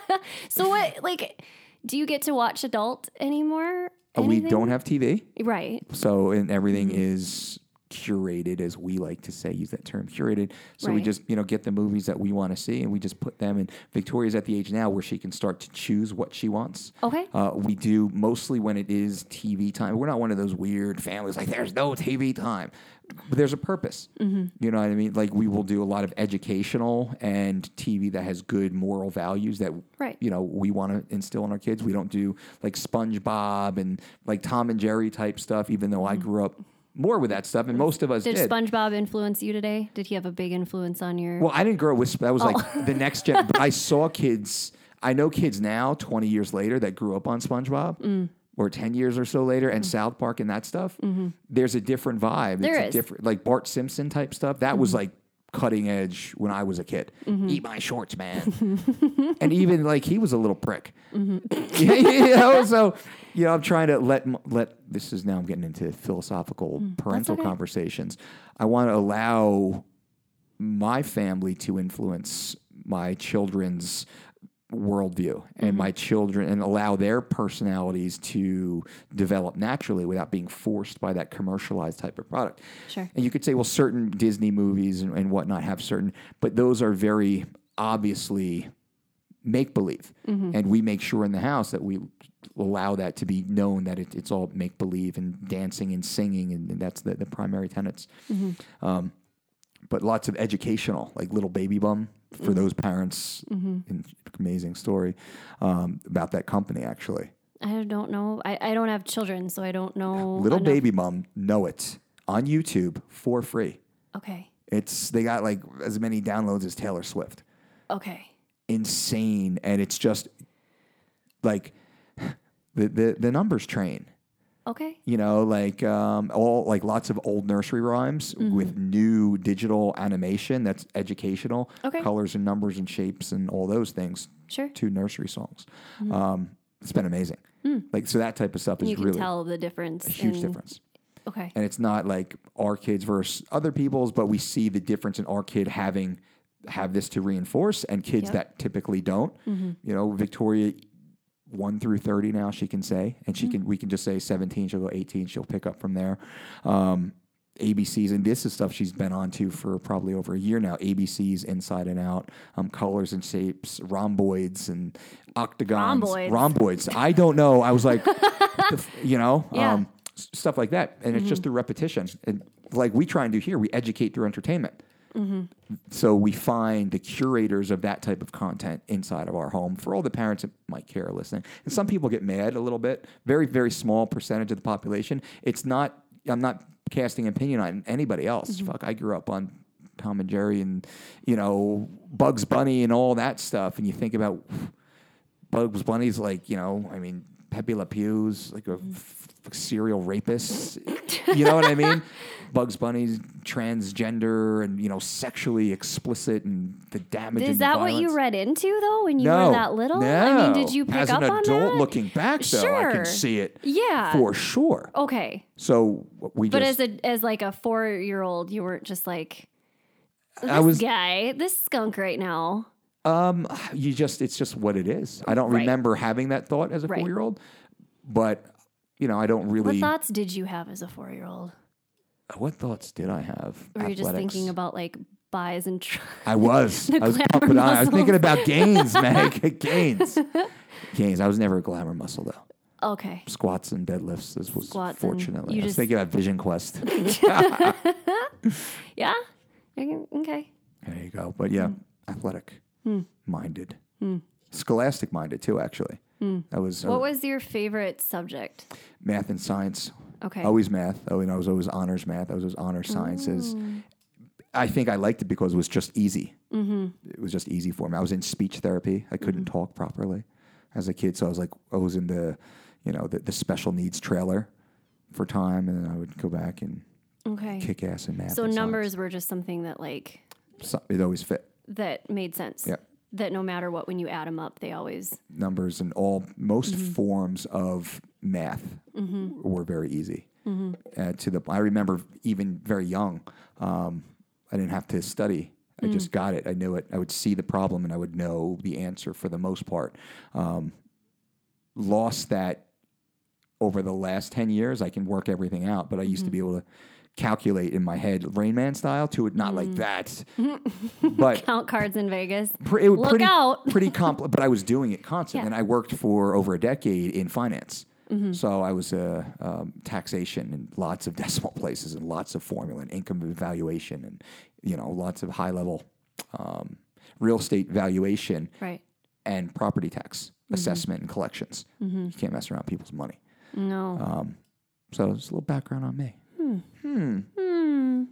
D: *laughs* So what? Like, do you get to watch adult anymore?
A: Oh, we
D: Anything? Mm-hmm.
A: don't have TV,
D: Right.
A: so and everything is curated, as we like to say, use that term curated. So we
D: Right.
A: just, you know, get the movies that we want to see and we just put them in. Victoria's at the age now where she can start to choose what she wants.
D: Okay.
A: Uh, we do mostly when it is TV time. We're not one of those weird families like there's no TV time. But there's a purpose. You know what I mean? Like we will do a lot of educational and TV that has good moral values that
D: Right.
A: you know we want to instill in our kids. We don't do like SpongeBob and like Tom and Jerry type stuff. Even though I grew up more with that stuff, and most of us
D: Did
A: did.
D: SpongeBob influence you today? Did he have a big influence on your?
A: Well, I didn't grow up with. That was
D: Oh.
A: like the next gen.
D: *laughs*
A: But I saw kids. I know kids now, twenty years later, that grew up on SpongeBob,
D: Mm.
A: or ten years or so later, and South Park and that stuff. There's a different vibe.
D: Mm-hmm. There
A: it's A
D: is. Mm-hmm.
A: different, like Bart Simpson type stuff. That was like cutting edge when I was a kid. Eat my shorts,
D: *laughs*
A: man. and even like he was a little prick. *laughs* you know, Oh, so you know, I'm trying to let m- let this is now I'm getting into philosophical parental
D: Hmm, okay.
A: conversations. I want to allow my family to influence my children's worldview
D: Mm-hmm.
A: and my children and allow their personalities to develop naturally without being forced by that commercialized type of product.
D: Sure.
A: And you could say, well, certain Disney movies and, and whatnot have certain, but those are very obviously make believe.
D: Mm-hmm.
A: And we make sure in the house that we allow that to be known that it, it's all make believe and dancing and singing, and, and that's the, the primary tenets
D: Mm-hmm.
A: Um, but lots of educational, like Little Baby Bum for
D: Mm-hmm.
A: those parents. An amazing story um, about that company, actually.
D: I don't know. I, I don't have children, so I don't know.
A: Little
D: enough-
A: Baby Bum, know it on YouTube for free.
D: Okay.
A: It's they got like as many downloads as Taylor Swift.
D: Okay.
A: Insane, and it's just like the the, the numbers train.
D: Okay.
A: you know, like um, all like lots of old nursery rhymes with
D: Mm-hmm.
A: new digital animation that's educational,
D: Okay.
A: colors and numbers and shapes and all those things.
D: Sure.
A: to nursery songs. Um, it's been amazing. Like so, that type of stuff is
D: Mm-hmm. Hmm. You
A: really
D: can tell the difference.
A: a huge
D: in-
A: difference.
D: Okay.
A: And it's not like our kids versus other people's, but we see the difference in our kid having have this to reinforce and kids
D: Yep. Mm-hmm.
A: that typically don't. You know, Victoria one through thirty now she can say, and
D: Mm-hmm.
A: she can we can just say seventeen, she'll go eighteen, she'll pick up from there. Um, ABCs and this is stuff she's been on to for probably over a year now. ABCs inside and out, um, colors and shapes, rhomboids and octagons,
D: Rhomboids.
A: rhomboids. I don't know. I was
D: *laughs*
A: like, the f- you know,
D: Yeah.
A: um, s- stuff like that. And it's just through repetition. And like we try and do here, we educate through entertainment. So we find the curators of that type of content inside of our home for all the parents that might care or listening. And some people get mad a little bit. Very, very small percentage of the population. It's not, I'm not casting opinion on anybody else. Fuck, I grew up on Tom and Jerry and, you know, Bugs Bunny and all that stuff. And you think about, Bugs Bunny's like, you know, I mean, Pepe Le Pew's like a
D: Mm.
A: f- serial rapist. you know what I
D: *laughs*
A: mean? Bugs Bunny's transgender and, you know, sexually explicit and the damage.
D: Is
A: and the
D: that what you
A: violence.
D: read into though when you
A: No,
D: were that little? I mean,
A: no.
D: did you pick
A: As
D: up
A: an
D: on
A: adult
D: that?
A: looking back, though, I
D: Sure.
A: can see it
D: Yeah.
A: for sure.
D: Okay.
A: So we
D: But
A: just,
D: as a as like a four year old, you weren't just like this
A: I was,
D: guy, this skunk right now.
A: you just, it's just what it is. I don't
D: Right.
A: remember having that thought as a
D: Right.
A: four year old, but, you know, I don't
D: What
A: really.
D: thoughts did you have as a four year old?
A: what thoughts did I have?
D: Were you just
A: Athletics.
D: thinking about like buys and tr- *laughs*
A: I was. I was
D: glamour
A: pumping on. I was
D: muscles.
A: thinking about
D: *laughs*
A: gains, Meg. *laughs* gains. Gains. I was never a glamour muscle though.
D: okay?
A: Squats and deadlifts. This was
D: Squats and-
A: fortunately.
D: you
A: I was
D: just-
A: thinking about Vision Quest.
D: Yeah. Okay. okay.
A: there you go. But yeah, athletic
D: Hmm.
A: minded, scholastic minded too. Actually, that was, uh,
D: Hmm. What was your favorite subject?
A: math and science.
D: Okay.
A: Always math. Oh, and I was always honors math. I was always honors sciences.
D: Mm.
A: I think I liked it because it was just easy.
D: Mm-hmm.
A: It was just easy for me. I was in speech therapy. I couldn't talk properly as a kid, so I was like, I was in the, you know, the, the special needs trailer for time, and then I would go back and
D: Okay.
A: kick ass in math.
D: so
A: and
D: numbers were just something that like
A: science. So- It always fit.
D: that made sense.
A: Yeah.
D: That no matter what, when you add them up, they always *laughs*
A: numbers and all most forms of math were very easy. Uh, to the I remember even very young, um, I didn't have to study. I just got it. I knew it. I would see the problem and I would know the answer for the most part. Um, lost that over the last 10 years. I can work everything out, but I used to be able to calculate in my head, Rain Man style, to it, not like that, but
D: Count cards in Vegas.
A: pre- it was
D: Look
A: pretty,
D: out.
A: *laughs* pretty complex. But I was doing it constantly,
D: Yeah.
A: and
D: Mm-hmm.
A: I worked for over a decade in finance. So I was uh, um, taxation and lots of *laughs* decimal places and lots of formula and income evaluation and you know lots of high level um, real estate valuation
D: Right.
A: and property tax
D: Mm-hmm.
A: assessment and collections. You can't mess around with people's money.
D: No.
A: Um, So it's a little background on me. Hmm.
D: Hmm.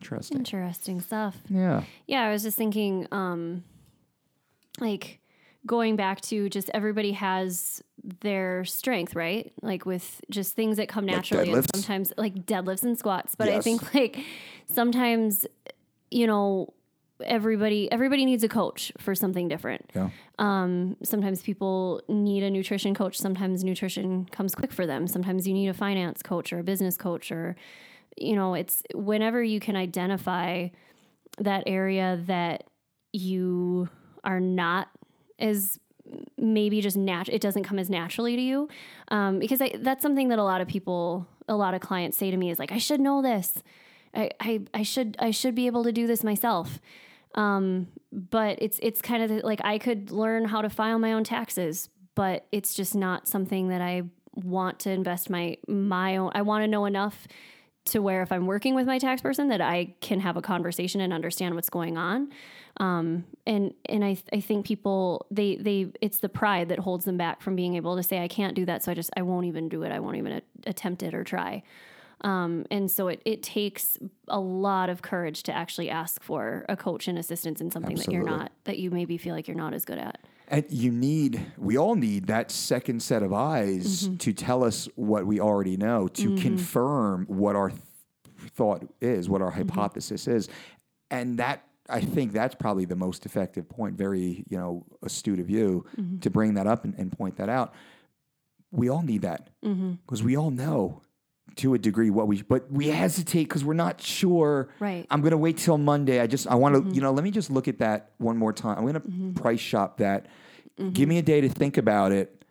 A: Interesting.
D: Interesting stuff.
A: Yeah.
D: Yeah, I was just thinking, um, like going back to just everybody has their strength, right? Like with just things that come naturally. and
A: deadlifts?
D: sometimes like deadlifts and squats, but I
A: Yes.
D: think like sometimes, you know, everybody everybody needs a coach for something different.
A: Yeah.
D: Sometimes people need a nutrition coach. Sometimes nutrition comes quick for them. Sometimes you need a finance coach or a business coach or you know, it's whenever you can identify that area that you are not as maybe just nat it doesn't come as naturally to you um, because I, that's something that a lot of people a lot of clients say to me is like i should know this i i, I should i should be able to do this myself um, but it's it's kind of like i could learn how to file my own taxes but it's just not something that i want to invest my my own i want to know enough to where if i'm working with my tax person that i can have a conversation and understand what's going on and and I I think people they they it's the pride that holds them back from being able to say I can't do that so I just I won't even do it I won't even a- attempt it or try. Um, and so it, it takes a lot of courage to actually ask for a coach and assistance in something that
A: Absolutely.
D: you're not that you maybe feel like you're not as good at.
A: And you need, we all need that second set of eyes to tell us what we already know, to confirm what our th- thought is, what our hypothesis is. And that, I think that's probably the most effective point, very, you know, astute of you to bring that up and, and point that out. We all need that because we all know to a degree what we, but we hesitate because we're not sure.
D: Right. Mm-hmm.
A: I'm gonna wait till Monday. I just I want to you know let me just look at that one more time. I'm gonna price shop that.
D: Mm-hmm.
A: Give me a day to think about it,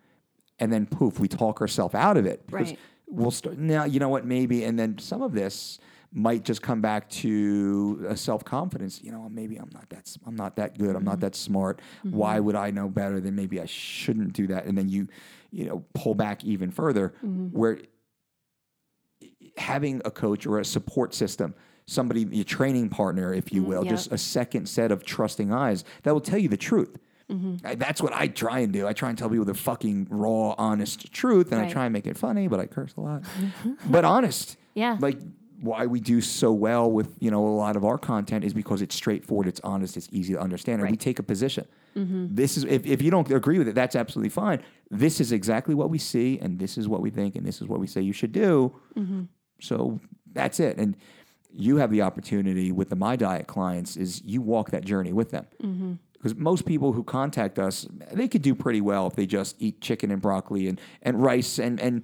A: and then poof, we talk ourselves out of it. Because
D: Right.
A: We'll start now. You know what? Maybe and then some of this might just come back to a self confidence. You know, maybe I'm not that s- I'm not that good. I'm
D: Mm-hmm.
A: not that smart. Why would I know better? Then maybe I shouldn't do that. And then you you know pull back even further
D: Mm-hmm.
A: where having a coach or a support system, somebody, your training partner, if you will,
D: yeah.
A: just a second set of trusting eyes that will tell you the truth. I- that's what I try and do. I try and tell people the fucking raw, honest truth, and I
D: Right.
A: try and make it funny, but I curse a lot. but honest,
D: Yeah.
A: like why we do so well with you know a lot of our content is because it's straightforward, it's honest, it's easy to understand, and we take a position. This is if, if you don't agree with it, that's absolutely fine. This is exactly what we see, and this is what we think, and this is what we say you should do. So that's it. And you have the opportunity with the My Diet clients is you walk that journey with them. Because most people who contact us, they could do pretty well if they just eat chicken and broccoli and, and rice and, and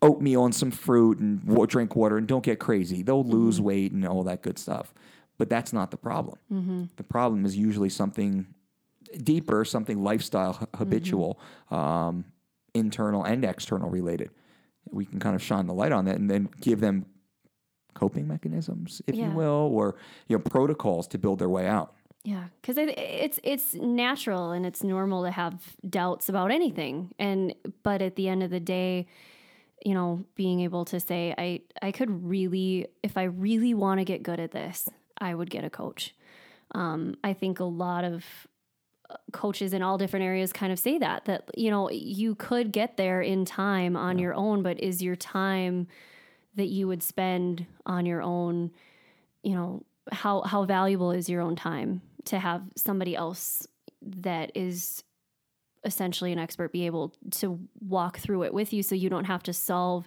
A: oatmeal and some fruit and wa- drink water and don't get crazy. They'll lose weight and all that good stuff. But that's not the problem. The problem is usually something deeper, something lifestyle, h- habitual, um, internal and external related. We can kind of shine the light on that and then give them coping mechanisms, if you
D: Yeah.
A: will, or you know protocols to build their way out.
D: Yeah, because it's it's natural and it's normal to have doubts about anything, and but at the end of the day, you know, being able to say, I I could really, if I really want to get good at this, I would get a coach. Um, I think a lot of uh, coaches in all different areas kind of say that that you know you could get there in time on your own, but is your time that you would spend on your own you know how how valuable is your own time to have somebody else that is essentially an expert be able to walk through it with you so you don't have to solve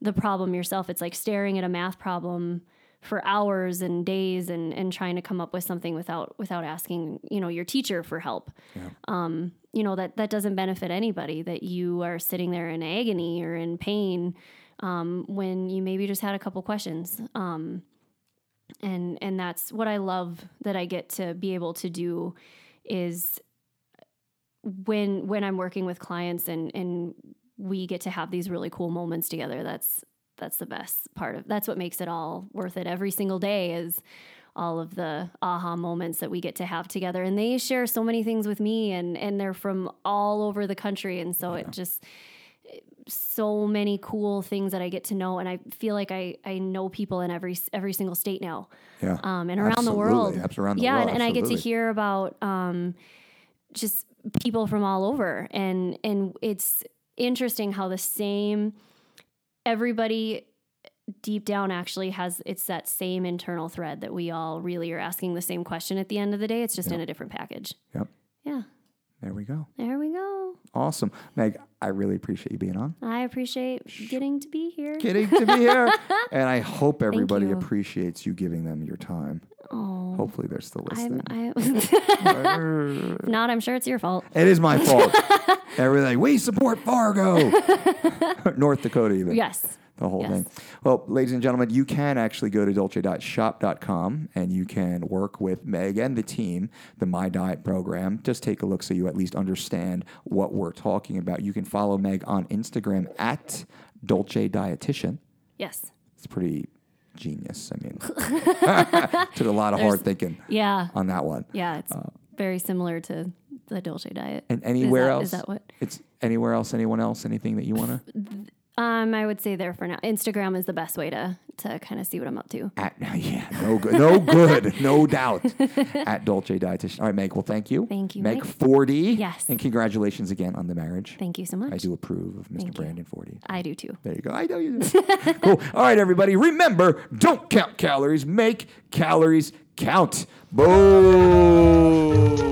D: the problem yourself it's like staring at a math problem for hours and days and and trying to come up with something without without asking you know your teacher for help um you know that that doesn't benefit anybody that you are sitting there in agony or in pain um when you maybe just had a couple questions um and and that's what I love that I get to be able to do is when when I'm working with clients and and we get to have these really cool moments together. That's that's the best part of that's what makes it all worth it every single day is all of the aha moments that we get to have together and they share so many things with me and and they're from all over the country and so it just so many cool things that I get to know and I feel like I I know people in every every single state now
A: Yeah.
D: um, and around the
A: Absolutely.
D: world.
A: Abs- around the
D: yeah,
A: world.
D: and, and I get to
A: Absolutely.
D: hear about um, just people from all over, and and it's interesting how the same everybody deep down actually has it's that same internal thread that we all really are asking the same question at the end of the day. It's just in a different package.
A: Yep.
D: Yeah,
A: There we go.
D: there we go.
A: Awesome. Meg, I really appreciate you being on.
D: I appreciate getting to be here.
A: Getting to be here.
D: *laughs*
A: And I hope everybody
D: you.
A: appreciates you giving them your time.
D: Oh,
A: Hopefully they're still listening.
D: I'm, I, if not, *laughs* I'm sure it's your fault.
A: It is my
D: *laughs*
A: fault. Everything. we support Fargo, North Dakota, even.
D: Yes.
A: The whole
D: Yes.
A: thing. Well, ladies and gentlemen, you can actually go to dolce.shop.com and you can work with Meg and the team, the My Diet program. Just take a look so you at least understand what we're talking about. You can follow Meg on Instagram at Dolce Dietitian.
D: Yes.
A: It's pretty genius. I mean, *laughs* took a lot of hard thinking
D: Yeah.
A: on that one.
D: Yeah, it's very similar to the Dolce diet.
A: Uh, And anywhere
D: is that,
A: else?
D: Is that what?
A: It's anywhere else, anyone else, anything that you want to?
D: Um, I would say there for now. Instagram is the best way to to kind of see what I'm up to.
A: At *laughs* yeah, no good, no good, no
D: *laughs*
A: doubt. At Dolce Dietitian. All right, Meg. Well, thank you.
D: Thank you,
A: Meg.
D: Mike.
A: Forty.
D: Yes.
A: And congratulations again on the marriage.
D: Thank you so much.
A: I do approve of Mr.
D: Thank you.
A: Brandon Forty.
D: I do too.
A: There you go. I know you.
D: *laughs*
A: do. cool. All right, everybody. Remember, don't count calories. Make calories count. Boom.
C: Oh,